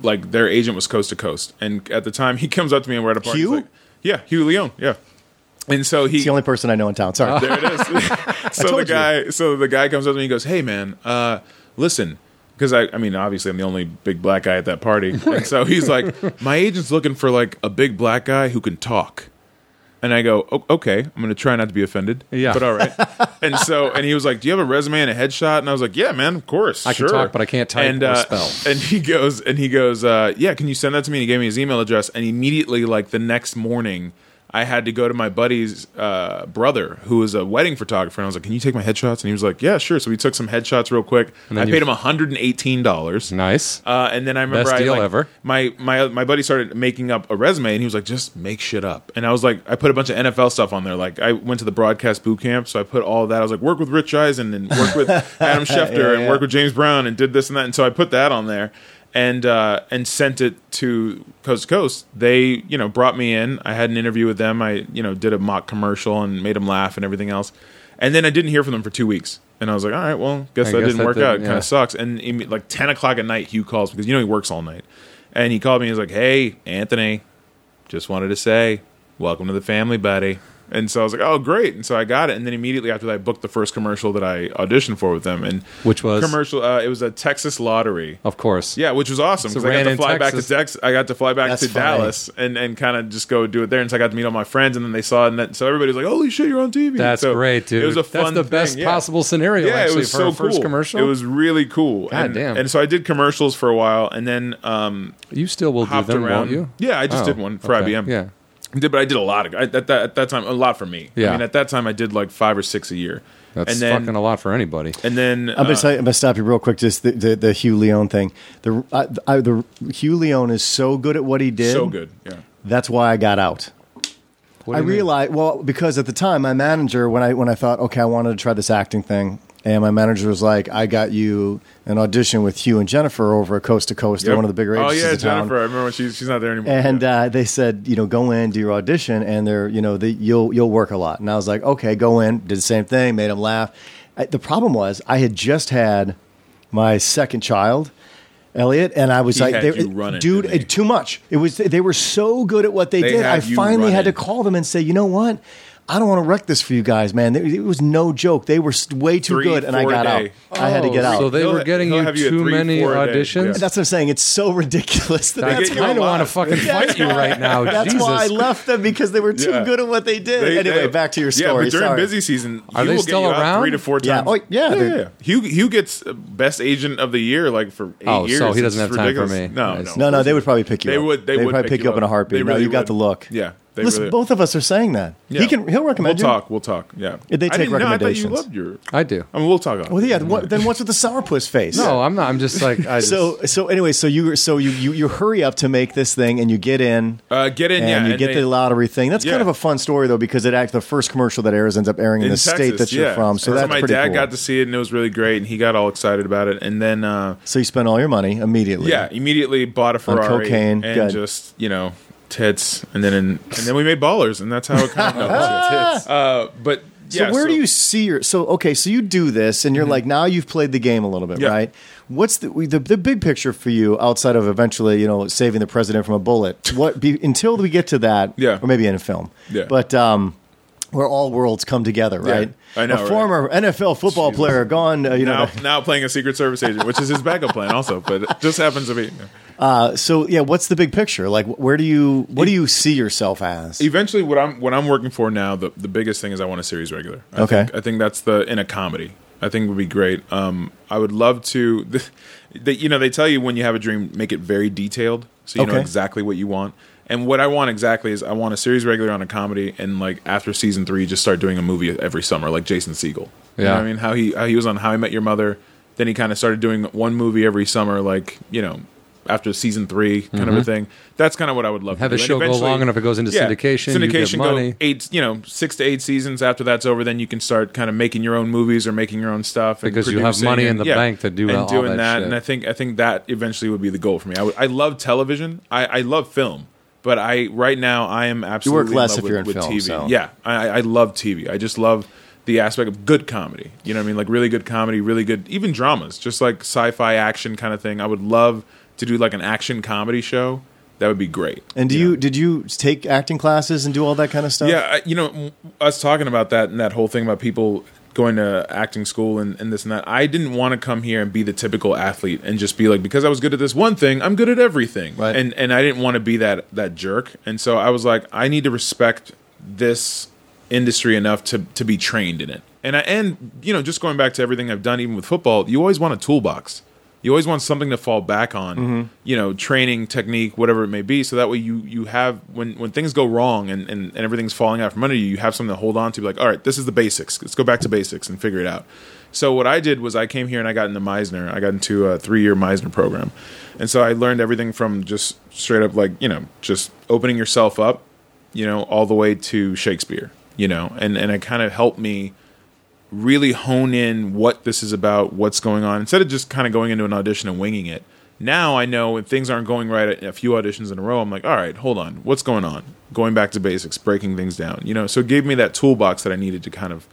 Speaker 3: like, their agent was coast to coast, and at the time he comes up to me and we're at a party. he's
Speaker 1: Hugh?
Speaker 3: like, yeah, Hugh Leone. Yeah. And so he
Speaker 1: It's the only person I know in town. Sorry.
Speaker 3: there it is. so the
Speaker 1: told you.
Speaker 3: guy, so the guy comes up to me and goes, "Hey, man, uh, listen." Because I, I mean, obviously, I'm the only big black guy at that party, and so he's like, "My agent's looking for like a big black guy who can talk." And I go, "O- "Okay, I'm going to try not to be offended."
Speaker 2: Yeah.
Speaker 3: but all right. and so, and he was like, "Do you have a resume and a headshot?" And I was like, "Yeah, man, of course.
Speaker 2: I can
Speaker 3: sure."
Speaker 2: talk, but I can't type
Speaker 3: and,
Speaker 2: or
Speaker 3: uh,
Speaker 2: spell.
Speaker 3: And he goes, and he goes, uh, "Yeah, can you send that to me?" And he gave me his email address, and immediately, like the next morning, I had to go to my buddy's uh, brother, who was a wedding photographer, and I was like, "Can you take my headshots?" And he was like, "Yeah, sure." So we took some headshots real quick.
Speaker 2: then
Speaker 3: I
Speaker 2: you-
Speaker 3: paid him 118 dollars.
Speaker 2: Nice.
Speaker 3: Uh, and then I remember
Speaker 2: Best
Speaker 3: I,
Speaker 2: deal
Speaker 3: like,
Speaker 2: ever.
Speaker 3: My my my buddy started making up a resume, and he was like, "Just make shit up." And I was like, I put a bunch of NFL stuff on there. Like I went to the broadcast boot camp, so I put all that. I was like, work with Rich Eisen and work with Adam Schefter
Speaker 1: Yeah,
Speaker 3: and
Speaker 1: yeah.
Speaker 3: work with James Brown and did this and that. And so I put that on there. And uh, and sent it to Coast to Coast. They you know brought me in. I had an interview with them. I you know did a mock commercial and made them laugh and everything else. And then I didn't hear from them for two weeks. And I was like, all right, well, guess
Speaker 2: I
Speaker 3: that
Speaker 2: guess
Speaker 3: didn't
Speaker 2: that
Speaker 3: work
Speaker 2: didn't-
Speaker 3: out. It kind
Speaker 2: yeah.
Speaker 3: of sucks. And imme- like 10 o'clock at night, Hugh calls because you know he works all night. And he called me. He's like, hey, Anthony, just wanted to say, welcome to the family, buddy. And so I was like, oh, great. And so I got it. And then immediately after that, I booked the first commercial that I auditioned for with them. And
Speaker 2: Which was?
Speaker 3: commercial, uh, it was a Texas lottery.
Speaker 2: of course.
Speaker 3: Yeah, which was awesome
Speaker 2: So
Speaker 3: because I got
Speaker 2: ran
Speaker 3: to
Speaker 2: in
Speaker 3: fly
Speaker 2: Texas.
Speaker 3: back to Texas. I got to fly back
Speaker 1: That's
Speaker 3: to
Speaker 1: funny.
Speaker 3: Dallas and, and kind of just go do it there. And so I got to meet all my friends, and then they saw it, and that, so everybody was like, "Holy shit, you're on TV!"
Speaker 2: That's
Speaker 3: So
Speaker 2: great, dude.
Speaker 3: It was a fun,
Speaker 2: That's the best
Speaker 3: thing, yeah.
Speaker 2: possible scenario.
Speaker 3: Yeah,
Speaker 2: actually,
Speaker 3: it was
Speaker 2: for
Speaker 3: so
Speaker 2: a first
Speaker 3: cool.
Speaker 2: commercial.
Speaker 3: It was really cool.
Speaker 2: God
Speaker 3: and,
Speaker 2: damn.
Speaker 3: And so I did commercials for a while, and then um,
Speaker 2: you still will do
Speaker 3: hopped
Speaker 2: them, won't
Speaker 3: around.
Speaker 2: you?
Speaker 3: Yeah, I just
Speaker 2: Oh,
Speaker 3: did one for
Speaker 2: okay.
Speaker 3: IBM.
Speaker 2: Yeah.
Speaker 3: I did, but I did a lot of I, at that at that time a lot for me.
Speaker 2: Yeah.
Speaker 3: I mean, at that time I did like five or six a year.
Speaker 2: That's
Speaker 3: and then,
Speaker 2: fucking a lot for anybody.
Speaker 3: And then
Speaker 1: I'm
Speaker 3: uh,
Speaker 1: gonna, say- I'm gonna stop you real quick. Just the, the, the Hugh Leone thing. The I, I, the Hugh Leone is so good at what he did.
Speaker 3: so good. Yeah.
Speaker 1: That's why I got out.
Speaker 2: What do
Speaker 1: I
Speaker 2: you mean?
Speaker 1: realized well because at the time my manager when I when I thought okay I wanted to try this acting thing and my manager was like I got you an audition with Hugh and Jennifer over at Coast to Coast they're
Speaker 3: Yep.
Speaker 1: one of the bigger
Speaker 3: Oh
Speaker 1: agencies
Speaker 3: yeah,
Speaker 1: in town.
Speaker 3: Jennifer. I remember when she's she's not there anymore.
Speaker 1: And
Speaker 3: Yeah.
Speaker 1: uh, they said, you know, go in, do your audition, and they're, you know, they, you'll you'll work a lot. And I was like, okay, go in, did the same thing, made them laugh. I, the problem was, I had just had my second child, Elliot, and I was
Speaker 3: He
Speaker 1: like,
Speaker 3: had
Speaker 1: they,
Speaker 3: you running,
Speaker 1: dude,
Speaker 3: didn't he?
Speaker 1: it- too much. It was they were so good at what they,
Speaker 3: They
Speaker 1: did.
Speaker 3: had
Speaker 1: I
Speaker 3: you
Speaker 1: finally had to
Speaker 3: running.
Speaker 1: call them and say, you know what. I don't want to wreck this for you guys, man. It it was no joke. They were s- way too
Speaker 3: Three,
Speaker 1: good, and I
Speaker 3: four a
Speaker 1: got out.
Speaker 3: day. Oh.
Speaker 1: I had to get out.
Speaker 2: Oh, So they
Speaker 3: He'll-
Speaker 2: were getting
Speaker 3: he'll
Speaker 2: you
Speaker 3: have you at
Speaker 2: too
Speaker 3: three,
Speaker 2: many
Speaker 3: four a day.
Speaker 2: auditions.
Speaker 3: Yeah.
Speaker 1: that's what I'm saying. It's so ridiculous. That
Speaker 2: That's
Speaker 1: that's
Speaker 3: get you
Speaker 2: kind of
Speaker 3: a
Speaker 2: want to
Speaker 3: lot.
Speaker 2: fucking fight you right now.
Speaker 1: That's
Speaker 2: Jesus.
Speaker 1: why I left them because they were too
Speaker 3: Yeah.
Speaker 1: good at what they did.
Speaker 3: They-
Speaker 1: anyway,
Speaker 3: they-
Speaker 1: back to your
Speaker 3: Yeah,
Speaker 1: story.
Speaker 3: but during
Speaker 1: Sorry.
Speaker 3: busy season,
Speaker 2: Are
Speaker 3: Hugh
Speaker 2: they
Speaker 3: will
Speaker 2: still
Speaker 3: get you out
Speaker 2: around?
Speaker 3: three to four
Speaker 1: Yeah.
Speaker 3: times.
Speaker 1: Oh, yeah,
Speaker 3: yeah,
Speaker 1: they're-
Speaker 3: yeah. Hugh Hugh gets uh, best agent of the year like for eight
Speaker 2: Oh, so
Speaker 3: years.
Speaker 2: he doesn't
Speaker 3: It's
Speaker 2: have time for
Speaker 3: ridiculous.
Speaker 2: me.
Speaker 3: No,
Speaker 2: Nice.
Speaker 1: no, no, they would probably pick you.
Speaker 3: They
Speaker 1: up.
Speaker 3: would. They
Speaker 1: They'd
Speaker 3: would
Speaker 1: probably pick you up in a heartbeat.
Speaker 3: They
Speaker 1: no,
Speaker 3: really
Speaker 1: you got
Speaker 3: would.
Speaker 1: the look.
Speaker 3: Yeah, they
Speaker 1: Listen,
Speaker 3: really-
Speaker 1: both of us are saying that.
Speaker 3: Yeah.
Speaker 1: He can. He'll recommend
Speaker 3: We'll
Speaker 1: you.
Speaker 3: talk. We'll talk. Yeah.
Speaker 1: They
Speaker 3: I
Speaker 1: take
Speaker 3: didn't- No, I
Speaker 1: recommendations.
Speaker 3: thought you loved your.
Speaker 2: I do.
Speaker 3: I mean, we'll talk. About
Speaker 1: Well,
Speaker 3: it.
Speaker 1: yeah. What, then what's with the sourpuss face?
Speaker 2: No, I'm not. I'm just like I just,
Speaker 1: So so anyway, so you so you, you you hurry up to make this thing and you get in.
Speaker 3: Uh, get in.
Speaker 1: and
Speaker 3: yeah,
Speaker 1: you get
Speaker 3: they-
Speaker 1: the lottery thing. That's kind
Speaker 3: Yeah.
Speaker 1: of a fun story though, because it act the first commercial that airs ends up airing in, the state that
Speaker 3: Texas,
Speaker 1: you're
Speaker 3: yeah.
Speaker 1: from. So
Speaker 3: And
Speaker 1: that's
Speaker 3: my
Speaker 1: pretty
Speaker 3: dad
Speaker 1: cool.
Speaker 3: got to see it and it was really great, and he got all excited about it. And then, uh,
Speaker 1: so you spend all your money immediately.
Speaker 3: yeah, immediately bought a Ferrari
Speaker 1: cocaine,
Speaker 3: and
Speaker 1: good.
Speaker 3: just you know tits, and then and then we made ballers, and that's how it kind
Speaker 1: Ah!
Speaker 3: of. uh, but
Speaker 1: So
Speaker 3: yeah, Mm-hmm.
Speaker 1: where do you see your so okay so you do this and you're like now you've played the game a little bit
Speaker 3: Yeah.
Speaker 1: right what's the, the the big picture for you outside of eventually you know saving the president from a bullet what be, until we get to that
Speaker 3: Yeah.
Speaker 1: or maybe in a film
Speaker 3: Yeah.
Speaker 1: but um where all worlds come together right
Speaker 3: I know,
Speaker 1: a
Speaker 3: right?
Speaker 1: former NFL football player gone uh, you know
Speaker 3: now now playing a Secret Service agent, which is his backup plan also, but it just happens to be.
Speaker 1: uh, so yeah what's the big picture like wh- where do you what
Speaker 3: E
Speaker 1: do you see yourself as
Speaker 3: Eventually, what I'm what I'm working for now, the, the biggest thing is I want a series regular. I
Speaker 1: Okay.
Speaker 3: think, I think that's the in a comedy. I think would be great. Um, I would love to. They, you know, they tell you when you have a dream, make it very detailed, so you know
Speaker 1: Okay.
Speaker 3: exactly what you want. And what I want exactly is I want a series regular on a comedy, and like after season three, just start doing a movie every summer, like Jason Siegel. You know
Speaker 2: Yeah.
Speaker 3: what I mean, how he how he was on How I Met Your Mother, then he kind of started doing one movie every summer, like you know. After season three, kind of a thing. That's kind of what I would love.
Speaker 2: Mm-hmm. Have
Speaker 3: to
Speaker 2: a
Speaker 3: do. And
Speaker 2: show go
Speaker 3: eventually-
Speaker 2: long enough, it goes into syndication, you get
Speaker 3: Syndication go
Speaker 2: money.
Speaker 3: eight, you know, six to eight seasons. After that's over, then you can start kind of making your own movies or making your own stuff and
Speaker 2: Because you have
Speaker 3: producing
Speaker 2: money in
Speaker 3: and-
Speaker 2: the bank to do
Speaker 3: and
Speaker 2: all
Speaker 3: doing
Speaker 2: that shit.
Speaker 3: And I think I think that eventually would be the goal for me. I, would, I love television. I, I love film, but I right now I am absolutely in
Speaker 1: less
Speaker 3: love
Speaker 1: if
Speaker 3: with,
Speaker 1: you're in
Speaker 3: with
Speaker 1: film,
Speaker 3: TV.
Speaker 1: so.
Speaker 3: Yeah, I, I love TV. I just love the aspect of good comedy. You know what I mean? Like really good comedy, really good even dramas, just like sci-fi action kind of thing. I would love to do like an action comedy show That would be great.
Speaker 1: And do you did you take acting classes and do all that kind of stuff?
Speaker 3: Yeah, I, you know, us talking about that and that whole thing about people going to acting school and, and this and that. I didn't want to come here and be the typical athlete and just be like, because I was good at this one thing, I'm good at everything.
Speaker 1: Right.
Speaker 3: And and I didn't want to be that that jerk. And so I was like, I need to respect this industry enough to to be trained in it. And I and you know, just going back to everything I've done, even with football, you always want a toolbox. You always want something to fall back on, you know, training, technique, whatever it may be. So that way you you have when when things go wrong and, and, and everything's falling out from under you, you have something to hold on to. Be like, all right, this is the basics. Let's go back to basics and figure it out. So what I did was I came here and I got into Meisner. I got into a three year Meisner program, and so I learned everything from just straight up like you know just opening yourself up, you know, all the way to Shakespeare, you know, and and it kind of helped me really hone in what this is about, what's going on, instead of just kind of going into an audition and winging it. Now I know when things aren't going right at a few auditions in a row, I'm like, all right, hold on, what's going on? Going back to basics, breaking things down, you know. So it gave me that toolbox that I needed to kind of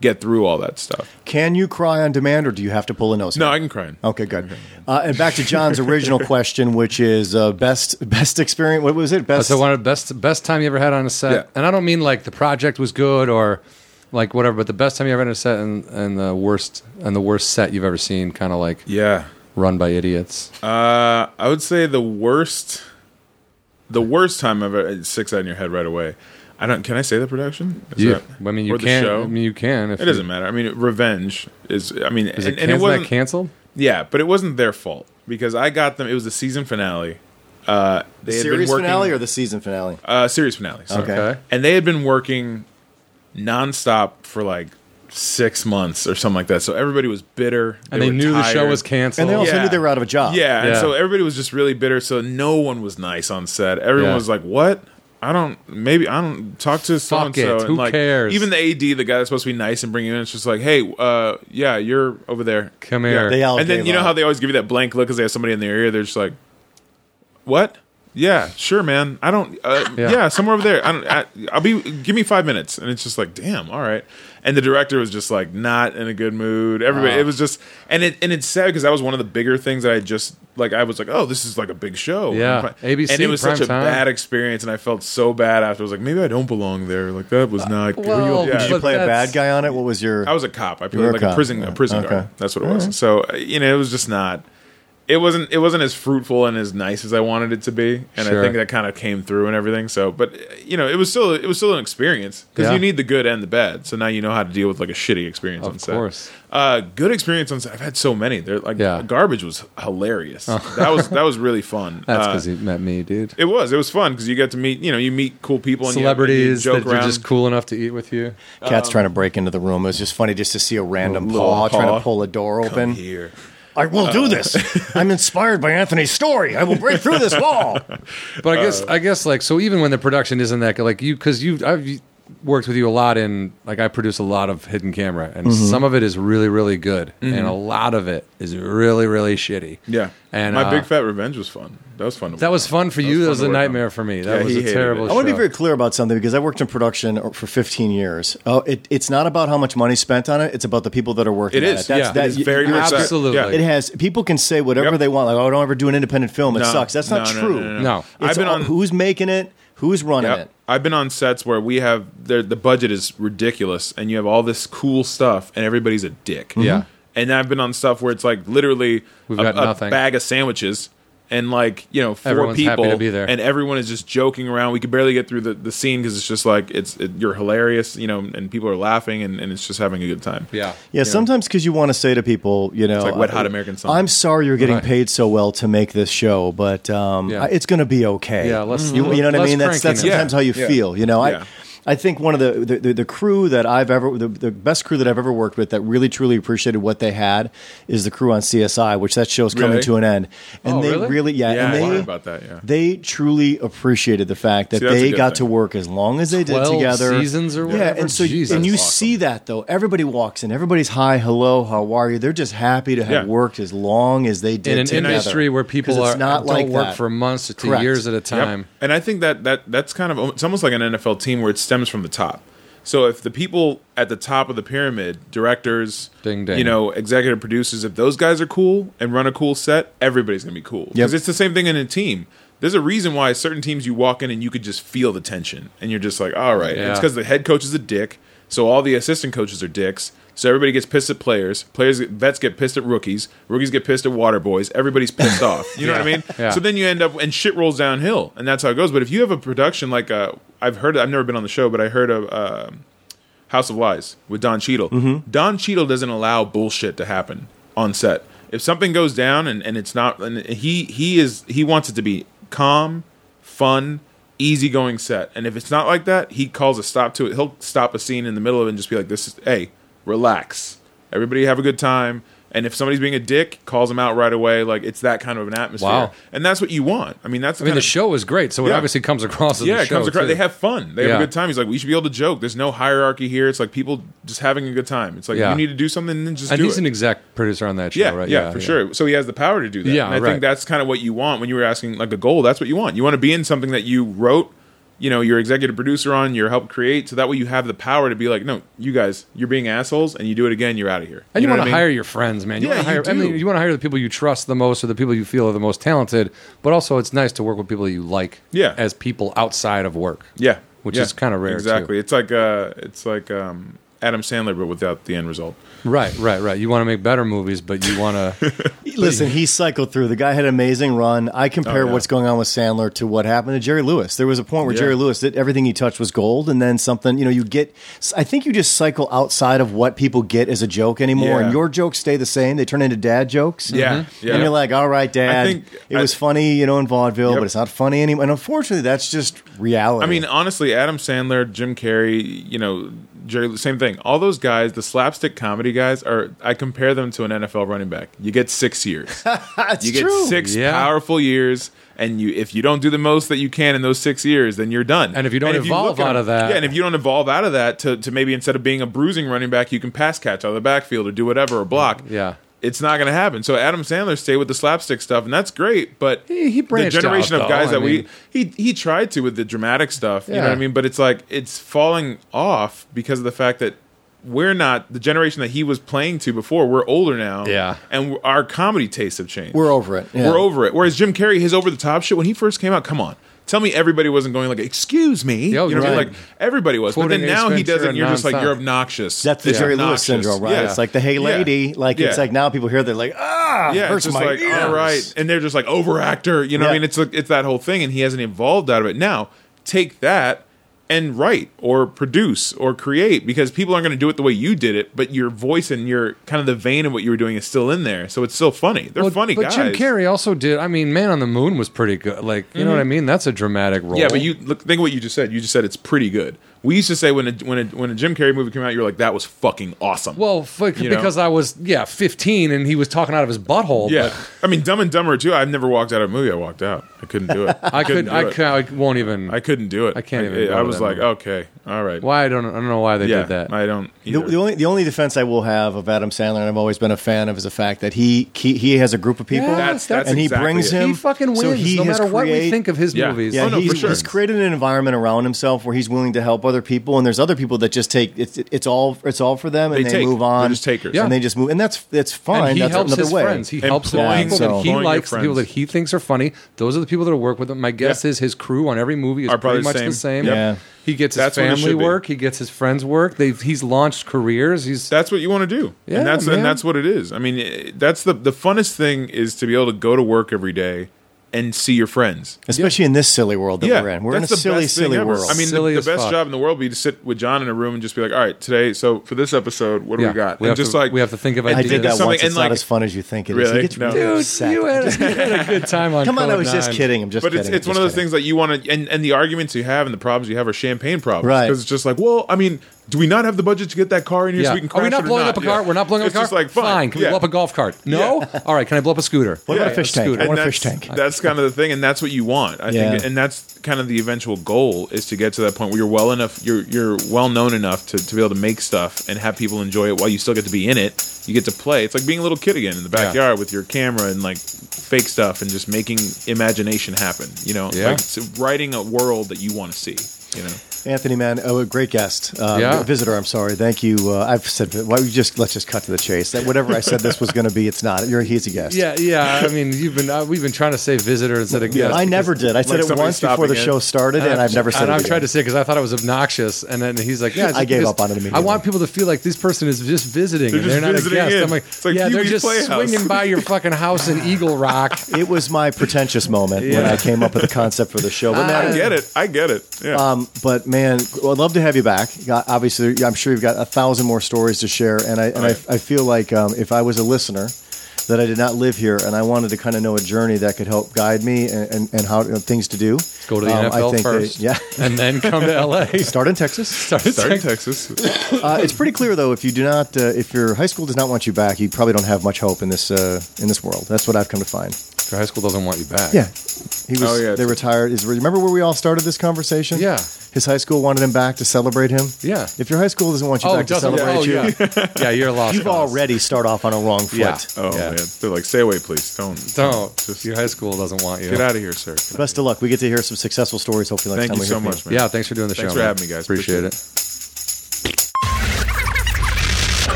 Speaker 3: get through all that stuff.
Speaker 1: Can you cry on demand, or do you have to pull a nose?
Speaker 3: No,
Speaker 1: hair?
Speaker 3: I can cry. in.
Speaker 1: Okay, good. Uh, and back to John's original question, which is uh, best best experience. What was it? Best.
Speaker 2: So one of the best best time you ever had on a set,
Speaker 3: Yeah.
Speaker 2: and I don't mean like the project was good or like whatever, but the best time you ever had on a set and, and the worst and the worst set you've ever seen, kind of like
Speaker 3: Yeah.
Speaker 2: run by idiots.
Speaker 3: Uh, I would say the worst, the worst time I've ever six out in your head right away. I don't. Can I say the production? Is
Speaker 2: You,
Speaker 3: that-
Speaker 2: I mean, you
Speaker 3: or the
Speaker 2: can.
Speaker 3: show?
Speaker 2: I mean, you can. If
Speaker 3: it doesn't matter. I mean, revenge is. I mean,
Speaker 2: Is
Speaker 3: and,
Speaker 2: it, can-
Speaker 3: and it
Speaker 2: isn't that
Speaker 3: wasn't.
Speaker 2: canceled?
Speaker 3: Yeah, but it wasn't their fault because I got them. It was the season finale. Uh, they had
Speaker 1: series
Speaker 3: been working,
Speaker 1: finale or the season finale?
Speaker 3: uh, series finale. Sorry.
Speaker 1: Okay.
Speaker 2: Okay.
Speaker 3: And they had been working nonstop for like six months or something like that. So everybody was bitter.
Speaker 2: And they,
Speaker 3: were
Speaker 2: knew the show
Speaker 3: tired.
Speaker 2: was canceled.
Speaker 1: And they also
Speaker 3: Yeah.
Speaker 1: knew they were out of a job.
Speaker 3: Yeah, and
Speaker 2: Yeah.
Speaker 3: so everybody was just really bitter. So no one was nice on set. Everyone
Speaker 2: Yeah.
Speaker 3: was like, "What? I don't. Maybe I don't talk to so and so."
Speaker 2: it, who
Speaker 3: like,
Speaker 2: cares?
Speaker 3: Even the AD, the guy that's supposed to be nice and bring you in, it's just like, "Hey, uh, yeah, you're over there.
Speaker 2: Come here.
Speaker 1: They all
Speaker 3: and then
Speaker 1: gave
Speaker 3: you know
Speaker 1: up.
Speaker 3: how they always give you that blank look because they have somebody in their ear. They're just like, "What? Yeah, sure, man. I don't. Uh, yeah.
Speaker 2: Yeah.
Speaker 3: somewhere over there. I don't. I, I'll be. Give me five minutes." And it's just like, "Damn, all right." And the director was just like not in a good mood. Everybody, it was just, and it and it's sad because that was one of the bigger things that I just like. I was like, "Oh, this is like a big show."
Speaker 2: Yeah. ABC,
Speaker 3: and it was such
Speaker 2: prime
Speaker 3: a
Speaker 2: time.
Speaker 3: bad experience, and I felt so bad after. I was like, "Maybe I don't belong there." Like that was not. good.
Speaker 2: Uh, well,
Speaker 3: Yeah.
Speaker 1: Did you
Speaker 2: But
Speaker 1: play a
Speaker 2: that's-
Speaker 1: bad guy on it? What was your?
Speaker 3: I was a cop.
Speaker 1: were
Speaker 3: I
Speaker 1: a
Speaker 3: played like a,
Speaker 1: cop.
Speaker 3: prison a prison
Speaker 1: Okay.
Speaker 3: guard. That's what it was. So uh, you know, it was just not. It wasn't. It wasn't as fruitful and as nice as I wanted it to be, and I
Speaker 2: Sure.
Speaker 3: think that kind of came through and everything. So, but uh, you know, it was still it was still an experience because
Speaker 2: Yeah.
Speaker 3: you need the good and the bad. So now you know how to deal with like a shitty experience
Speaker 2: Of
Speaker 3: on set.
Speaker 2: course.
Speaker 3: Uh, good experience on set. I've had so many. They're like
Speaker 2: Yeah. Oh.
Speaker 3: garbage was hilarious. That was that was really fun.
Speaker 2: That's
Speaker 3: Uh,
Speaker 2: because he met me, dude.
Speaker 3: it was. It was fun because you get to meet. You know, you meet cool people and you- and
Speaker 2: Celebrities
Speaker 3: You,
Speaker 2: that
Speaker 3: joke
Speaker 2: are
Speaker 3: around.
Speaker 2: just cool enough to eat with you.
Speaker 1: Cat's trying to break into the room. It was just funny just to see a random
Speaker 3: um, little
Speaker 1: paw, trying
Speaker 3: paw.
Speaker 1: to pull a door open.
Speaker 3: here. Uh.
Speaker 1: I will do this. I'm inspired by Anthony's story. I will break through this wall.
Speaker 2: But I
Speaker 3: Uh,
Speaker 2: guess I guess like so even when the production isn't that good, like you because you I've worked with you a lot in like I produce a lot of hidden camera and
Speaker 3: Mm-hmm.
Speaker 2: some of it is really really good and a lot of it is really really shitty.
Speaker 3: Yeah,
Speaker 2: and
Speaker 3: my
Speaker 2: uh,
Speaker 3: big fat revenge was fun. That was fun. To
Speaker 2: that was fun for you.
Speaker 3: fun
Speaker 2: That was
Speaker 3: to
Speaker 2: a
Speaker 3: work on.
Speaker 2: nightmare for me. That
Speaker 3: Yeah,
Speaker 2: was
Speaker 3: he
Speaker 2: a
Speaker 3: hated
Speaker 2: terrible.
Speaker 3: it.
Speaker 1: I want to
Speaker 2: show.
Speaker 1: be very clear about something because I worked in production for 15 years. Oh, it, it's not about how much money spent on it. It's about the people that are working.
Speaker 3: It
Speaker 1: on
Speaker 3: is.
Speaker 1: It. That's,
Speaker 2: Yeah.
Speaker 1: that-
Speaker 3: it is very
Speaker 1: you-
Speaker 3: much that.
Speaker 2: Absolutely.
Speaker 3: Yeah.
Speaker 1: It has. People can say whatever
Speaker 3: Yep.
Speaker 1: they want. Like, oh, don't ever do an independent film. It
Speaker 3: No.
Speaker 1: sucks. That's not
Speaker 3: No, no,
Speaker 1: true.
Speaker 3: No, no,
Speaker 2: No.
Speaker 1: I've been on who's making it, who's running
Speaker 3: Yep.
Speaker 1: it.
Speaker 3: I've been on sets where we have the the budget is ridiculous, and you have all this cool stuff, and everybody's a dick.
Speaker 1: Mm-hmm.
Speaker 2: Yeah.
Speaker 3: And I've been on stuff where it's like literally
Speaker 2: We've
Speaker 3: a,
Speaker 2: got
Speaker 3: a
Speaker 2: nothing.
Speaker 3: bag of sandwiches. And like you know, four
Speaker 2: Everyone's happy
Speaker 3: people,
Speaker 2: to be there.
Speaker 3: and everyone is just joking around. We could barely get through the, the scene because it's just like it's it, you're hilarious, you know, and people are laughing, and, and it's just having a good time.
Speaker 2: yeah.
Speaker 1: Yeah, sometimes because you want to say to people, you know,
Speaker 3: like Wet
Speaker 1: I-
Speaker 3: Hot American Summer.
Speaker 1: I'm sorry you're getting
Speaker 2: Right.
Speaker 1: paid so well to make this show, but um,
Speaker 2: Yeah.
Speaker 1: I- it's going to be okay.
Speaker 2: Yeah, less-
Speaker 1: you, you know what I
Speaker 2: less
Speaker 1: mean. That's that's
Speaker 2: crankiness.
Speaker 1: sometimes
Speaker 3: Yeah.
Speaker 1: how you
Speaker 3: Yeah.
Speaker 1: feel. You know,
Speaker 3: Yeah.
Speaker 1: I I think one of the the, the, the crew that I've ever the, the best crew that I've ever worked with that really truly appreciated what they had is the crew on CSI, which that show's coming
Speaker 3: Really?
Speaker 1: to an end, and
Speaker 2: Oh,
Speaker 1: they
Speaker 2: really?
Speaker 1: yeah,
Speaker 3: Yeah,
Speaker 1: and
Speaker 3: I
Speaker 1: they
Speaker 3: wondered about that, yeah.
Speaker 1: they truly appreciated the fact that
Speaker 3: See, that's a
Speaker 1: they
Speaker 3: good
Speaker 1: got
Speaker 3: thing.
Speaker 1: to work as long as they did
Speaker 2: 12
Speaker 1: together,
Speaker 2: seasons or
Speaker 1: Yeah,
Speaker 2: whatever?
Speaker 1: and so
Speaker 2: Jesus.
Speaker 1: and you
Speaker 2: That's awesome.
Speaker 1: see that though. Everybody walks in. Everybody's hi, hello, how are you? They're just happy to have
Speaker 3: Yeah.
Speaker 1: worked as long as they did
Speaker 2: in an
Speaker 1: together.
Speaker 2: industry where
Speaker 1: 'Cause
Speaker 2: people
Speaker 1: it's
Speaker 2: are
Speaker 1: not
Speaker 2: don't
Speaker 1: like
Speaker 2: work
Speaker 1: that.
Speaker 2: for months to
Speaker 1: Correct.
Speaker 2: years at a
Speaker 3: Yep.
Speaker 2: time.
Speaker 3: And I think that that that's kind of it's almost like an NFL team where it stems from the top. So if the people at the top of the pyramid, directors,
Speaker 2: Ding, ding.
Speaker 3: you know, executive producers, if those guys are cool and run a cool set, everybody's gonna be cool.
Speaker 1: Yep.
Speaker 3: Because it's the same thing in a team. There's a reason why certain teams you walk in and you could just feel the tension, and you're just like, all right, And it's
Speaker 2: Yeah.
Speaker 3: because the head coach is a dick, so all the assistant coaches are dicks. So everybody gets pissed at players. Players, get- vets get pissed at rookies. Rookies get pissed at water boys. Everybody's pissed off. You know what I mean?
Speaker 2: Yeah.
Speaker 3: So then you end up and shit rolls downhill, and that's how it goes. But if you have a production like uh, I've heard, I've never been on the show, but I heard of uh, House of Lies with Don Cheadle.
Speaker 2: Mm-hmm.
Speaker 3: Don Cheadle doesn't allow bullshit to happen on set. If something goes down and, and it's not, and he he is he wants it to be calm, fun, easygoing set. And if it's not like that, he calls a stop to it. He'll stop a scene in the middle of it and just be like, "This is hey, relax, everybody have a good time." And if somebody's being a dick, calls them out right away. Like it's that kind of an atmosphere,
Speaker 2: Wow.
Speaker 3: and that's what you want. I mean, that's
Speaker 2: I mean,
Speaker 3: kind
Speaker 2: the
Speaker 3: of-
Speaker 2: show is great, so it
Speaker 3: Yeah.
Speaker 2: obviously comes across. As
Speaker 3: yeah,
Speaker 2: the
Speaker 3: it comes
Speaker 2: show,
Speaker 3: across.
Speaker 2: too.
Speaker 3: They have fun. They have
Speaker 2: Yeah.
Speaker 3: a good time. He's like, we should be able to joke. There's no hierarchy here. It's like people just having a good time. It's like
Speaker 2: Yeah.
Speaker 3: you need to do something and then just
Speaker 2: and
Speaker 3: do
Speaker 2: he's
Speaker 3: it.
Speaker 2: an exec producer on that show,
Speaker 3: yeah,
Speaker 2: right?
Speaker 3: yeah, for sure. So he has the power to do that.
Speaker 2: Yeah,
Speaker 3: and I think
Speaker 2: right.
Speaker 3: that's kind of what you want when you were asking like a goal. That's what you want. You want to be in something that you wrote. You know, your executive producer on, your help create, so that way you have the power to be like, no, you guys, you're being assholes, and you do it again, you're out of here.
Speaker 2: And you,
Speaker 3: know
Speaker 2: want
Speaker 3: what
Speaker 2: to
Speaker 3: I mean?
Speaker 2: hire your friends, man. You
Speaker 3: Yeah,
Speaker 2: want to hire.
Speaker 3: you
Speaker 2: I mean,
Speaker 3: do.
Speaker 2: you want to hire the people you trust the most, or the people you feel are the most talented. But also, it's nice to work with people you like.
Speaker 3: Yeah.
Speaker 2: As people outside of work.
Speaker 3: Yeah,
Speaker 2: Which
Speaker 3: Yeah.
Speaker 2: is kinda rare, too.
Speaker 3: Exactly. It's like uh, it's like um, Adam Sandler, but without the end result.
Speaker 2: Right. Right. Right. You want to make better movies, but you want to.
Speaker 1: Listen, he cycled through. The guy had an amazing run. I compare
Speaker 3: Oh, yeah.
Speaker 1: what's going on with Sandler to what happened to Jerry Lewis. There was a point where
Speaker 3: Yeah.
Speaker 1: Jerry Lewis did everything he touched was gold, and then something, you know, you get. I think you just cycle outside of what people get as a joke anymore,
Speaker 3: Yeah.
Speaker 1: and your jokes stay the same. They turn into dad jokes.
Speaker 3: Yeah, Mhm. yeah.
Speaker 1: And you're like, all right, dad,
Speaker 3: think-
Speaker 1: it
Speaker 3: I-
Speaker 1: was funny, you know, in vaudeville,
Speaker 3: Yep.
Speaker 1: but it's not funny anymore. And unfortunately, that's just reality.
Speaker 3: I mean, honestly, Adam Sandler, Jim Carrey, you know, Jerry, same thing. All those guys, the slapstick comedy guys, are. I compare them to an NFL running back. You get six years.
Speaker 1: that's
Speaker 3: You get
Speaker 1: true.
Speaker 3: six
Speaker 2: Yeah.
Speaker 3: powerful years, and you if you don't do the most that you can in those six years, then you're done.
Speaker 2: And if you don't
Speaker 3: look
Speaker 2: evolve
Speaker 3: at
Speaker 2: out
Speaker 3: them-
Speaker 2: of that-
Speaker 3: yeah, and if you don't evolve out of that to, to maybe instead of being a bruising running back, you can pass catch out of the backfield or do whatever or block.
Speaker 2: Mm, Yeah.
Speaker 3: It's not going to happen. So Adam Sandler stayed with the slapstick stuff, and that's great. But
Speaker 2: He- he
Speaker 3: the
Speaker 2: branched
Speaker 3: generation
Speaker 2: out,
Speaker 3: of
Speaker 2: though.
Speaker 3: guys
Speaker 2: I
Speaker 3: that
Speaker 2: mean-
Speaker 3: we he he tried to with the dramatic stuff. You know
Speaker 2: Yeah.
Speaker 3: what I mean? But it's like it's falling off because of the fact that we're not the generation that he was playing to before. We're older now.
Speaker 2: Yeah.
Speaker 3: And our comedy tastes have changed.
Speaker 1: We're over it. Yeah.
Speaker 3: We're over it. Whereas Jim Carrey, his over the top shit, when he first came out, come on. Tell me everybody wasn't going like, excuse me.
Speaker 2: Yeah,
Speaker 3: you know what I
Speaker 1: right.
Speaker 3: mean? Like everybody was.
Speaker 2: Quoting
Speaker 3: but then now
Speaker 2: Ace
Speaker 3: he does it
Speaker 2: Ventura
Speaker 3: and you're just like,
Speaker 2: nonstop.
Speaker 3: you're obnoxious.
Speaker 1: That's the
Speaker 3: It's
Speaker 1: Jerry Lewis
Speaker 3: obnoxious.
Speaker 1: syndrome, right?
Speaker 3: Yeah.
Speaker 1: It's like the hey
Speaker 3: Yeah.
Speaker 1: lady. Like it's
Speaker 3: Yeah.
Speaker 1: like now people hear they're like ah,
Speaker 3: Yeah, it's
Speaker 1: hurts
Speaker 3: just
Speaker 1: my
Speaker 3: like
Speaker 1: ears.
Speaker 3: all right, and they're just like overactor. You know, what I
Speaker 1: Yeah.
Speaker 3: mean, it's like, it's that whole thing, and he hasn't evolved out of it. Now, take that and write or produce or create because people aren't going to do it the way you did it, but your voice and your kind of the vein of what you were doing is still in there, so it's still funny. They're funny
Speaker 2: but
Speaker 3: guys.
Speaker 2: Jim Carrey also did. I mean, Man on the Moon was pretty good. Like, you know what I mean? That's a dramatic role.
Speaker 3: Mm-hmm. Yeah, but you look, think of what you just said. You just said it's pretty good. We used to say when a, when a, when a Jim Carrey movie came out, you were like, "That was fucking awesome."
Speaker 2: Well, fuck,
Speaker 3: You know?
Speaker 2: because I was yeah 15 and he was talking out of his butthole.
Speaker 3: yeah,
Speaker 2: but
Speaker 3: I mean, Dumb and Dumber too. I've never walked out of a movie. I walked out. I couldn't do it.
Speaker 2: I could.
Speaker 3: couldn't do
Speaker 2: I,
Speaker 3: it.
Speaker 2: ca- I won't even.
Speaker 3: I couldn't do it.
Speaker 2: I can't even
Speaker 3: I,
Speaker 2: go
Speaker 3: I
Speaker 2: to
Speaker 3: was
Speaker 2: that
Speaker 3: like,
Speaker 2: movie.
Speaker 3: okay, all right.
Speaker 2: why I don't. I don't know why they
Speaker 3: Yeah,
Speaker 2: did that.
Speaker 3: I don't.
Speaker 1: The,
Speaker 3: either.
Speaker 1: the only the only defense I will have of Adam Sandler, and I've always been a fan of, is the fact that he he, he has a group of people,
Speaker 2: Yeah, That's- that's
Speaker 1: and he
Speaker 3: exactly
Speaker 1: brings
Speaker 3: it.
Speaker 1: him.
Speaker 2: he fucking wins
Speaker 1: so he
Speaker 2: no
Speaker 1: has
Speaker 2: matter what we
Speaker 1: create-
Speaker 2: think of his
Speaker 3: Yeah.
Speaker 2: movies.
Speaker 1: Yeah,
Speaker 3: Oh, no,
Speaker 1: he's,
Speaker 3: for sure.
Speaker 1: he's created an environment around himself where he's willing to help other people, and there's other people that just take it's it's all it's all for them, and
Speaker 3: They
Speaker 1: they,
Speaker 3: take.
Speaker 1: move
Speaker 3: They're
Speaker 1: on,
Speaker 3: just takers.
Speaker 2: Yeah.
Speaker 1: and they just move, and that's that's fine.
Speaker 2: And he
Speaker 1: that's
Speaker 2: helps
Speaker 1: another
Speaker 2: his
Speaker 1: way.
Speaker 2: friends. He helps the
Speaker 1: Employing-
Speaker 2: people that he
Speaker 3: employing your
Speaker 2: likes, the people
Speaker 3: friends.
Speaker 2: that he thinks are funny. Those are the people that are work with him. My guess
Speaker 3: Yeah.
Speaker 2: is his crew on every movie is
Speaker 3: Are probably
Speaker 2: pretty
Speaker 3: the
Speaker 2: much
Speaker 3: same.
Speaker 2: the same.
Speaker 1: Yep. Yeah.
Speaker 2: He gets his
Speaker 3: That's what it
Speaker 2: family
Speaker 3: should be.
Speaker 2: work. He gets his friends work. They've, he's launched careers. He's
Speaker 3: that's what you want to do,
Speaker 2: Yeah,
Speaker 3: and that's
Speaker 2: man.
Speaker 3: and that's what it is. I mean, it- that's the the funnest thing is to be able to go to work every day and see your friends.
Speaker 1: especially in this silly world that
Speaker 3: yeah,
Speaker 1: we're in. We're in a
Speaker 3: that's the
Speaker 1: silly,
Speaker 3: best thing
Speaker 1: silly
Speaker 3: ever.
Speaker 1: world.
Speaker 3: I mean, the,
Speaker 2: Silly
Speaker 3: the
Speaker 2: as
Speaker 3: best
Speaker 2: fuck.
Speaker 3: job in the world would be to sit with John in a room and just be like, "All right, today, so for this episode, what do
Speaker 2: yeah,
Speaker 3: we got?"
Speaker 2: We
Speaker 3: and
Speaker 2: have
Speaker 3: just
Speaker 2: to,
Speaker 3: like
Speaker 2: we have to think of
Speaker 1: I
Speaker 2: ideas.
Speaker 1: did that
Speaker 3: something-
Speaker 1: once. It's
Speaker 3: and,
Speaker 1: not
Speaker 3: like-
Speaker 1: as fun as you think it is.
Speaker 3: Really?
Speaker 1: He gets
Speaker 3: No.
Speaker 1: really
Speaker 2: Dude,
Speaker 1: upset.
Speaker 2: you had, you had a good time on.
Speaker 1: Come on, I
Speaker 2: Code
Speaker 1: was just
Speaker 2: 9.
Speaker 1: kidding. I'm just
Speaker 3: but it's,
Speaker 1: kidding.
Speaker 3: it's one of those things that you want to and, and the arguments you have and the problems you have are champagne problems
Speaker 1: Right.
Speaker 3: because it's just like well i mean do we not have the budget to get that car in here so
Speaker 2: Yeah.
Speaker 3: we can crash
Speaker 2: Are we
Speaker 3: it
Speaker 2: not
Speaker 3: or
Speaker 2: blowing up a
Speaker 3: Yeah.
Speaker 2: car? We're not blowing up a
Speaker 3: it's
Speaker 2: car.
Speaker 3: just like fine,
Speaker 2: Can we
Speaker 3: Yeah.
Speaker 2: blow up a golf cart? No. All right. Can I blow up a scooter?
Speaker 1: What about a fish tank?
Speaker 2: scooter.
Speaker 1: I want a
Speaker 3: And
Speaker 1: fish
Speaker 3: that's-
Speaker 1: tank.
Speaker 3: That's kind of the thing, and that's what you want. I think,
Speaker 1: Yeah.
Speaker 3: and that's kind of the eventual goal is to get to that point where you're well enough, you're you're well known enough to, to be able to make stuff and have people enjoy it while you still get to be in it. You get to play. It's like being a little kid again in the backyard with your camera and like fake stuff and just making imagination happen. You know,
Speaker 2: Yeah.
Speaker 3: like it's writing a world that you want to see. You know,
Speaker 1: Anthony, man, oh, a great guest, uh,
Speaker 2: Yeah.
Speaker 1: visitor. I'm sorry, thank you. Uh, I've said why we just let's just cut to the chase. That whatever I said this was going to be, it's not. You're he's a guest.
Speaker 2: Yeah, yeah. I mean, you've been uh, we've been trying to say visitor instead of guest.
Speaker 1: I never did. I said it
Speaker 3: somebody
Speaker 1: once before
Speaker 3: stopping
Speaker 1: the
Speaker 3: it.
Speaker 1: show started, and, I've never said
Speaker 2: And
Speaker 1: it.
Speaker 2: I've
Speaker 1: again.
Speaker 2: tried to say because I thought it was obnoxious, and then he's like, "Yeah, it's
Speaker 1: I gave
Speaker 2: just-
Speaker 1: up on it immediately.
Speaker 2: I want people to feel like this person is just visiting.
Speaker 3: They're
Speaker 2: and
Speaker 3: just
Speaker 2: they're not
Speaker 3: visiting
Speaker 2: a guest.
Speaker 3: in.
Speaker 2: I'm like,
Speaker 3: It's like
Speaker 2: yeah, they're
Speaker 3: Pee-wee's
Speaker 2: just
Speaker 3: Playhouse."
Speaker 2: swinging by your fucking house in Eagle Rock.
Speaker 1: It was my pretentious moment when I came up with the concept for the show. But man,
Speaker 3: I get it. I get it. Yeah.
Speaker 1: Um, but man, well, I'd love to have you back. You got- Obviously, I'm sure you've got a thousand more stories to share, and I and I,
Speaker 3: Right.
Speaker 1: I feel like um, if I was a listener that I did not live here and I wanted to kind of know a journey that could help guide me and, and, and how you know, things to do.
Speaker 2: Go to the
Speaker 1: um,
Speaker 2: NFL
Speaker 1: that-
Speaker 2: first,
Speaker 1: yeah.
Speaker 2: and then come to LA.
Speaker 1: Start in Texas.
Speaker 2: Start at
Speaker 3: Start in
Speaker 2: Texas.
Speaker 3: Texas.
Speaker 1: Uh, it's pretty clear, though, if you do not, uh, if your high school does not want you back, you probably don't have much hope in this uh, in this world. That's what I've come to find.
Speaker 2: Your high school doesn't want you back.
Speaker 1: Yeah, he was.
Speaker 3: Oh, yeah,
Speaker 1: they
Speaker 3: it's-
Speaker 1: retired. Is remember where we all started this conversation?
Speaker 2: Yeah.
Speaker 1: his high school wanted him back to celebrate him.
Speaker 2: Yeah.
Speaker 1: if your high school doesn't want you
Speaker 2: Oh,
Speaker 1: back
Speaker 2: it
Speaker 1: to
Speaker 2: doesn't.
Speaker 1: celebrate
Speaker 2: Oh,
Speaker 1: you,
Speaker 2: yeah. yeah, you're a lost.
Speaker 1: you've
Speaker 2: cause.
Speaker 1: already start off on a wrong foot.
Speaker 2: Yeah.
Speaker 3: Oh
Speaker 2: Yeah.
Speaker 3: man, they're like, stay away, please. Don't.
Speaker 2: Don't.
Speaker 3: Just
Speaker 2: your high school doesn't want you.
Speaker 3: Get out of here, sir.
Speaker 1: Best of luck. We get to hear some successful stories. Hopefully, next
Speaker 3: Thank
Speaker 1: time we
Speaker 3: you so
Speaker 1: hear from
Speaker 3: much, man.
Speaker 2: Yeah, thanks for doing the
Speaker 3: Thanks
Speaker 2: show.
Speaker 3: for
Speaker 2: man.
Speaker 3: having me, guys.
Speaker 2: Appreciate, it.
Speaker 3: Appreciate